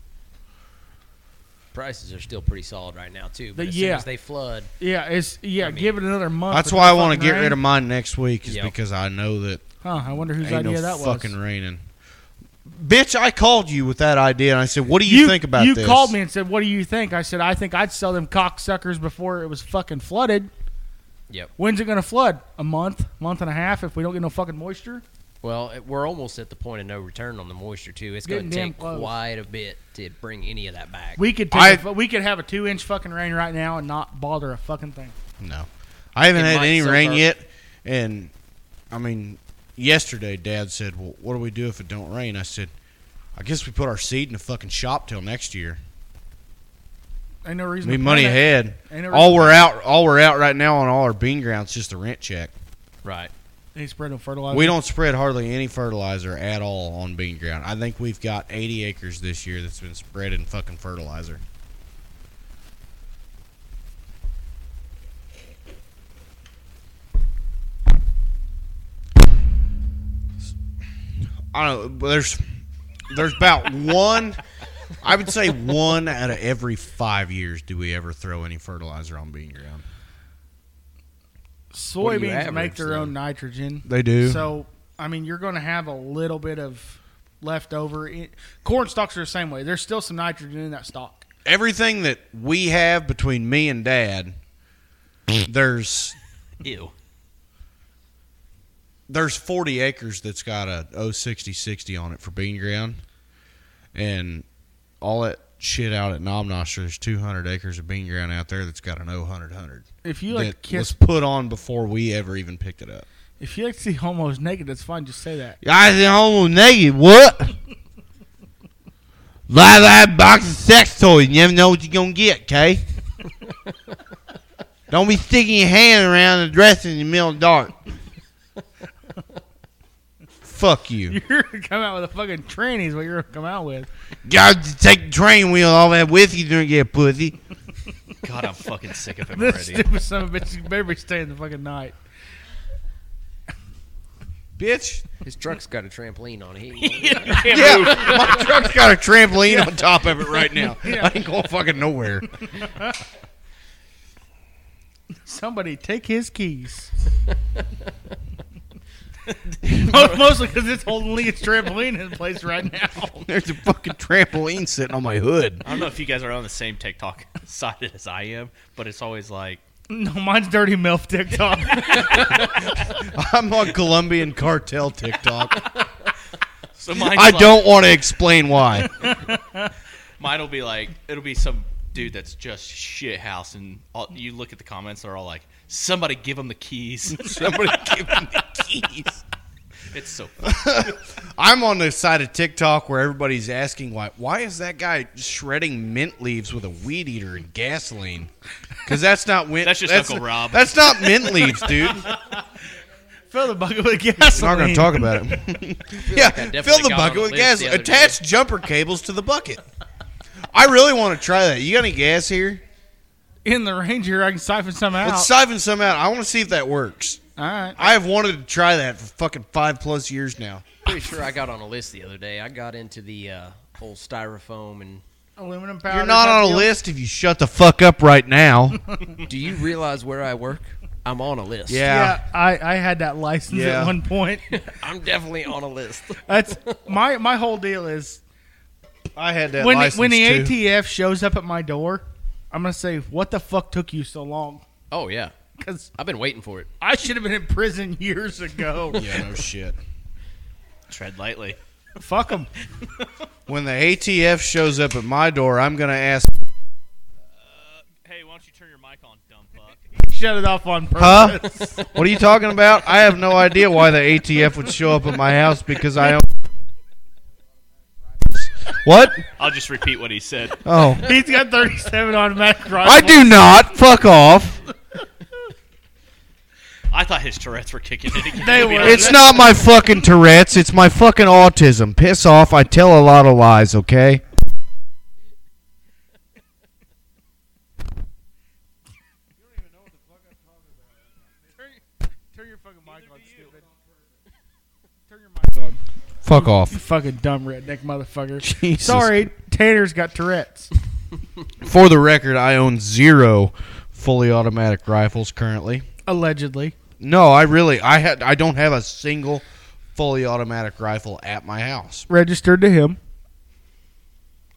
S4: Prices are still pretty solid right now too. But
S1: The-
S4: as
S1: yeah.
S4: soon as they flood,
S1: Yeah, it's yeah.
S4: I mean-
S1: give it another month.
S2: That's
S1: with
S2: why I
S1: the
S2: want to
S1: fucking
S2: get rid
S1: rain.
S2: of mine next week, is
S4: Yep.
S2: because I know that
S1: Huh? I wonder whose
S2: Ain't
S1: idea
S2: no
S1: that was.
S2: fucking raining. Bitch, I called you with that idea, and I said, "What do you, think about
S1: you
S2: this?"
S1: called me and said, "What do you think?" I said, "I think I'd sell them cocksuckers before it was fucking flooded."
S4: Yep.
S1: When's it gonna flood? A month, month and a half. If we don't get no fucking moisture,
S4: well, it, we're almost at the point of no return on the moisture too. It's going
S1: Getting
S4: to
S1: damn
S4: take
S1: close.
S4: quite a bit to bring any of that back.
S1: we could
S2: I-
S1: take a fu- we could have a two inch fucking rain right now and not bother a fucking thing.
S2: No, I haven't
S4: It
S2: had
S4: might
S2: any
S4: so
S2: rain
S4: far.
S2: yet, and I mean, yesterday Dad said, "Well, what do we do if it don't rain?" I said, "I guess we put our seed in a fucking shop till next year."
S1: Ain't no reason. to
S2: We
S1: plan
S2: money
S1: it.
S2: ahead.
S1: Ain't no
S2: All
S1: reason-
S2: we're out, all we're out right now on all our bean grounds is just a rent check.
S3: Right.
S1: Ain't spreading fertilizer.
S2: We don't spread hardly any fertilizer at all on bean ground. I think we've got 80 acres this year that's been spread in fucking fertilizer. I don't know. but There's there's about one. I would say one out of every five years do we ever throw any fertilizer on bean ground.
S4: What do you
S1: Soybeans make
S4: average,
S1: their
S4: though?
S1: own nitrogen.
S2: They do.
S1: So I mean, you're going to have a little bit of leftover. It, corn stalks are the same way. There's still some nitrogen in that stalk.
S2: everything that we have between me and dad there's
S3: Ew.
S2: there's 40 acres that's got a 06060 on it for bean ground and all that shit out at Nomnosh there's 200 acres of bean ground out there that's got an 0100
S1: If you like
S2: that
S1: to kiss,
S2: was put on before we ever even picked it up
S1: if you like to see homos naked, that's fine. Just say that.
S2: guys in home naked [laughs] what live live box of sex toys you never know what you're gonna get okay [laughs] don't be sticking your hand around the dress in the middle of the dark fuck you
S1: [laughs] You're gonna come out with a fucking tranny is what you're gonna come out with.
S2: gotta take the train wheel all that whiskey drink get pussy
S3: God, I'm fucking sick
S1: [laughs]
S3: of him
S1: This
S3: already.
S1: stupid son of a bitch, you better be staying the fucking night.
S2: bitch
S4: His truck's got a trampoline on it. He [laughs] ain't
S3: You can't
S2: yeah [laughs]
S3: move.
S2: my truck's got a trampoline on top of it right now i ain't going fucking nowhere
S1: Somebody take his
S2: [laughs]
S1: keys. Mo- Mostly because it's holding Leah's trampoline in place right now.
S2: [laughs] there's a fucking trampoline sitting on my hood
S3: I don't know if you guys are on the same TikTok [laughs] side as I am, but it's always like,
S1: No, mine's dirty milf TikTok. [laughs]
S2: i'm on colombian cartel tiktok
S3: so mine's
S2: I
S3: like-
S2: don't want to explain why.
S3: Mine will be like, it'll be some dude that's just shit house, and all, you look at the comments, they're all like, "Somebody give him the keys." [laughs]
S2: Somebody give me the keys.
S3: it's so
S2: I'm on the side of TikTok where everybody's asking why why is that guy shredding mint leaves with a weed eater and gasoline? Because that's not mint.
S3: That's just Uncle Rob.
S2: That's not mint leaves, dude.
S1: Fill the bucket with gasoline.
S2: We're not going to talk about it. yeah,
S4: definitely
S2: fill the
S4: got
S2: bucket
S4: on a
S2: with
S4: list
S2: gas.
S4: the other
S2: Attach jumper cables to the bucket. I really want to try that. You got any gas here?
S1: in the Ranger. I can siphon some out.
S2: Let's siphon some out. I want to see if that works.
S1: All right.
S2: I have wanted to try that for fucking five plus years now.
S4: pretty sure I got on a list the other day. I got into the uh, whole styrofoam and.
S1: Aluminum powder.
S2: You're not
S1: type
S2: on a
S1: deal.
S2: list if you shut the fuck up right now.
S4: [laughs] Do you realize where I work? I'm on a list.
S1: Yeah, I, I had that license
S2: Yeah.
S1: at one point.
S4: [laughs] I'm definitely on a list.
S1: That's my my whole deal is
S2: I had that
S1: when
S2: license
S1: when the
S2: too.
S1: ATF shows up at my door, I'm gonna say, "What the fuck took you so long?"
S4: Oh [laughs] yeah,
S1: Because
S4: I've been waiting for it.
S1: I should have been in prison years ago.
S2: [laughs] yeah, no shit.
S3: tread lightly.
S1: Fuck them.
S2: When the ATF shows up at my door, I'm gonna ask,
S3: Hey, why don't you turn your mic on, dumb fuck?
S1: Shut it off on
S2: "Huh?
S1: purpose.
S2: what are you talking about? I have no idea why the ATF would show up at my house because I own." What?
S3: I'll just repeat what he said. [laughs]
S2: Oh,
S1: He's got 37 automatic rifle.
S2: I do not. Fuck off.
S3: I thought his Tourette's were kicking in again.
S1: They
S3: to be
S1: were.
S3: honest.
S2: [laughs] It's not my fucking Tourette's. It's my fucking autism. Piss off. I tell a lot of lies. Okay.
S1: Turn your fucking mic on, stupid. Turn your mic on.
S2: Fuck off.
S1: Fucking dumb redneck motherfucker.
S2: [laughs] Jesus.
S1: Sorry, Tanner's got Tourette's.
S2: For the record, I own zero fully automatic rifles currently.
S1: Allegedly.
S2: No, I really I had I don't have a single fully automatic rifle at my house.
S1: Registered to him.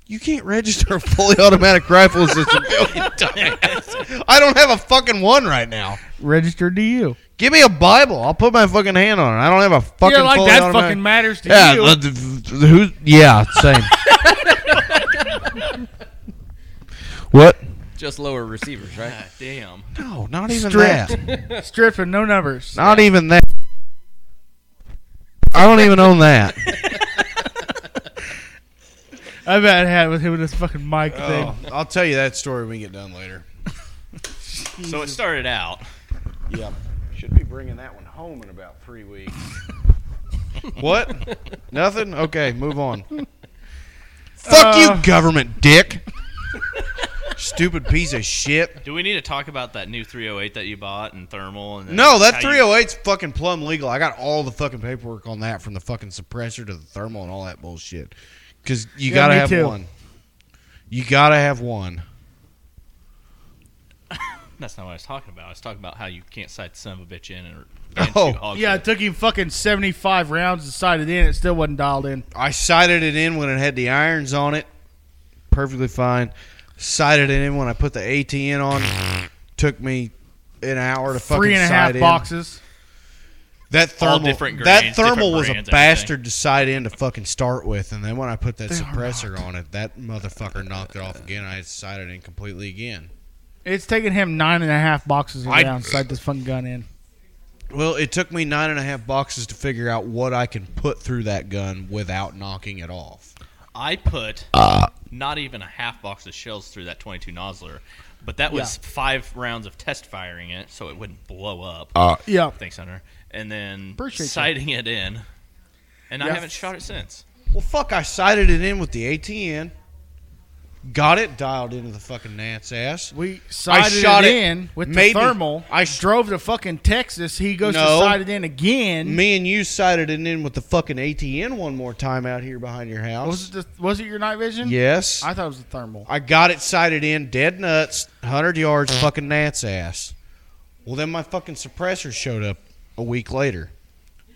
S2: You can't register a fully [laughs] automatic rifle as a civilian. dumbass. I don't have a fucking one right now.
S1: Registered to you.
S2: Give me a Bible. I'll put my fucking hand on it. I don't have a fucking.
S1: yeah, like
S2: fully
S1: that
S2: automatic-
S1: fucking matters to
S2: Yeah,
S1: you.
S2: the- the- the- who? Yeah, same. what?
S4: Just lower receivers, right?
S3: God damn.
S2: No, not even
S1: Stripped.
S2: that.
S1: Stripping, no numbers.
S2: Not even that. I don't even own that.
S1: I've had had with him with this fucking mic
S2: Oh, I'll tell you that story when we get done later.
S3: [laughs] So it started out.
S2: Yep. [laughs] Should be bringing that one home in about three weeks. [laughs] what? Nothing? Okay, move [laughs] on. Fuck
S1: Uh.
S2: you, government dick. Stupid piece of shit.
S3: Do we need to talk about that new 308 that you bought and thermal? And
S2: No, that
S3: how you-
S2: 308's fucking plumb legal. I got all the fucking paperwork on that from the fucking suppressor to the thermal and all that bullshit. Because you
S1: Yeah,
S2: gotta
S1: me
S2: have
S1: too.
S2: one. You gotta have one.
S3: That's not what I was talking about. I was talking about how you can't sight the son of a bitch in or. and
S2: Oh.
S3: shoot hogs
S1: thing. Yeah,
S3: with
S1: it took him fucking 75 rounds to sight it in. It still wasn't dialed in.
S2: I sighted it in when it had the irons on it. Perfectly fine. Sighted it in when I put the ATN on. Took me an hour to fucking
S1: Three and a half
S2: sight in.
S1: boxes.
S2: That
S3: All
S2: thermal,
S3: different
S2: that
S3: grains,
S2: thermal was
S3: different brands,
S2: a
S3: everything.
S2: bastard to sight in to fucking start with, and then when I put that
S1: They are
S2: suppressor on it, that motherfucker knocked it off again. I had sighted in completely again.
S1: It's taken him nine and a half boxes
S2: I-
S1: around to sight this fucking gun in.
S2: Well, it took me nine and a half boxes to figure out what I can put through that gun without knocking it off.
S3: I put not even a half box of shells through that 22 nozzler, but that was five rounds of test firing it, so it wouldn't blow up.
S1: Yeah.
S3: Thanks, Hunter. And then
S1: Appreciate you.
S3: sighting it in, and I
S1: Yeah.
S3: haven't shot it since.
S2: Well, fuck, I sighted it in with the ATN. Got it dialed into the fucking Nat's ass.
S1: We sighted
S2: shot
S1: it,
S2: it
S1: in with
S2: maybe-
S1: the thermal.
S2: I
S1: I
S2: sh-
S1: drove to fucking Texas. He goes
S2: No.
S1: to sight it in again.
S2: Me and you sighted it in with the fucking ATN one more time out here behind your
S1: Was
S2: house.
S1: it the, was it your night vision?
S2: Yes.
S1: I thought it was the thermal.
S2: I got it sighted in dead nuts, 100 yards, fucking Nat's ass. Well, then my fucking suppressor showed up a week later.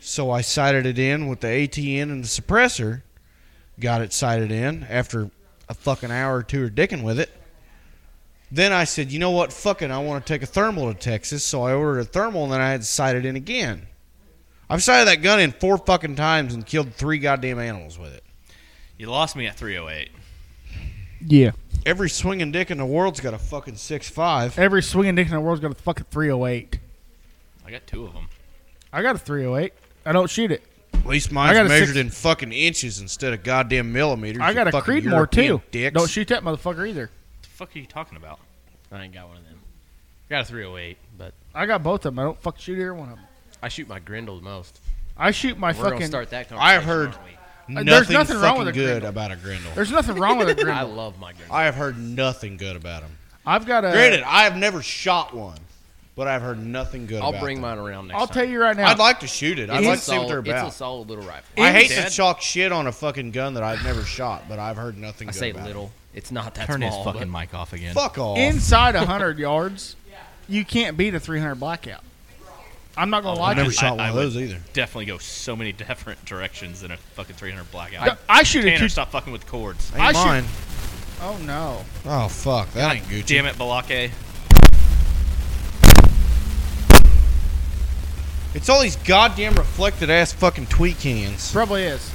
S2: So I sighted it in with the ATN and the suppressor. Got it sighted in after a fucking hour or two of dicking with it. Then I said, you know what? Fuck it. I want to take a thermal to Texas. So I ordered a thermal and then I had to sight it in again. I've sighted that gun in four fucking times and killed three goddamn animals with it.
S3: You lost me at 308.
S1: Yeah.
S2: Every swinging dick in the world's got a fucking six five.
S1: Every swinging dick in the world's got a fucking 308.
S3: I got two of them.
S1: I got a 308. I don't shoot it.
S2: At least
S1: I
S2: mine's
S1: got a
S2: measured
S1: six-
S2: in fucking inches instead of goddamn millimeters.
S1: I
S2: you
S1: got a
S2: fucking
S1: Creedmoor too.
S2: European Dicks.
S1: Don't shoot that motherfucker either.
S3: What the fuck are you talking about?
S4: I ain't got one of them. I got a 308, but
S1: I got both of them. I don't fuck shoot either one of them.
S4: I shoot my Grendel the most.
S1: I shoot my
S4: We're gonna
S1: fucking.
S4: start that
S2: I
S4: conversation.
S2: have heard
S4: aren't we?
S1: Uh,
S2: nothing,
S1: there's nothing wrong
S2: fucking
S1: with a
S2: good
S1: Grendel.
S2: about a Grendel.
S1: There's nothing wrong with a
S4: [laughs] I
S1: Grendel.
S4: love my Grendel.
S2: I have heard nothing good about them.
S1: I've got a.
S2: Granted, I have never shot one, but I've heard nothing good.
S4: I'll
S2: about
S4: bring
S2: them.
S4: mine around next
S1: I'll
S4: time.
S1: tell you right now.
S2: I'd like to shoot it. I'd
S4: It's
S2: like
S4: a
S2: to see what
S4: solid,
S2: they're
S4: It's a
S2: about.
S4: solid little rifle.
S2: I hate
S3: Dad-
S2: to chalk shit on a fucking gun that I've never shot, but I've heard nothing.
S4: I
S2: good
S4: say
S2: about
S4: little. It's not that
S3: Turn his
S4: small.
S3: fucking
S4: but
S3: mic off again.
S2: It. Fuck off.
S1: inside 100 yards, you can't beat a 300 blackout. I'm not gonna lie
S2: I've
S1: to
S2: never
S1: you.
S2: shot one
S3: I
S2: of
S3: would-
S2: those either.
S3: Definitely go so many different directions in a fucking 300 blackout.
S1: I, I shoot a
S3: Tanner,
S1: two.
S3: stop fucking with cords.
S2: Ain't
S1: I shoot-
S2: mine.
S1: Oh no!
S2: Oh fuck, that ain't Gucci.
S3: Damn it, Balake.
S2: It's all these goddamn reflected ass fucking tweet cans.
S1: Probably is.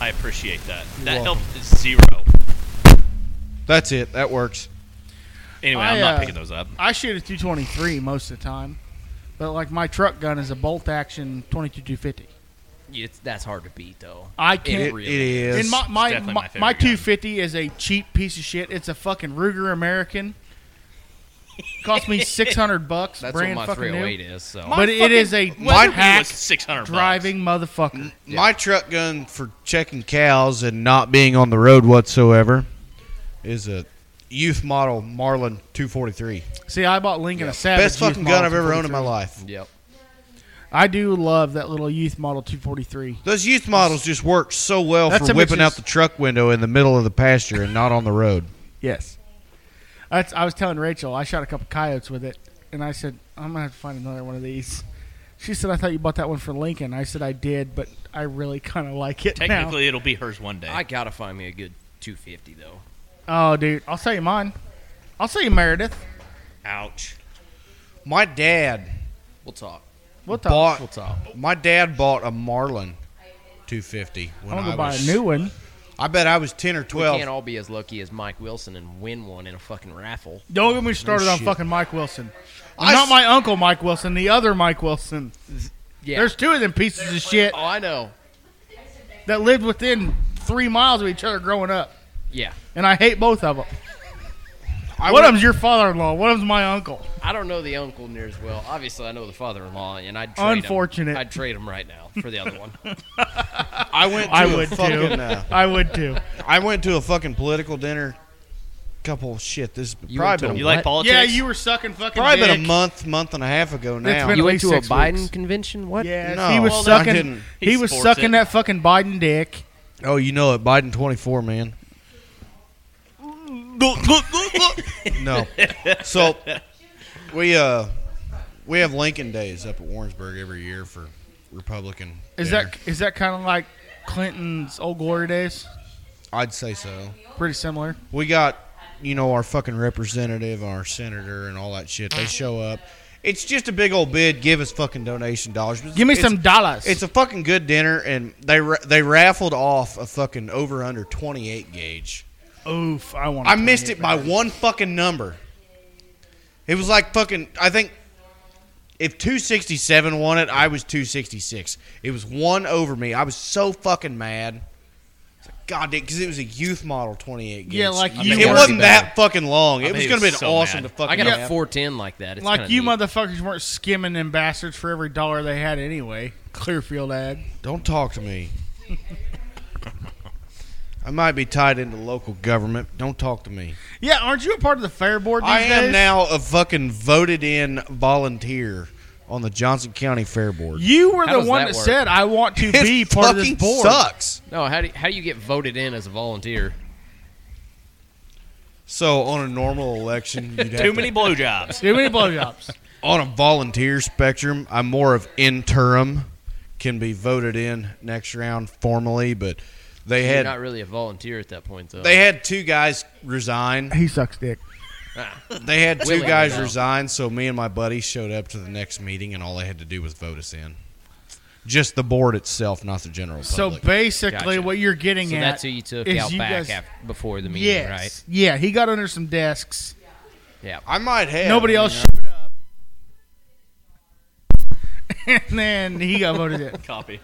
S3: I appreciate that. that
S2: welcome.
S3: helped zero.
S2: That's it. That works.
S3: Anyway,
S1: I,
S3: I'm not
S1: uh,
S3: picking those up.
S1: I shoot a 223 most of the time, but like my truck gun is a bolt action 22 250.
S4: it's, that's hard to beat, though.
S1: I can't.
S2: It- it is.
S1: And my my,
S3: definitely my
S1: my,
S3: favorite
S1: my
S3: gun.
S1: 250 is a cheap piece of shit. It's a fucking Ruger American. Cost me 600 bucks.
S4: That's
S1: brand
S4: what my
S1: fucking new.
S4: 308 is. So
S1: But it is a
S3: Mine
S1: hack
S3: was 600 bucks.
S1: driving motherfucker.
S2: My truck gun for checking cows and not being on the road whatsoever is a youth model Marlin 243.
S1: See, I bought Lincoln a Savage.
S2: Best fucking
S1: Youth
S2: gun
S1: Model
S2: I've ever owned in my
S1: 243.
S2: life.
S4: yep.
S1: I do love that little youth model 243.
S2: Those youth models just work so well
S1: That's
S2: for
S1: a
S2: whipping
S1: bitch's-
S2: out the truck window in the middle of the pasture and not on the road.
S1: Yes. That's, I was telling Rachel, I shot a couple coyotes with it, and I said, I'm going to have to find another one of these. She said, I thought you bought that one for Lincoln. I said, I did, but I really kind of like it
S3: Technically, it'll be hers one day.
S4: I gotta find me a good 250 though.
S1: now. Oh, dude. I'll sell you mine. I'll sell you Meredith.
S3: Ouch.
S2: My dad
S4: We'll talk.
S1: We'll talk.
S2: bought
S4: We'll talk.
S2: my dad bought a Marlin 250 when
S1: I'm going
S2: I
S1: to buy
S2: was
S1: a new one.
S2: I bet I was 10 or
S4: we
S2: 12.
S4: can't all be as lucky as Mike Wilson and win one in a fucking raffle.
S1: Don't get me started on
S2: shit.
S1: fucking Mike Wilson.
S2: I
S1: Not
S2: s-
S1: my uncle Mike Wilson, the other Mike Wilson.
S4: Yeah.
S1: There's two of them pieces of shit.
S4: oh, I know.
S1: that lived within three miles of each other growing up,
S4: Yeah.
S1: and I hate both of them.
S4: I
S1: one
S4: would-
S1: of them's your father-in-law. One of them's my uncle.
S4: I don't know the uncle near as well. Obviously, I know the father-in-law, and I'd trade 'em.
S1: Unfortunate.
S4: I'd trade him right now for the other
S1: [laughs]
S4: one.
S2: I went. To
S1: I
S2: a
S1: would
S2: fucking,
S1: too.
S2: Uh,
S1: I would too.
S2: I went to a fucking political dinner. Couple shit. This has
S4: You
S2: probably
S4: went
S2: been
S4: to
S3: You
S2: a,
S3: like politics?
S1: Yeah, you were sucking fucking.
S2: probably been
S1: dick.
S2: a month, month and a half ago now.
S1: been
S4: you
S1: at
S4: went
S1: least
S4: to a
S1: six
S4: Biden
S1: weeks.
S4: convention? What?
S1: Yeah,
S2: No,
S1: he was
S2: I
S1: sucking.
S2: didn't.
S1: He
S3: He
S1: was
S3: sports
S1: sucking
S3: it.
S1: that fucking Biden dick.
S2: oh, you know it. Biden twenty
S1: [laughs]
S2: four, man. no. So we uh we have Lincoln Days up at Warrensburg every year for Republican.
S1: Is
S2: dinner.
S1: that is that kind of like Clinton's old glory days?
S2: I'd say so.
S1: Pretty similar.
S2: we got you know our fucking representative our senator and all that shit they show up it's just a big old bid give us fucking donation dollars
S1: Give me
S2: It's-
S1: some dollars.
S2: it's a fucking good dinner and they ra- they raffled off a fucking over under 28 gauge
S1: oof. I want.
S2: i missed it by one fucking number it was like fucking i think if 267 won it i was 266 it was one over me i was so fucking mad It's like, God, because it was a youth model 28 gauge.
S1: Yeah, like
S2: I
S1: you
S2: think it
S1: were-
S2: wasn't that fucking long. It
S3: bet
S2: was
S3: he
S2: going to be
S3: was so
S2: awesome
S3: mad.
S2: to
S4: I
S2: fucking
S4: got a
S2: have.
S4: 410 like that. It's
S1: Like
S4: kinda
S1: you
S4: neat.
S1: motherfuckers weren't skimming ambassadors for every dollar they had anyway. Clearfield ad.
S2: Don't talk to me. I might be tied into local government. Don't talk to me.
S1: Yeah, aren't you a part of the fair board these
S2: I am
S1: days?
S2: now a fucking voted in volunteer on the Johnson County Fair Board.
S1: You were
S4: How
S1: the
S4: does
S1: one
S4: that
S1: that
S4: work?
S1: said I want
S2: [laughs]
S1: to
S2: It
S1: be part of this
S2: fucking
S1: board.
S2: sucks.
S4: No, how do you, how do you get voted in as a volunteer?
S2: So on a
S1: [laughs]
S2: normal election, you'd have
S3: Too
S2: to- [laughs]
S3: many blowjobs.
S1: Too many blowjobs.
S2: on a volunteer spectrum, I'm more of interim. Can be voted in next round formally, but they
S4: You're
S2: had
S4: not really a volunteer at that point, though.
S2: They had two guys resign.
S1: he sucks dick.
S2: They had two
S4: Willing
S2: guys
S4: now.
S2: resign, so me and my buddy showed up to the next meeting, and all they had to do was vote us in. Just the board itself, not the general
S1: So
S2: public.
S1: basically,
S4: Gotcha.
S1: what you're getting
S4: so
S1: at
S4: that's who you took
S1: is
S4: out
S1: you
S4: back
S1: guys-
S4: af before the meeting,
S1: yes,
S4: right?
S1: yeah, he got under some desks.
S4: Yeah.
S2: I might have
S1: Nobody
S2: you
S1: else
S2: know.
S1: showed up, [laughs] and then he got voted in. [laughs]
S3: Copy.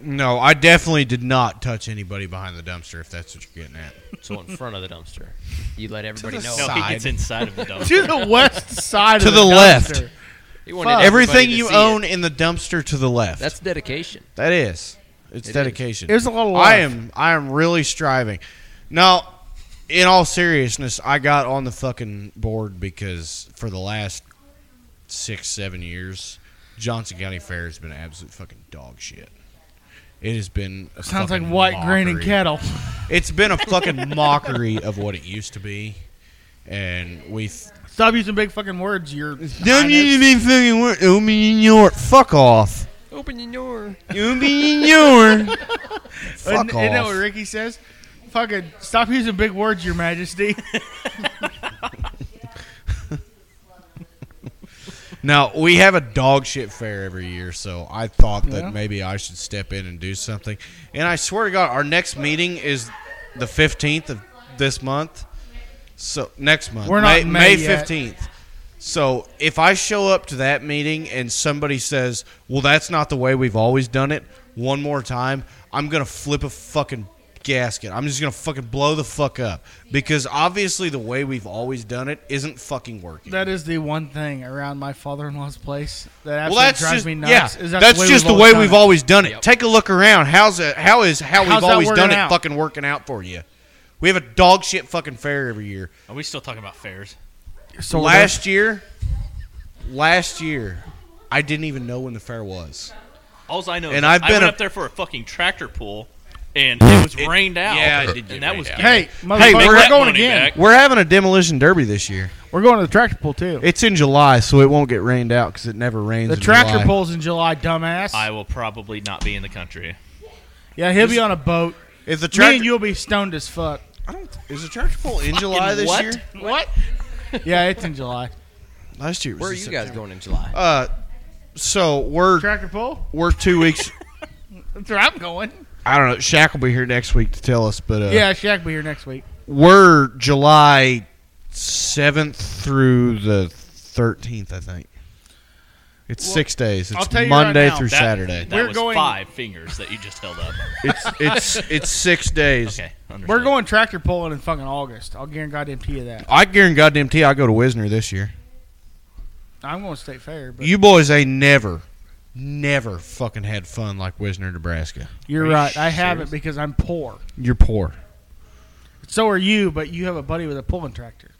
S2: No, I definitely did not touch anybody behind the dumpster. If that's what you're getting at,
S4: So in front of the dumpster, you
S1: [laughs]
S4: let everybody know.
S3: No,
S2: Side.
S3: he gets inside of the dumpster.
S1: to the west side
S2: To
S1: of
S2: the left.
S1: dumpster.
S4: You wanted
S1: Fuck.
S4: everybody
S2: everything
S4: to
S2: you
S4: see
S2: own
S4: it.
S2: in the dumpster to the left.
S4: That's dedication.
S2: that is. It's
S4: It is.
S2: dedication.
S1: It was a little.
S2: I
S1: left.
S2: am I am really striving. Now, in all seriousness, I got on the fucking board because for the last six, seven years, Johnson County Fair has been absolute fucking dog shit. It has been a
S1: Sounds like
S2: fucking
S1: white, green, and
S2: mockery.
S1: cattle.
S2: It's been a fucking mockery of what it used to be, and we.
S1: [laughs] Stop using big fucking words. You're.
S2: Don't need to
S1: highness.
S2: be fucking wor- Open your fuck off.
S4: Open your door.
S2: Open
S1: [laughs]
S2: your
S1: Isn't-
S2: fuck
S1: isn't that what
S2: off.
S1: Ricky says? Fucking stop using big words, Your Majesty.
S2: Now we have a dog shit fair every year, so I thought that
S1: Yeah.
S2: maybe I should step in and do something. And I swear to God, our next meeting is the fifteenth of this month. So next month,
S1: We're not in May yet.
S2: fifteenth. So if I show up to that meeting and somebody says, "Well, that's not the way we've always done it," one more time, I'm gonna flip a fucking gasket. I'm just gonna fucking blow the fuck up because obviously the way we've always done it isn't fucking working.
S1: that is the one thing around my father-in-law's place that absolutely
S2: Well, that's
S1: drives
S2: just
S1: me
S2: yeah.
S1: nuts. is
S2: that's just the way we've always done it.
S4: Yep.
S2: Take a look around. How's it? How is how
S1: How's
S2: we've
S1: that
S2: always done
S1: working
S2: it
S1: out?
S2: fucking working out for you? We have a dog shit fucking fair every year.
S3: Are we still talking about fairs?
S1: So
S2: last year, last year, I didn't even know when the fair was.
S3: All I know
S2: And
S3: is
S2: I've
S3: I
S2: been
S3: went
S2: a-
S3: up there for a fucking tractor pull, and it was rained out.
S2: yeah, it did get
S3: and that
S2: rained
S3: was
S2: out.
S1: Hey, motherfucker,
S2: Hey,
S1: we're,
S2: we're
S3: that
S1: going
S3: money
S1: again.
S3: back.
S2: We're having a demolition derby this year.
S1: We're going to the tractor pull too.
S2: It's in July, so it won't get rained out because it never rains.
S1: the
S2: in
S1: tractor
S2: July.
S1: pulls in July, dumbass.
S3: I will probably not be in the country.
S1: yeah, he'll be on a boat.
S2: Is the
S1: Me
S2: tractor?
S1: and you'll be stoned as fuck.
S2: I don't, is the tractor pull in July this
S3: what?
S2: year?
S1: What? yeah, it's in
S2: [laughs]
S1: July.
S2: Last year. Was
S4: Where are
S2: in
S4: you guys
S2: September.
S4: going in July?
S2: Uh, so we're
S1: Tractor pull?
S2: we're two weeks.
S1: That's where I'm going.
S2: I don't know. Shaq will be here next week to tell us, but uh,
S1: Yeah, Shaq will be here next week.
S2: we're July seventh through the thirteenth, I think. It's six days.
S1: I'll
S2: It's
S1: tell you right
S2: Monday
S1: now,
S2: through
S3: That-
S2: Saturday.
S1: [laughs]
S3: That
S1: We're
S3: was
S1: going-
S3: five fingers that you just held up.
S2: it's it's
S1: [laughs]
S2: it's six days.
S3: Okay, understood.
S1: We're going tractor pulling in fucking August. I'll guarantee you that.
S2: I guarantee goddamn T I go to Wisner this year.
S1: I'm going to state fair, but
S2: You boys ain't never, never fucking had fun like Wisner, Nebraska.
S1: you're
S3: Are you
S1: right. I
S3: serious?
S1: haven't because I'm poor.
S2: You're poor.
S1: So are you, but you have a buddy with a pulling tractor.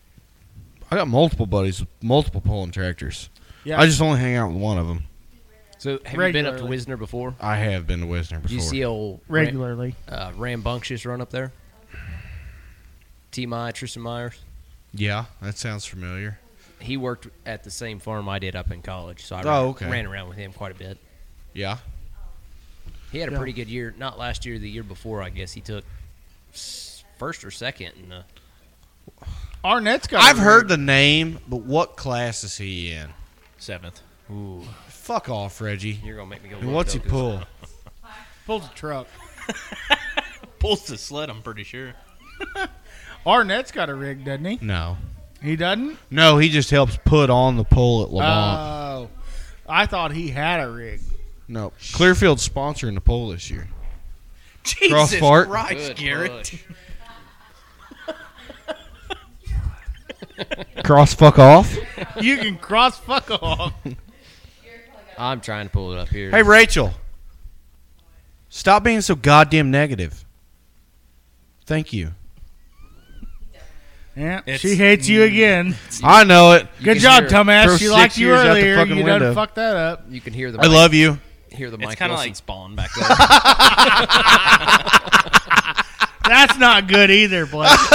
S2: I got multiple buddies, with multiple pulling tractors.
S1: Yeah.
S2: I just only hang out with one of them.
S4: So have you been up to
S1: Regularly.
S4: Wisner before?
S2: I have been to Wisner
S4: Did you
S2: before.
S4: see old Ra-
S1: regularly.
S4: uh, rambunctious run up there? T. My Tristan Myers.
S2: yeah, that sounds familiar.
S4: He worked at the same farm I did up in college, so I
S2: Oh,
S4: ran,
S2: okay.
S4: ran around with him quite a bit.
S2: Yeah.
S4: He had a
S1: Yeah.
S4: pretty good year. Not last year, the year before, I guess. He took s- first or second in the
S1: Arnett's got.
S2: I've heard the name, but what class is he in?
S3: seventh.
S4: Ooh,
S2: Fuck off, Reggie.
S4: you're gonna make me go.
S2: And
S4: look,
S2: what's he
S4: though, 'cause
S2: pull?
S1: pulls a truck.
S3: Pulls the sled. I'm pretty sure.
S1: Arnett's got a rig, doesn't he?
S2: No.
S1: He doesn't.
S2: No, he just helps put on the pull at
S1: Oh,
S2: Lamont.
S1: I thought he had a rig.
S2: no. Clearfield's sponsoring the poll this year.
S3: Jesus
S2: fart.
S3: Christ,
S4: Good
S3: Garrett.
S4: push.
S2: Cross fuck off.
S1: You can cross fuck off.
S4: [laughs] I'm trying to pull it up here.
S2: Hey, Rachel. Stop being so goddamn negative. Thank you.
S1: Yeah,
S3: It's-
S1: she hates you again.
S2: I know it.
S4: You
S1: Good
S4: can
S1: job,
S4: hear-
S2: Throw
S1: dumbass. She
S2: six
S1: liked you
S2: years out the
S1: earlier.
S2: fucking
S1: You done
S2: window.
S1: fucked that up.
S4: You can hear the
S2: I love you.
S4: hear the
S3: It's
S4: Mike
S3: kinda
S4: Wilson
S3: like-
S4: spawn back there.
S1: That's not good either, Blake.
S2: [laughs]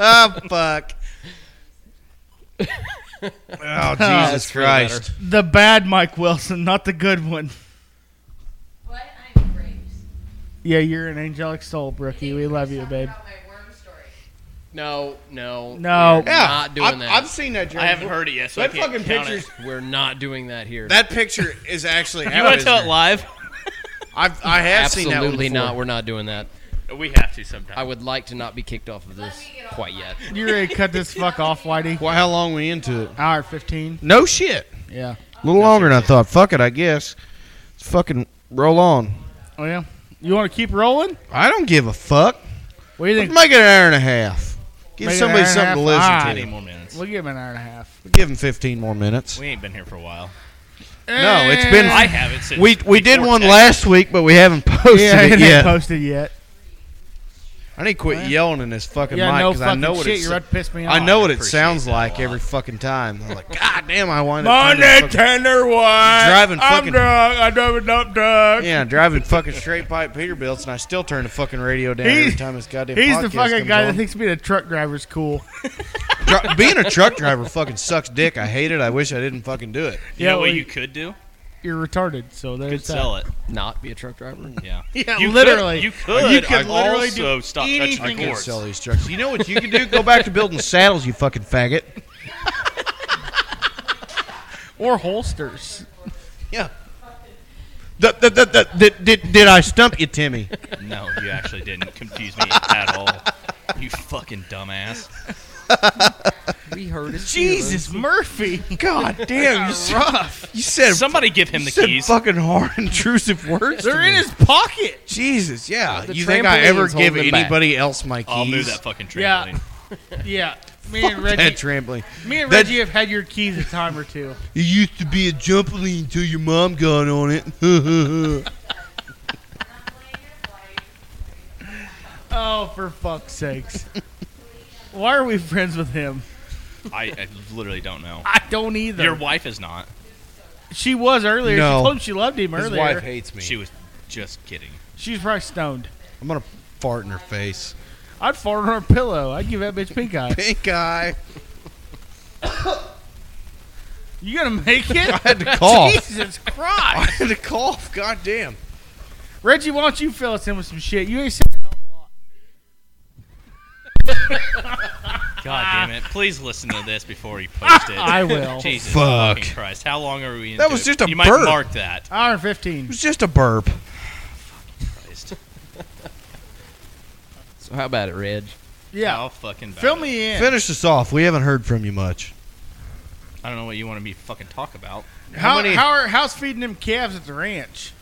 S2: Oh, [laughs] fuck. oh, Jesus
S4: That's way better.
S2: Christ.
S1: the bad Mike Wilson, not the good one.
S5: What? I'm Graves.
S1: Yeah, you're an angelic soul, Brookie. We love you, babe.
S5: About my worm story.
S4: no, no,
S1: No.
S4: we're not doing
S2: I've,
S4: that.
S2: I've seen that. Joke.
S3: I haven't heard it yet, so I
S2: That
S3: can't
S2: fucking
S3: count
S2: pictures.
S3: It.
S4: We're not doing that here.
S2: That picture is actually.
S3: You want to tell it live?
S2: I've, I have seen that. one
S4: Absolutely
S2: before.
S4: not. We're not doing that.
S3: [laughs] We have to sometime.
S4: I would like to not be kicked off of this
S5: me get off
S1: [laughs]
S4: quite yet.
S1: You ready to cut this fuck off, Whitey?
S2: Well, how long we into it?
S1: Hour fifteen.
S2: No shit.
S1: Yeah.
S2: A little longer than I thought. Fuck it, I guess. Let's fucking roll on.
S1: Oh yeah. You want to keep rolling?
S2: I don't give a fuck.
S1: What do you think?
S2: Let's make it an hour and a half. Give
S1: Make it an
S2: somebody
S1: hour and a
S2: something to listen
S1: half.
S2: to.
S1: Alright.
S3: Any more minutes?
S1: We'll give him an hour and a half.
S2: Give him 15 more minutes.
S3: We ain't been here for a while.
S2: No, it's been-
S3: [laughs] I haven't since.
S2: We we did
S3: before
S2: one
S3: Texas.
S2: last week, but we haven't [laughs] posted
S1: yeah, it
S2: it
S1: ain't
S2: yet.
S1: posted yet.
S2: I need to quit yelling in this fucking
S1: Yeah,
S2: mic
S1: no
S2: because I
S1: fucking
S2: know what
S1: shit.
S2: it
S1: You're
S2: sa-
S1: about to piss me off.
S2: I know what it
S3: appreciate
S2: sounds
S3: that a
S2: like
S3: lot.
S2: every fucking time. I'm like, [laughs] God damn, I wind up
S1: Monday
S2: turning fucking-
S1: tenderloin.
S2: Driving fucking-
S1: I'm drunk. I drove a dump truck.
S2: yeah, driving fucking straight pipe Peterbilt's, and I still turn the fucking radio down
S1: He's-
S2: every time this goddamn.
S1: He's
S2: podcast
S1: the fucking
S2: comes
S1: guy
S2: on.
S1: that thinks being a truck driver's cool.
S2: Dri- being a truck driver fucking sucks dick. I hate it. I wish I didn't fucking do it.
S3: You yeah,
S1: Yeah,
S3: know what
S1: we-
S3: you could do?
S1: You're retarded, so there's
S3: Could
S1: that.
S3: sell it.
S4: Not be a truck
S2: [laughs]
S4: driver.
S3: Yeah.
S1: Yeah,
S3: You
S1: literally.
S3: Could, you could.
S1: You could
S3: I
S1: literally
S3: also
S1: do
S3: stop
S1: anything.
S2: I
S3: touching
S2: can't
S3: cords.
S2: sell these trucks. You know what you can do? Go back to building saddles, you
S1: [laughs]
S2: fucking faggot.
S1: or holsters.
S2: Yeah. The, the, the, the, did- did, did I stump you, Timmy?
S3: No, you actually didn't confuse me at all. You fucking dumbass.
S4: We heard it.
S1: Jesus Murphy.
S2: God damn, you said,
S1: Rough.
S2: you said,
S3: Somebody give him
S2: you
S3: the
S2: said
S3: keys.
S2: fucking hard, intrusive words. to
S1: They're in
S2: me.
S1: his pocket.
S2: Jesus, yeah.
S4: The
S2: you think I ever
S4: trampoline's
S2: give
S4: holding back.
S2: anybody else my keys?
S3: I'll move that fucking
S1: Yeah. [laughs]
S3: trampoline.
S1: Yeah. Me and Reggie.
S2: That trampoline.
S1: me and
S2: that-
S1: Reggie have had your keys a time or two.
S2: It used to be a trampoline until your mom got on [laughs] it.
S1: [laughs] Oh, for fuck's sakes. [laughs] Why are we friends with him?
S3: I, I literally don't know.
S1: I don't either.
S3: Your wife is not.
S1: she was earlier.
S2: No.
S1: She told him she loved him earlier.
S2: hates me.
S3: She was just kidding.
S1: She's probably stoned.
S2: I'm gonna fart in her face.
S1: I'd fart on her pillow. I'd give that bitch pink eye.
S2: Pink eye.
S1: You gonna make
S2: I
S3: [laughs]
S1: it?
S2: had to [laughs]
S1: [laughs]
S2: [laughs] cough.
S1: Jesus
S2: I
S1: Christ.
S2: had to cough. God damn.
S1: Reggie, why don't you fill us in with some shit? You ain't seen a hell of a lot.
S3: God damn it. Please listen to this before you post it.
S1: Ah. [laughs] I will.
S3: Jesus
S2: Fuck.
S3: fucking Christ. How long are we into
S2: That was
S3: it?
S2: just a
S3: You
S2: burp.
S3: might mark that.
S1: Hour and 15.
S2: It was just a burp.
S3: Christ.
S4: So how about it, Reg?
S1: Yeah.
S3: How fucking bad.
S1: Fill me in.
S2: Finish this off. We haven't heard from you much.
S3: I don't know what you want to be fucking talk about.
S1: How,
S2: many-
S1: how are how's feeding them calves at the ranch?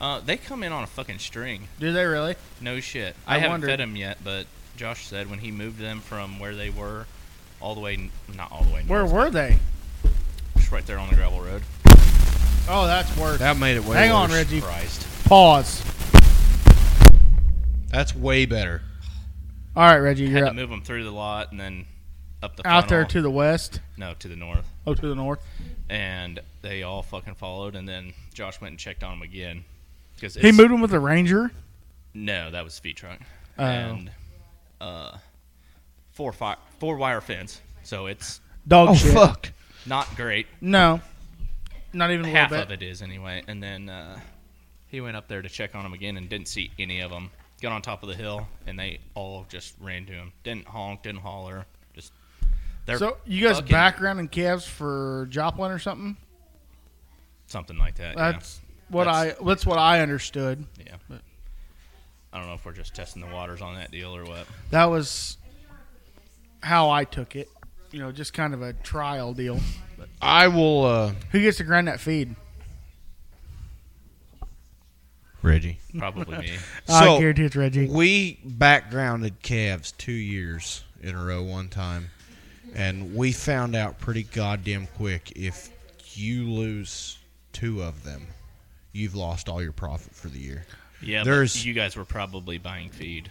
S3: Uh, they come in on a fucking string.
S1: Do they really?
S3: No shit.
S1: I
S3: I, haven't
S1: wondered.
S3: fed them yet, but Josh said when he moved them from where they were, all the way, n- not all the way,
S1: Where
S3: north,
S1: were they?
S3: just right there on the gravel road.
S1: Oh, that's worse.
S2: That made it way
S1: Hang on,
S2: worse.
S1: Reggie.
S3: Christ.
S1: Pause.
S2: That's way better.
S1: All right, Reggie,
S3: Had
S1: you're
S3: to
S1: up.
S3: move them through the lot and then up the
S1: Uh, out there
S3: funnel.
S1: to the west.
S3: no to the north,
S1: Oh, to the north.
S3: and they all fucking followed. And then Josh went and checked on them again because
S1: He moved them with the ranger.
S3: No, that was feed truck.
S1: Oh.
S3: And uh, four fi- four wire fence, so it's
S1: Dog shit.
S2: Oh, fuck.
S3: not great.
S1: No, not even a
S3: half
S1: little
S3: of
S1: bit.
S3: it is anyway. And then uh, he went up there to check on them again and didn't see any of them. Got on top of the hill and they all just ran to him. Didn't honk, didn't holler. Just they're
S1: So you guys
S3: fucking-
S1: background in calves for Joplin or something?
S3: something like that. yeah.
S1: That's what
S3: That's-
S1: I. That's what I understood.
S3: yeah. I don't know if we're just testing the waters on that deal or what.
S1: That was how I took it. You know, just kind of a trial deal.
S2: I will. uh
S1: Who gets to grind that feed?
S2: Reggie.
S3: Probably
S1: [laughs]
S3: me.
S1: I
S2: So-
S1: guarantee it's Reggie.
S2: We backgrounded calves two years in a row one time, and we found out pretty goddamn quick if you lose two of them, you've lost all your profit for the year.
S3: Yeah,
S2: There's-
S3: but you guys were probably buying feed.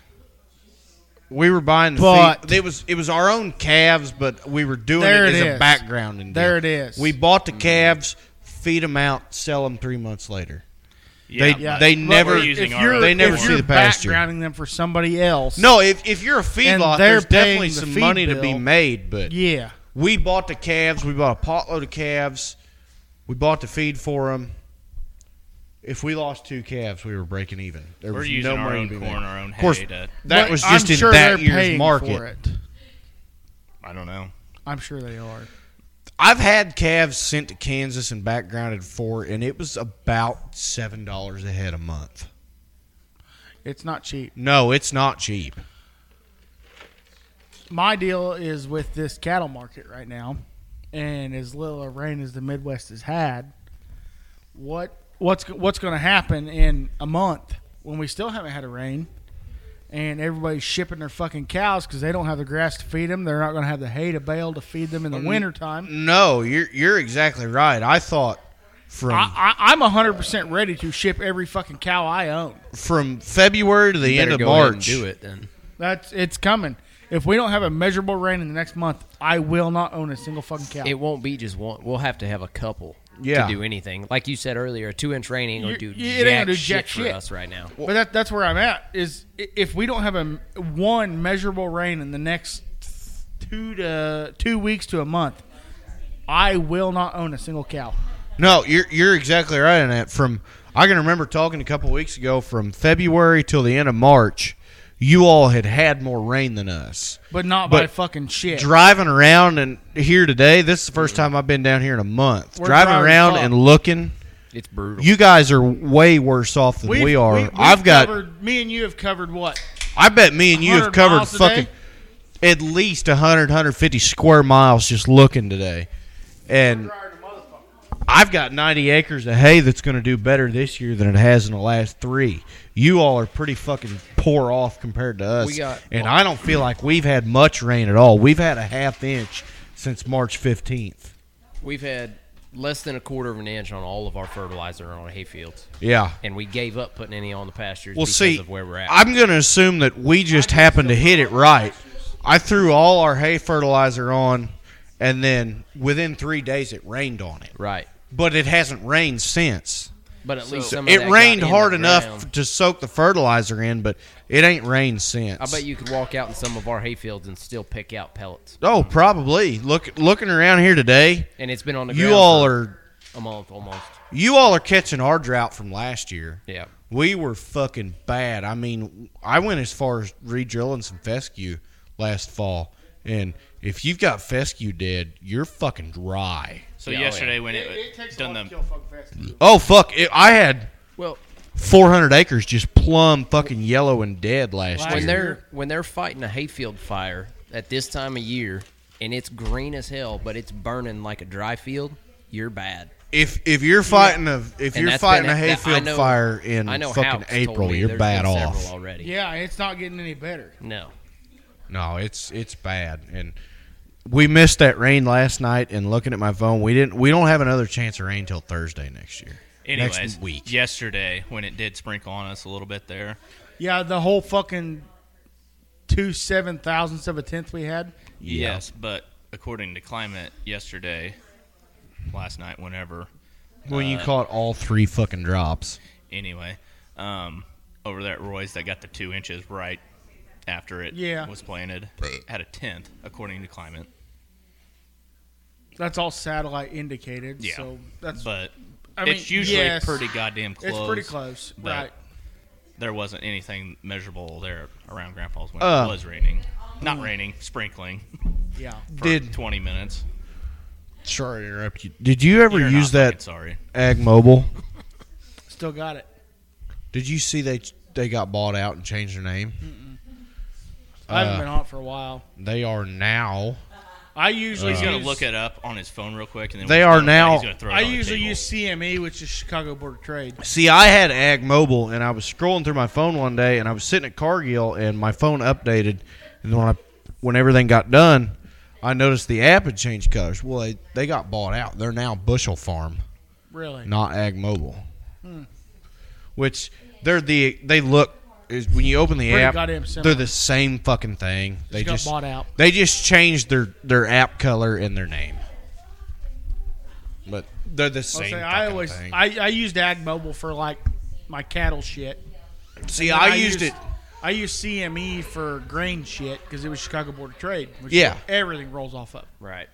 S2: We were buying the
S1: But-
S2: feed. It was it was our own calves, but we were doing
S1: There
S2: it,
S1: it
S2: as
S1: is.
S2: a backgrounding.
S1: There it
S2: deal.
S1: is.
S2: We bought the calves, feed them out, sell them three months later.
S3: Yeah,
S2: They-
S3: but
S2: they
S3: we're
S2: never-
S3: using
S1: if
S3: our
S1: you're-
S3: own
S2: They never
S1: if
S3: corn.
S2: see
S1: you're
S2: the pasture.
S1: Backgrounding them for somebody else.
S2: No, if, if you're a feedlot,
S1: they're
S2: there's definitely
S1: paying the
S2: some
S1: feed
S2: money to be
S1: bill.
S2: made, but
S1: Yeah.
S2: we bought the calves. We bought a potload of calves. We bought the feed for them. If we lost two calves, we were breaking even. There
S3: We're
S2: was
S3: using
S2: no
S3: our
S2: money
S3: own
S2: to be
S3: corn,
S2: made.
S3: our own
S2: Of course,
S3: hay. To,
S2: that
S1: But
S2: was just
S1: I'm
S2: in
S1: sure
S2: that
S1: they're
S2: year's
S1: paying
S2: market.
S1: For it.
S3: I don't know.
S1: I'm sure they are.
S2: I've had calves sent to Kansas and backgrounded for, and it was about seven dollars a head a month.
S1: It's not cheap.
S2: No, it's not cheap.
S1: My deal is with this cattle market right now, and as little of rain as the Midwest has had, what what's what's going to happen in a month when we still haven't had a rain, and everybody's shipping their fucking cows because they don't have the grass to feed them. They're not going to have the hay to bale to feed them in the wintertime.
S2: No, you're you're exactly right. I thought from
S1: I, I, I'm 100% ready to ship every fucking cow I own.
S2: from February to the
S4: Better
S2: end of
S4: go ahead and
S2: March.
S4: do it then.
S1: That's it's coming. If we don't have a measurable rain in the next month, I will not own a single fucking cow.
S4: It won't be just one. We'll have to have a couple
S2: Yeah.
S4: to do anything. Like you said earlier, a two inch rain ain't gonna
S1: You-
S4: do
S1: you- it ain't
S4: jack,
S1: gonna do
S4: shit
S1: jack
S4: for
S1: shit.
S4: us right now.
S1: But that, that's where I'm at. Is i- if we don't have a m- one measurable rain in the next two to two weeks to a month, I will not own a single cow.
S2: No, you're you're exactly right on that. From I can remember talking a couple weeks ago, from February till the end of March, you all had had more rain than us.
S1: But not by
S2: But
S1: fucking shit.
S2: Driving around and here today, this is the first time I've been down here in a month.
S1: We're
S2: driving
S1: dry as
S2: around
S1: fuck.
S2: and looking,
S4: It's brutal.
S2: you guys are way worse off than
S1: We've-
S2: we are.
S1: we- we've
S2: I've got,
S1: covered, me and you have covered what?
S2: I bet me and you have
S1: 100
S2: covered
S1: miles a day?
S2: fucking at least 100, 150 square miles just looking today, and. I've got 90 acres of hay that's going to do better this year than it has in the last three. You all are pretty fucking poor off compared to us.
S4: We got-
S2: and I don't feel like we've had much rain at all. We've had a half inch since March 15th.
S4: We've had less than a quarter of an inch on all of our fertilizer on our hay fields,
S2: Yeah.
S4: and we gave up putting any on the pastures
S2: Well,
S4: because
S2: see,
S4: of where we're at.
S2: I'm going to assume that we just happened to hit it right. I threw all our hay fertilizer on, and then within three days it rained on it.
S4: right,
S2: But it hasn't rained since.
S4: but at least some of
S2: It
S4: that got
S2: rained
S4: in the
S2: hard
S4: ground.
S2: enough to soak the fertilizer in, but it ain't rained since.
S4: I bet you could walk out in some of our hay fields and still pick out pellets.
S2: Oh, probably. Look, looking around here today,
S4: And it's been on the ground
S2: you all
S4: for
S2: are
S4: a month almost.
S2: you all are catching our drought from last year.
S4: Yeah.
S2: We were fucking bad. I mean, I went as far as re-drilling some fescue last fall, and if you've got fescue dead, you're fucking dry.
S3: So
S4: Yeah, oh, yeah.
S3: yesterday when it, done the
S2: Oh fuck! It, I had
S4: Well,
S2: 400 acres just plumb fucking yellow and dead last
S1: Wow.
S2: year.
S4: when they're when they're fighting a hayfield fire at this time of year, and it's green as hell, but it's burning like a dry field, you're bad.
S2: If if you're fighting a if
S4: And
S2: you're
S4: that's
S2: fighting
S4: been-
S2: a
S4: that- I
S2: hayfield
S4: know-
S2: fire in
S4: I know
S2: fucking
S4: Houck's told
S2: April,
S4: me
S2: you're
S4: there's
S2: bad
S4: been
S2: off.
S4: several already.
S1: Yeah, it's not getting any better.
S4: No,
S2: No, it's it's bad, and we missed that rain last night. And looking at my phone, we didn't. We don't have another chance of rain till Thursday next year.
S3: Anyways,
S2: next week.
S3: yesterday when it did sprinkle on us a little bit there,
S1: Yeah, the whole fucking two seven thousandths of a tenth we had.
S2: Yeah.
S3: yes, but according to climate yesterday, last night, whenever,
S2: When you caught all three fucking drops,
S3: anyway, um, over there at Roy's, that got the two inches right after it
S1: Yeah.
S3: was planted, had a tenth according to climate.
S1: That's all satellite indicated.
S3: Yeah,
S1: So that's
S3: but
S1: I mean,
S3: it's usually
S1: yes,
S3: pretty goddamn close.
S1: It's pretty close.
S3: but
S1: Right.
S3: There wasn't anything measurable there around Grandpa's when
S2: Uh.
S3: it was raining. Not raining, sprinkling
S1: Yeah.
S3: for
S2: Did-
S3: 20 minutes.
S2: sorry to interrupt you. Did you ever
S3: You're
S2: use
S3: not fucking
S2: that
S3: Sorry.
S2: Ag Mobile?
S1: Still got it.
S2: Did you see they they got bought out and changed their name?
S1: I haven't
S2: Uh,
S1: been on it for a while.
S2: They are now.
S1: I usually
S3: uh, He's gonna
S1: use-
S3: look it up on his phone real quick, and then
S2: They
S3: when he's
S2: are
S3: done with that,
S2: now-
S3: he's gonna throw it
S1: I
S3: on the
S1: usually
S3: table.
S1: use CME, which is Chicago Board of Trade.
S2: See, I had Ag Mobile, and I was scrolling through my phone one day, and I was sitting at Cargill, and my phone updated, and when I, when everything got done, I noticed the app had changed colors. Well, they, they got bought out. They're now Bushel Farm,
S1: Really?
S2: not Ag Mobile,
S1: Hmm.
S2: which they're the they look is when you open the
S1: Pretty
S2: app,
S1: goddamn similar.
S2: they're the same fucking thing. They
S1: got
S2: just
S1: bought out.
S2: They just changed their their app color and their name, but they're the
S1: I'll
S2: same.
S1: say I
S2: fucking
S1: always
S2: thing.
S1: I, I used Ag Mobile for like my cattle shit.
S2: see.
S1: Then
S2: I, used it.
S1: I used CME for grain shit because it was Chicago Board of Trade. Which
S2: Yeah.
S1: is what everything rolls off of.
S4: right.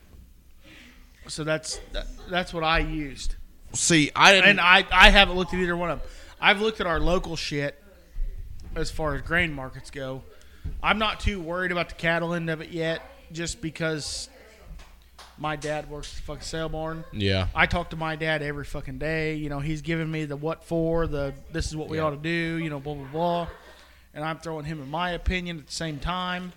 S1: So that's that, that's what I used,
S2: See, I didn't.
S1: and I I haven't looked at either one of them. I've looked at our local shit as far as grain markets go. I'm not too worried about the cattle end of it yet, just because my dad works at the fucking sale barn.
S2: yeah.
S1: I talk to my dad every fucking day. You know, he's giving me the what for, the this is what we ought to do, you know, blah, blah, blah. And I'm throwing him in my opinion at the same time.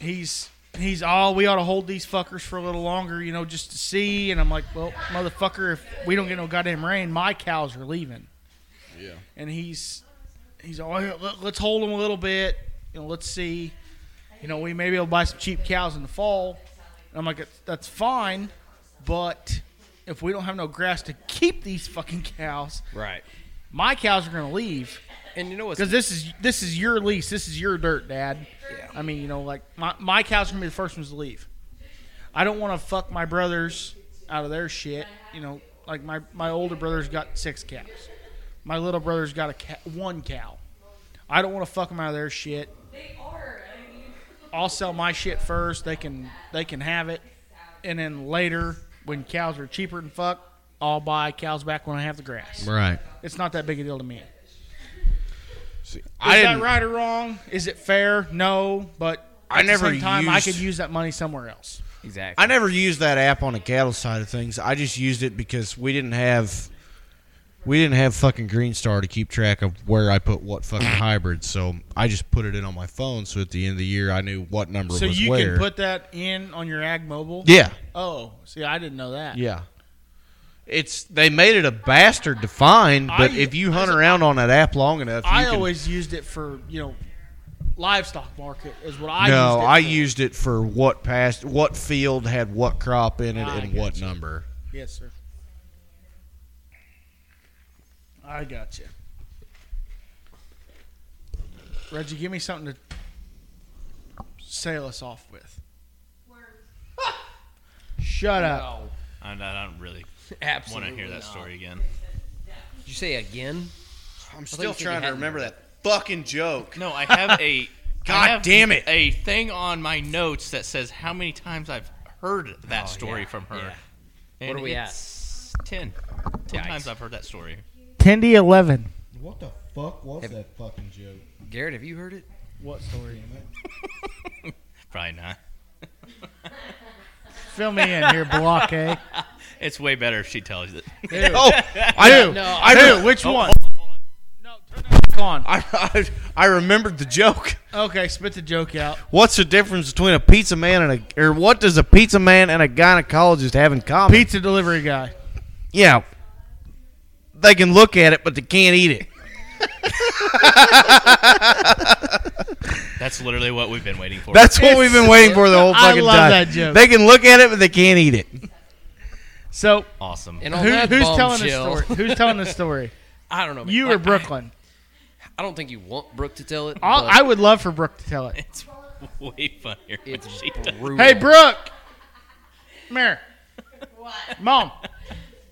S1: He's, he's, all we ought to hold these fuckers for a little longer, you know, just to see. And I'm like, well, motherfucker, if we don't get no goddamn rain, my cows are leaving.
S2: Yeah.
S1: And he's, he's all, "Here, let- let's hold them a little bit, you know, let's see. You know, we may be able to buy some cheap cows in the fall. And I'm like, "That's- that's fine, but if we don't have no grass to keep these fucking cows,
S4: Right.
S1: my cows are gonna leave
S4: And you know what's
S1: because this is this is your lease, this is your dirt, Dad.
S4: Yeah.
S1: I mean, you know, like my my cows are gonna be the first ones to leave. I don't want to fuck my brothers out of their shit. You know, like my my older brother's got six cows, my little brother's got a ca- one cow. I don't want to fuck them out of their shit.
S5: They are. I mean,
S1: I'll sell my shit first. They can they can have it, and then later when cows are cheaper than fuck, I'll buy cows back when I have the grass.
S2: Right.
S1: It's not that big a deal to me. Is
S2: I
S1: that
S2: didn't.
S1: right or wrong? Is it fair? No, but
S2: I
S1: at the
S2: never
S1: same time I
S2: used-
S1: could use that money somewhere else.
S4: exactly?
S2: I never used that app on the cattle side of things. I just used it because we didn't have. We didn't have fucking Green Star to keep track of where I put
S1: [coughs]
S2: what fucking hybrids, so I just put it in on my phone. So at the end of the year, I knew what number
S1: So
S2: was
S1: you
S2: where.
S1: can put that in on your ag mobile.
S2: yeah,
S1: Oh, see, I didn't know that.
S2: yeah. It's they made it a bastard to find, but
S1: I-
S2: if you hunt around on that app long enough, you
S1: I
S2: can,
S1: always used it for you know livestock market is what I
S2: no,
S1: used it
S2: I
S1: for.
S2: used it for what past, what field had what crop in it,
S1: I
S2: and what
S1: gotcha.
S2: number.
S1: Yes, sir. I got you. Reggie, give me something to sail us off with.
S5: worms.
S1: Shut up.
S4: No.
S3: I, don't- I don't really want
S4: Absolutely
S3: to hear that
S4: not.
S3: story again.
S4: Did you say again?
S2: I'm
S4: you
S2: still
S4: said you
S2: trying to
S4: hadn't.
S2: remember that fucking joke.
S3: No, I
S2: [laughs]
S3: have a.
S2: God
S3: I have
S2: damn it.
S3: A thing on my notes that says how many times I've heard that
S4: Oh,
S3: story
S4: yeah,
S3: from her.
S4: yeah.
S3: And
S4: What are we at?
S3: it's Ten. Ten
S4: Yikes.
S3: times I've heard that story.
S1: Ten to eleven.
S2: What the fuck was that fucking joke?
S4: Garrett, have you heard it?
S1: What story?
S3: Probably not.
S1: Fill me in [laughs] here, block A.
S3: It's way [laughs] better if she tells it.
S2: [laughs] [laughs] Oh, I do.
S4: No,
S2: I do. Which Oh.
S1: Which one?
S3: Hold on, hold on.
S1: No, turn that gone.
S2: I, I, I remembered the joke.
S1: Okay, spit the joke out.
S2: What's the difference between a pizza man and a, or what does a pizza man and a gynecologist have in common?
S1: Pizza delivery guy.
S2: yeah, they can look at it, but they can't eat [laughs] it.
S3: That's literally what we've been waiting for.
S2: That's what we've been waiting for the whole
S1: I
S2: fucking
S1: love
S2: time.
S1: that joke.
S2: They can look at it, but they can't eat it.
S1: So
S3: awesome.
S4: And on
S1: who,
S4: that
S1: who's telling the
S4: bombshell-
S1: story? Who's telling the [laughs] story?
S4: [laughs] I don't know. man.
S1: You
S4: Like,
S1: or Brooklyn?
S4: I, I don't think you want Brooke to tell it.
S1: I'll,
S4: but
S1: I would love for Brooke to tell it.
S3: [laughs] It's way funnier. when
S4: it's
S3: she
S4: [laughs]
S3: does.
S4: brutal.
S1: Hey, Brooke, come here,
S5: What?
S1: mom.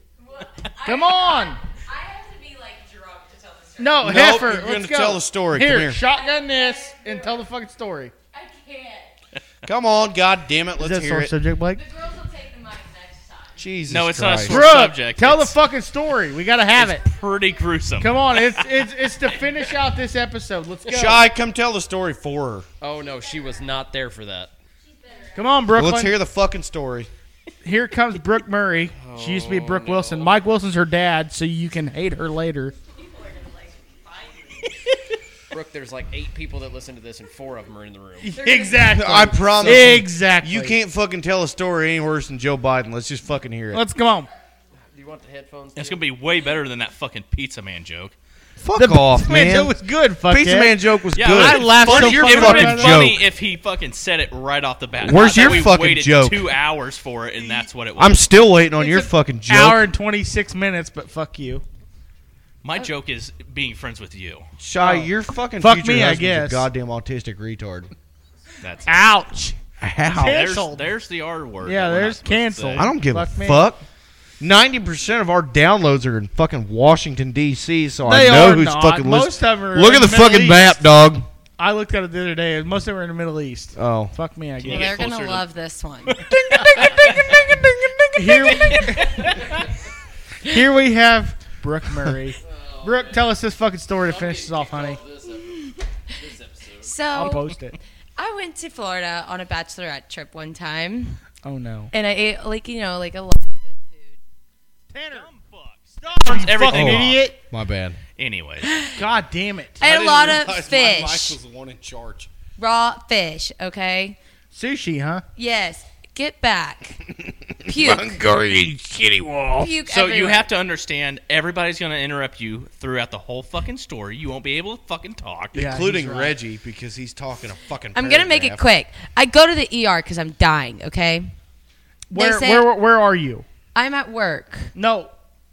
S1: [laughs] Come on.
S5: I have to be like drunk to tell the story.
S1: No,
S2: Nope,
S1: heifer.
S2: you're
S1: let's
S2: gonna
S1: go.
S2: tell the story. Come
S1: Here,
S2: here.
S1: shotgun this and tell the fucking story.
S5: I can't.
S2: [laughs] Come on, God damn it, let's hear it.
S1: subject, Blake?
S5: The girls will take the mic next time.
S2: Jesus,
S3: No, it's not a
S2: Christ.
S3: sore
S1: Brooke,
S3: subject.
S1: tell
S3: It's-
S1: the fucking story. We gotta have it.
S3: Pretty gruesome.
S1: Come on, it's it's it's to finish out this episode. Let's go.
S2: Shy, come tell the story for her.
S4: Oh no, she was not there for that.
S1: Come on, Brooklyn.
S2: Let's hear the fucking story.
S1: Here comes Brooke Murray. She used to be
S2: Oh,
S1: Brooke Wilson. Mike Wilson's her dad, so you can hate her later.
S4: Brooke, there's like eight people that listen to this, and four of them are in the room.
S1: Exactly.
S2: I promise. you,
S1: Exactly.
S2: Oh, You can't fucking tell a story any worse than Joe Biden. Let's just fucking hear it.
S1: Let's go on.
S4: Do you want the headphones?
S3: It's gonna be way better than that fucking pizza man joke.
S2: Fuck
S1: The
S2: off,
S1: Pizza Man
S2: man.
S1: joke was good. Fuck
S2: Pizza
S1: yeah.
S2: Man joke was
S3: Yeah,
S2: good.
S3: I
S1: laughed so fucking
S2: your
S3: It would have
S2: fucking
S3: been funny
S2: joke.
S3: if he fucking said it right off the bat.
S2: Where's
S3: Not that
S2: your
S3: we
S2: fucking
S3: waited
S2: joke?
S3: Two hours for it, and that's what it was.
S2: I'm still waiting on
S1: It's
S2: your
S1: an
S2: fucking joke.
S1: Hour and twenty six minutes, but fuck you.
S3: My joke is being friends with you.
S2: Shy, your fucking
S1: Fuck
S2: future
S1: me, I
S2: husband's
S1: guess.
S2: a goddamn autistic retard.
S3: That's
S1: Ouch.
S2: Ow.
S3: there's,
S1: Canceled.
S3: there's the R word.
S1: Yeah,
S3: that we're not
S1: there's
S3: supposed to
S1: canceled.
S3: say.
S2: I don't give
S1: Fuck
S2: a
S1: me.
S2: fuck. Ninety percent of our downloads are in fucking Washington D.C., so
S1: They
S2: I know
S1: are
S2: who's
S1: not.
S2: fucking
S1: Most
S2: listening.
S1: of 'em are
S2: Look
S1: in
S2: at
S1: the
S2: the,
S1: Middle
S2: fucking
S1: East.
S2: map, dog.
S1: I looked at it the other day. and Most of them are in the Middle East.
S2: Oh,
S1: Fuck me, I
S3: you
S1: guess.
S3: get
S6: They're gonna
S3: closer to-
S6: love this one.
S1: Here, [laughs] here we have Brooke Murray. Brooke, tell us this fucking story to finish this off, honey. I'll
S6: So
S1: post it.
S6: I went to Florida on a bachelorette trip one time,
S1: Oh no.
S6: and I ate like you know like a lot of good food.
S1: Tanner,
S3: Turns
S1: fucking
S3: everything off.
S1: idiot.
S2: my bad.
S3: Anyways,
S1: God damn it.
S6: I had a lot of fish,
S2: the one in charge.
S6: raw fish. Okay,
S1: Sushi, huh?
S6: yes,
S3: [laughs]
S6: get back, puke,
S2: shitty wall.
S6: puke.
S3: so you
S6: everywhere.
S3: have to understand everybody's gonna interrupt you throughout the whole fucking story. You won't be able to fucking talk.
S1: Yeah.
S2: including
S1: he's right.
S2: Reggie because he's talking a fucking.
S6: I'm gonna make it
S2: paragraph.
S6: quick. I go to the ER because I'm dying. Okay,
S1: Where,
S6: say-
S1: where, where are you?
S6: I'm at work.
S1: No,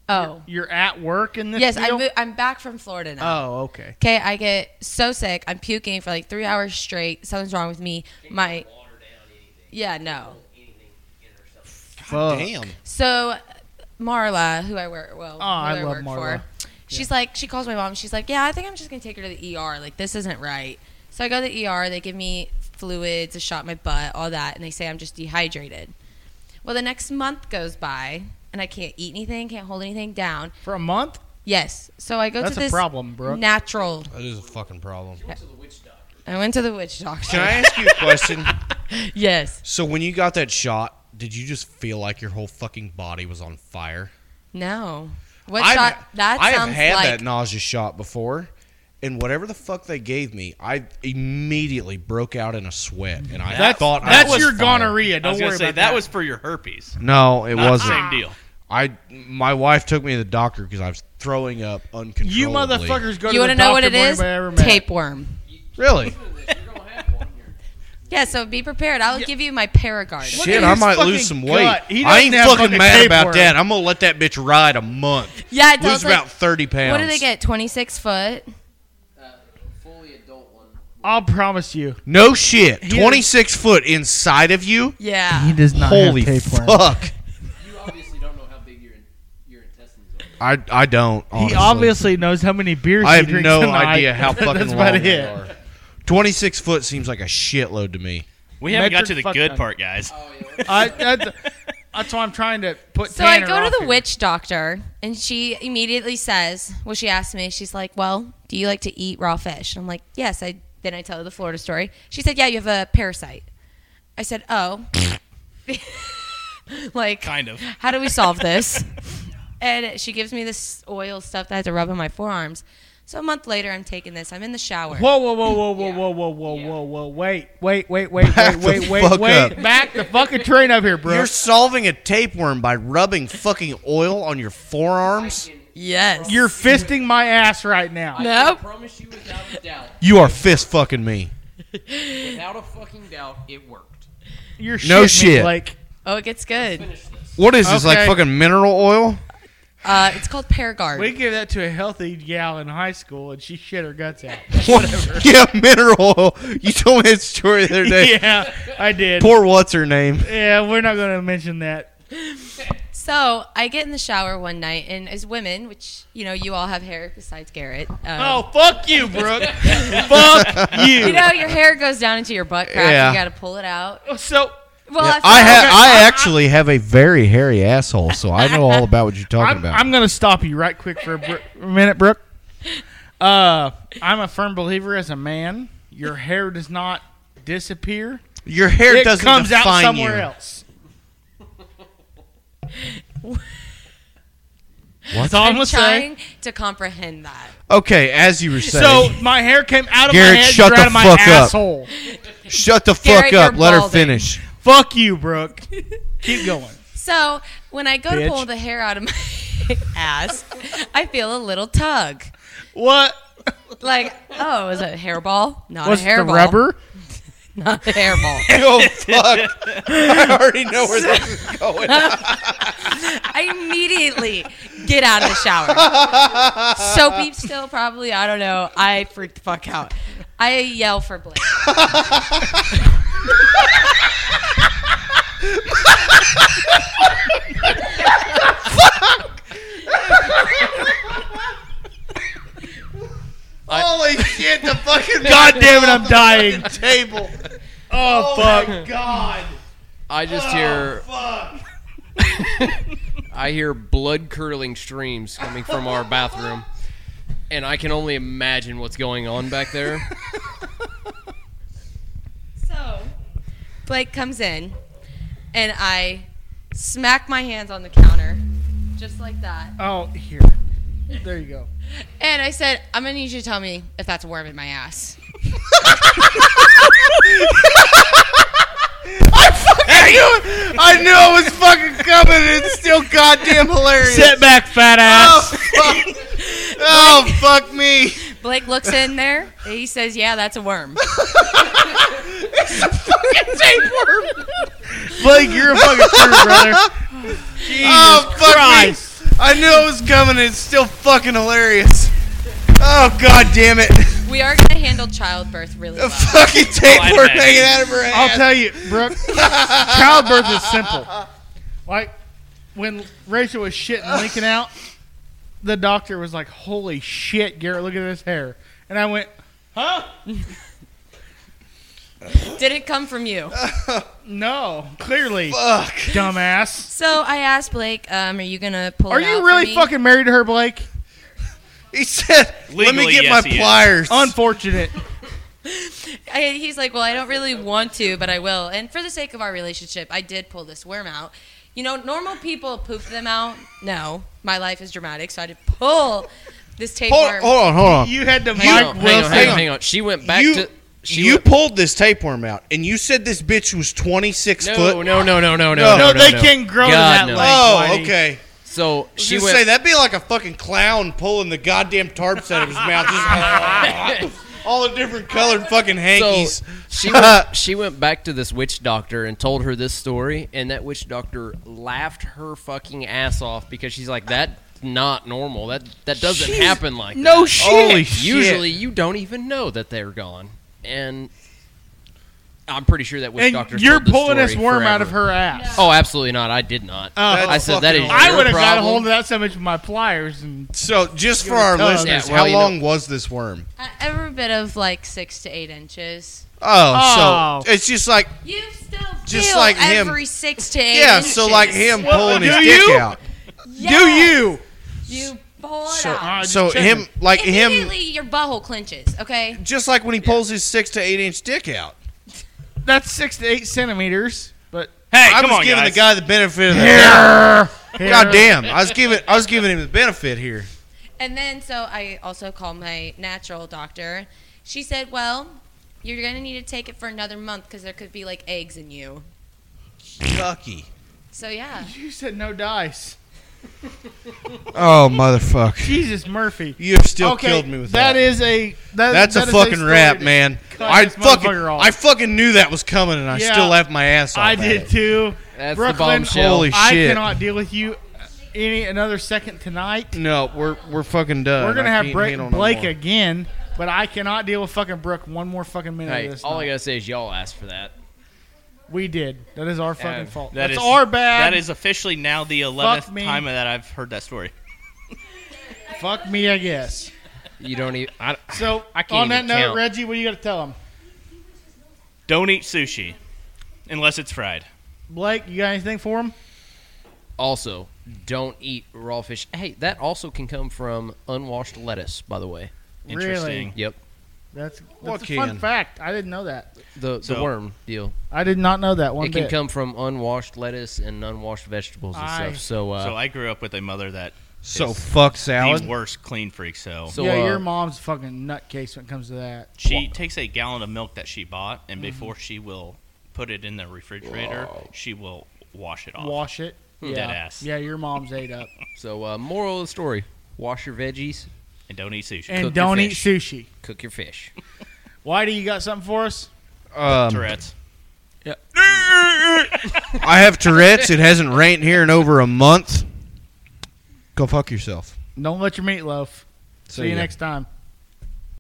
S6: Oh,
S1: you're at work in this.
S6: yes,
S1: deal?
S6: I'm mo- I'm back from Florida now.
S1: Oh, okay.
S6: Okay, I get so sick. I'm puking for like three hours straight. Something's wrong with me. My yeah, no.
S1: Fuck.
S2: Damn.
S6: So Marla, who I work well, who
S1: I love
S6: work
S1: Marla.
S6: for, she's like, she calls my mom. She's like, yeah, I think I'm just gonna take her to the ER. Like this isn't right. So I go to the ER. They give me fluids, a shot in my butt, all that, and they say I'm just dehydrated. Well, the next month goes by, and I can't eat anything, can't hold anything down.
S1: For a month?
S6: Yes, so I go
S1: That's
S6: to
S1: a
S6: this
S1: problem, Brooke.
S6: natural.
S2: That is a fucking problem.
S6: I went to the witch doctor.
S2: Can I ask you a question?
S6: [laughs] Yes.
S2: so when you got that shot, did you just feel like your whole fucking body was on fire?
S6: No. What
S2: I've-
S6: shot? That
S2: I have
S6: sounds
S2: had
S6: like
S2: that nausea shot before, and whatever the fuck they gave me, I immediately broke out in a sweat, and I
S3: That-
S2: thought I
S1: That's
S2: was
S1: your
S2: fired.
S1: gonorrhea.
S3: I
S1: Don't
S3: was
S1: worry
S3: gonna say
S1: about
S3: that, was for your herpes.
S2: No, it
S3: Not the
S2: wasn't.
S3: same deal.
S2: I my wife took me to the doctor because I was throwing up uncontrollably.
S1: You motherfuckers go to
S6: you want
S1: the
S6: to know what
S1: doctor
S6: it
S1: more
S6: is?
S1: than I ever met.
S6: Tapeworm.
S2: Really?
S6: Yeah. So be prepared. I'll give you my Paragard.
S1: Look
S2: Shit,
S1: at
S2: I
S1: his
S2: might
S1: fucking
S2: lose some weight.
S1: gut. He
S2: I
S1: doesn't
S2: ain't
S1: have
S2: fucking
S1: fucking
S2: mad
S1: tapeworm.
S2: about that. I'm gonna let that bitch ride a month.
S6: Yeah. It
S2: Lose
S6: tells like,
S2: about thirty pounds.
S6: what do they get? Twenty six foot.
S4: fully adult one.
S1: I'll promise you.
S2: No shit.
S1: He-
S2: Twenty six foot inside of you.
S6: Yeah.
S1: does
S2: Holy fuck!
S4: You obviously don't know how big your your intestines are.
S2: I I don't.
S1: He
S2: honestly.
S1: obviously knows how many beers
S2: I
S1: he
S2: have
S1: drinks
S2: no
S1: tonight. [laughs]
S2: idea how fucking
S1: That's
S2: long
S1: about
S2: they
S1: it.
S2: are. Twenty six foot seems like a shitload to me.
S3: We haven't
S1: Metric
S3: got to the
S1: fuck
S3: good
S1: ton.
S3: part, guys.
S1: I, that's, that's why I'm trying to put.
S6: So I
S1: Tanner
S6: go
S1: off
S6: to the
S1: here.
S6: witch doctor, and she immediately says, "Well, she asked me. She's like, well, do you like to eat raw fish?'" And I'm like, "Yes." I then I tell her the Florida story. She said, "Yeah, you have a parasite." I said, "Oh." [laughs] like
S3: Kind of.
S6: how do we solve this? and she gives me this oil stuff that I had to rub on my forearms. So a month later, I'm taking this. I'm in the shower.
S1: Whoa, whoa, whoa, whoa, whoa,
S6: Yeah.
S1: whoa, whoa, whoa, whoa, whoa! Wait, wait, wait, wait,
S2: Back the
S1: wait, wait, wait,
S2: fuck
S1: wait!
S2: up.
S1: Back the fucking train up here, bro.
S2: You're solving a tapeworm by rubbing fucking oil on your forearms.
S6: Yes.
S1: You're fisting my ass right now.
S6: Nope.
S4: I promise you without a doubt,
S2: You are fist fucking me.
S4: without a fucking doubt, it worked.
S1: You're
S2: No
S1: shitting me,
S2: shit.
S1: Like
S6: Oh, it gets good.
S2: What is this? Like
S1: Okay.
S2: fucking mineral oil?
S6: Uh, it's called Paragard.
S1: we gave that to a healthy gal in high school, and she shit her guts out.
S2: [laughs] Whatever. yeah, mineral oil. You told me that story the other day.
S1: [laughs] yeah, I did.
S2: Poor what's her name?
S1: yeah, we're not gonna mention that.
S6: So I get in the shower one night, and as women, which you know, you all have hair besides Garrett. Um,
S1: Oh, fuck you, Brooke. fuck
S6: You
S1: you.
S6: know, your hair goes down into your butt crack.
S2: Yeah.
S6: You got to pull it out.
S1: So
S6: Well,
S2: Yeah,
S6: feel
S2: I have.
S1: Okay,
S2: I
S1: I-
S2: actually have a very hairy asshole, so I know all about what you're talking
S1: I'm,
S2: about.
S1: I'm gonna stop you right quick for a br- minute, Brooke. Uh, I'm a firm believer as a man, your hair does not disappear.
S2: your hair
S1: it
S2: doesn't
S1: comes out
S2: define
S1: somewhere
S2: you.
S1: else.
S2: What?
S1: That's all I'm
S6: I'm
S1: gonna say.
S6: trying to comprehend that.
S2: Okay, as you were saying.
S1: So my hair came out of
S2: Garrett,
S1: my head,
S2: shut
S1: and out
S2: the
S1: of my
S2: fuck up.
S1: asshole.
S2: shut the fuck
S6: Garrett,
S2: up.
S6: you're
S2: Let her
S6: balding.
S2: finish.
S1: [laughs]
S2: [laughs]
S1: Fuck you, Brooke. Keep
S6: [laughs]
S1: going.
S6: So when I go
S1: Bitch.
S6: to pull the hair out of my [laughs] ass, I feel a little tug.
S1: What
S6: Like, oh, is it a hairball? Not
S1: was
S6: a
S1: the
S6: hairball.
S1: rubber?
S6: [laughs] Not a hairball.
S2: Oh fuck! I already know
S1: [laughs]
S2: where this is going.
S6: I immediately get out of the shower.
S1: [laughs]
S6: Soapy still, probably. I don't know. I freak the fuck out. I yell for Blake.
S2: Holy shit! The fucking
S1: God damn it, I'm dying.
S2: table.
S1: Oh, fuck.
S2: God.
S4: I just hear.
S2: Oh,
S4: [laughs] I hear blood curdling streams coming from our bathroom, and I can only imagine what's going on back there.
S6: So Blake comes in, and I smack my hands on the counter, just like that.
S1: Oh, here. There you go.
S6: And I said, "I'm gonna need you to tell me if that's a worm in my ass."
S2: I knew, [laughs] I knew it was fucking coming. and It's still goddamn hilarious.
S1: Sit back, fat
S2: Oh
S1: ass.
S2: fuck! Oh fuck me!
S6: Blake looks in there. and He says, "Yeah, that's a worm."
S1: Blake, you're a fucking turd, brother. [laughs] Jesus
S2: Oh fuck
S1: Christ.
S2: me! I knew it was coming. and It's still fucking hilarious. Oh god damn it! [laughs]
S6: We are gonna handle childbirth really
S2: The
S6: well.
S1: [laughs]
S2: fucking
S3: I
S2: tapeworm
S3: bet.
S2: hanging out of her
S1: I'll
S2: ass.
S1: tell you, Brooke. childbirth is simple. Like when Rachel was shitting Lincoln out, the doctor was like, "Holy shit, Garrett, look at this hair," and I went,
S6: Did it come from you?
S1: "No, clearly,
S2: Fuck.
S1: dumbass.
S6: So I asked Blake, um, "Are you gonna pull?"
S1: Are
S6: it out
S1: you
S6: for
S1: really
S6: me?
S1: fucking married to her, Blake?"
S2: He said, "Let me
S3: Legally,
S2: get
S3: yes,
S2: my
S3: he is.
S2: pliers."
S1: Unfortunate.
S6: I, he's like, well, I don't really want to, but I will. And for the sake of our relationship, I did pull this worm out. You know, normal people poop them out. No, my life is dramatic, so I had to pull this
S2: hold,
S6: tapeworm.
S2: hold on, hold on.
S1: You had to
S4: Hang
S1: Mike
S4: on, hang on,
S1: Wilson.
S4: hang on, hang on. She went back
S2: you,
S4: to. She
S2: you
S4: went-
S2: pulled this tapeworm out, and you said this bitch was 26 foot.
S4: no, no, no, no,
S2: No,
S4: no, no, no,
S1: No,
S4: no,
S1: they can grow to
S4: God,
S1: that
S4: no.
S1: length.
S2: Oh,
S1: Whitey.
S2: okay.
S4: So
S2: She
S4: she
S2: was
S4: went.
S2: gonna say that'd be like a fucking clown pulling the goddamn tarps out of his mouth. Just [laughs] all the different colored fucking hankies.
S4: So [laughs]
S1: [laughs]
S4: she went, she went back to this witch doctor and told her this story, and that witch doctor laughed her fucking ass off because she's like, "That's not normal. That that doesn't happen like that."
S1: No shit.
S2: Holy shit.
S4: Usually, you don't even know that they're gone, and I'm pretty sure that witch
S1: and
S4: doctor.
S1: you're
S4: told this
S1: pulling this
S4: story
S1: worm out of
S4: forever.
S1: her ass.
S4: Oh, absolutely not! I did not.
S1: Oh.
S4: I said that is.
S2: Fucking-
S1: I
S4: your
S1: would have got a
S4: problem."
S1: hold of that so much with my pliers and
S2: So, just for
S1: Give it
S2: our
S1: a tug.
S2: listeners,
S4: Yeah, well,
S2: how
S4: you
S2: long was this worm?
S6: Uh, every bit of like six to eight inches.
S2: Oh,
S1: Oh.
S2: so it's just like
S6: You still
S2: Just
S6: feel
S2: like him.
S6: every six to eight.
S2: yeah, so like
S6: inches.
S2: him
S1: Well,
S2: pulling his
S1: do
S2: dick
S1: you?
S2: out.
S6: Yeah,
S2: Do you?
S6: You pull it
S2: So,
S6: out.
S1: Uh, just
S2: so
S1: checking.
S2: him, like him,
S6: Immediately, your butthole clenches. Okay.
S2: just like when he pulls his six to eight inch dick out.
S1: that's six to eight centimeters. But
S3: Hey,
S2: I
S3: come
S2: was
S3: on,
S2: giving
S3: guys.
S2: the guy the benefit of the doubt. God damn, I was giving I was giving him the benefit here.
S6: And then so I also called my natural doctor. She said, "Well, you're going to need to take it for another month because there could be like eggs in you."
S2: Lucky.
S6: So yeah.
S1: You said no dice.
S2: Oh motherfucker!
S1: Jesus Murphy.
S2: You have still
S1: okay,
S2: killed me with
S1: that is a that,
S2: That's
S1: that
S2: a
S1: is
S2: fucking
S1: story
S2: rap,
S1: to
S2: man.
S1: cut
S2: I
S1: this
S2: fucking,
S1: motherfucker off.
S2: I fucking knew that was coming, and I
S1: Yeah.
S2: still laughed my ass off.
S1: I
S2: at
S1: did
S2: it.
S1: too.
S4: That's the
S1: Brooklyn,
S4: bombshell.
S2: Holy
S1: I
S2: shit.
S1: cannot deal with you any another second tonight.
S2: No, we're we're fucking done.
S1: We're gonna
S2: Uh, I
S1: have
S2: can't
S1: Bra-
S2: handle no
S1: Blake
S2: more.
S1: again, but I cannot deal with fucking Brooke one more fucking minute
S4: Hey,
S1: of this.
S4: all I
S1: night.
S4: gotta say is y'all asked for that.
S1: we did. That is our fucking
S4: Uh,
S1: fault.
S3: That
S1: That's
S3: is-
S1: our bad.
S3: That is officially now the eleventh
S1: me.
S3: time that I've heard that story.
S1: fuck me, I guess.
S4: You don't even. I,
S1: So
S4: I can't
S1: on that
S4: even
S1: note,
S4: count.
S1: Reggie, what do you got to tell him?
S3: Don't eat sushi unless it's fried.
S1: Blake, you got anything for him?
S4: also, don't eat raw fish. Hey, that also can come from unwashed lettuce, by the way.
S3: Interesting.
S4: Yep.
S1: That's,
S2: What
S1: that's a fun
S2: can?
S1: fact. I didn't know that.
S4: The the
S3: So-
S4: worm deal.
S1: I did not know that one
S4: it can
S1: bit.
S4: come from unwashed lettuce and unwashed vegetables and
S1: Aye.
S4: stuff. So, uh,
S3: So I grew up with a mother that
S2: So
S3: is
S2: fuck
S3: the
S2: salad.
S3: worst clean freak. So,
S4: So,
S1: yeah,
S4: uh,
S1: your mom's a fucking nutcase when it comes to that.
S3: she takes a gallon of milk that she bought,
S1: Mm-hmm.
S3: and before she will put it in the refrigerator, she will wash it off.
S4: Oh,
S1: Wash it. Yeah.
S4: hmm.
S3: Dead ass.
S1: Yeah, your mom's ate
S4: [laughs]
S1: up.
S4: so uh, moral of the story: wash your veggies,
S3: and don't eat sushi.
S1: And
S4: your
S1: don't eat
S4: fish.
S1: sushi.
S4: cook your fish.
S1: Whitey, you got something for us? [laughs]
S2: Um,
S3: Tourette's.
S2: I have Tourette's. It hasn't rained here in over a month. Go fuck yourself.
S1: Don't let your meat loaf. See, you
S2: ya.
S1: next time.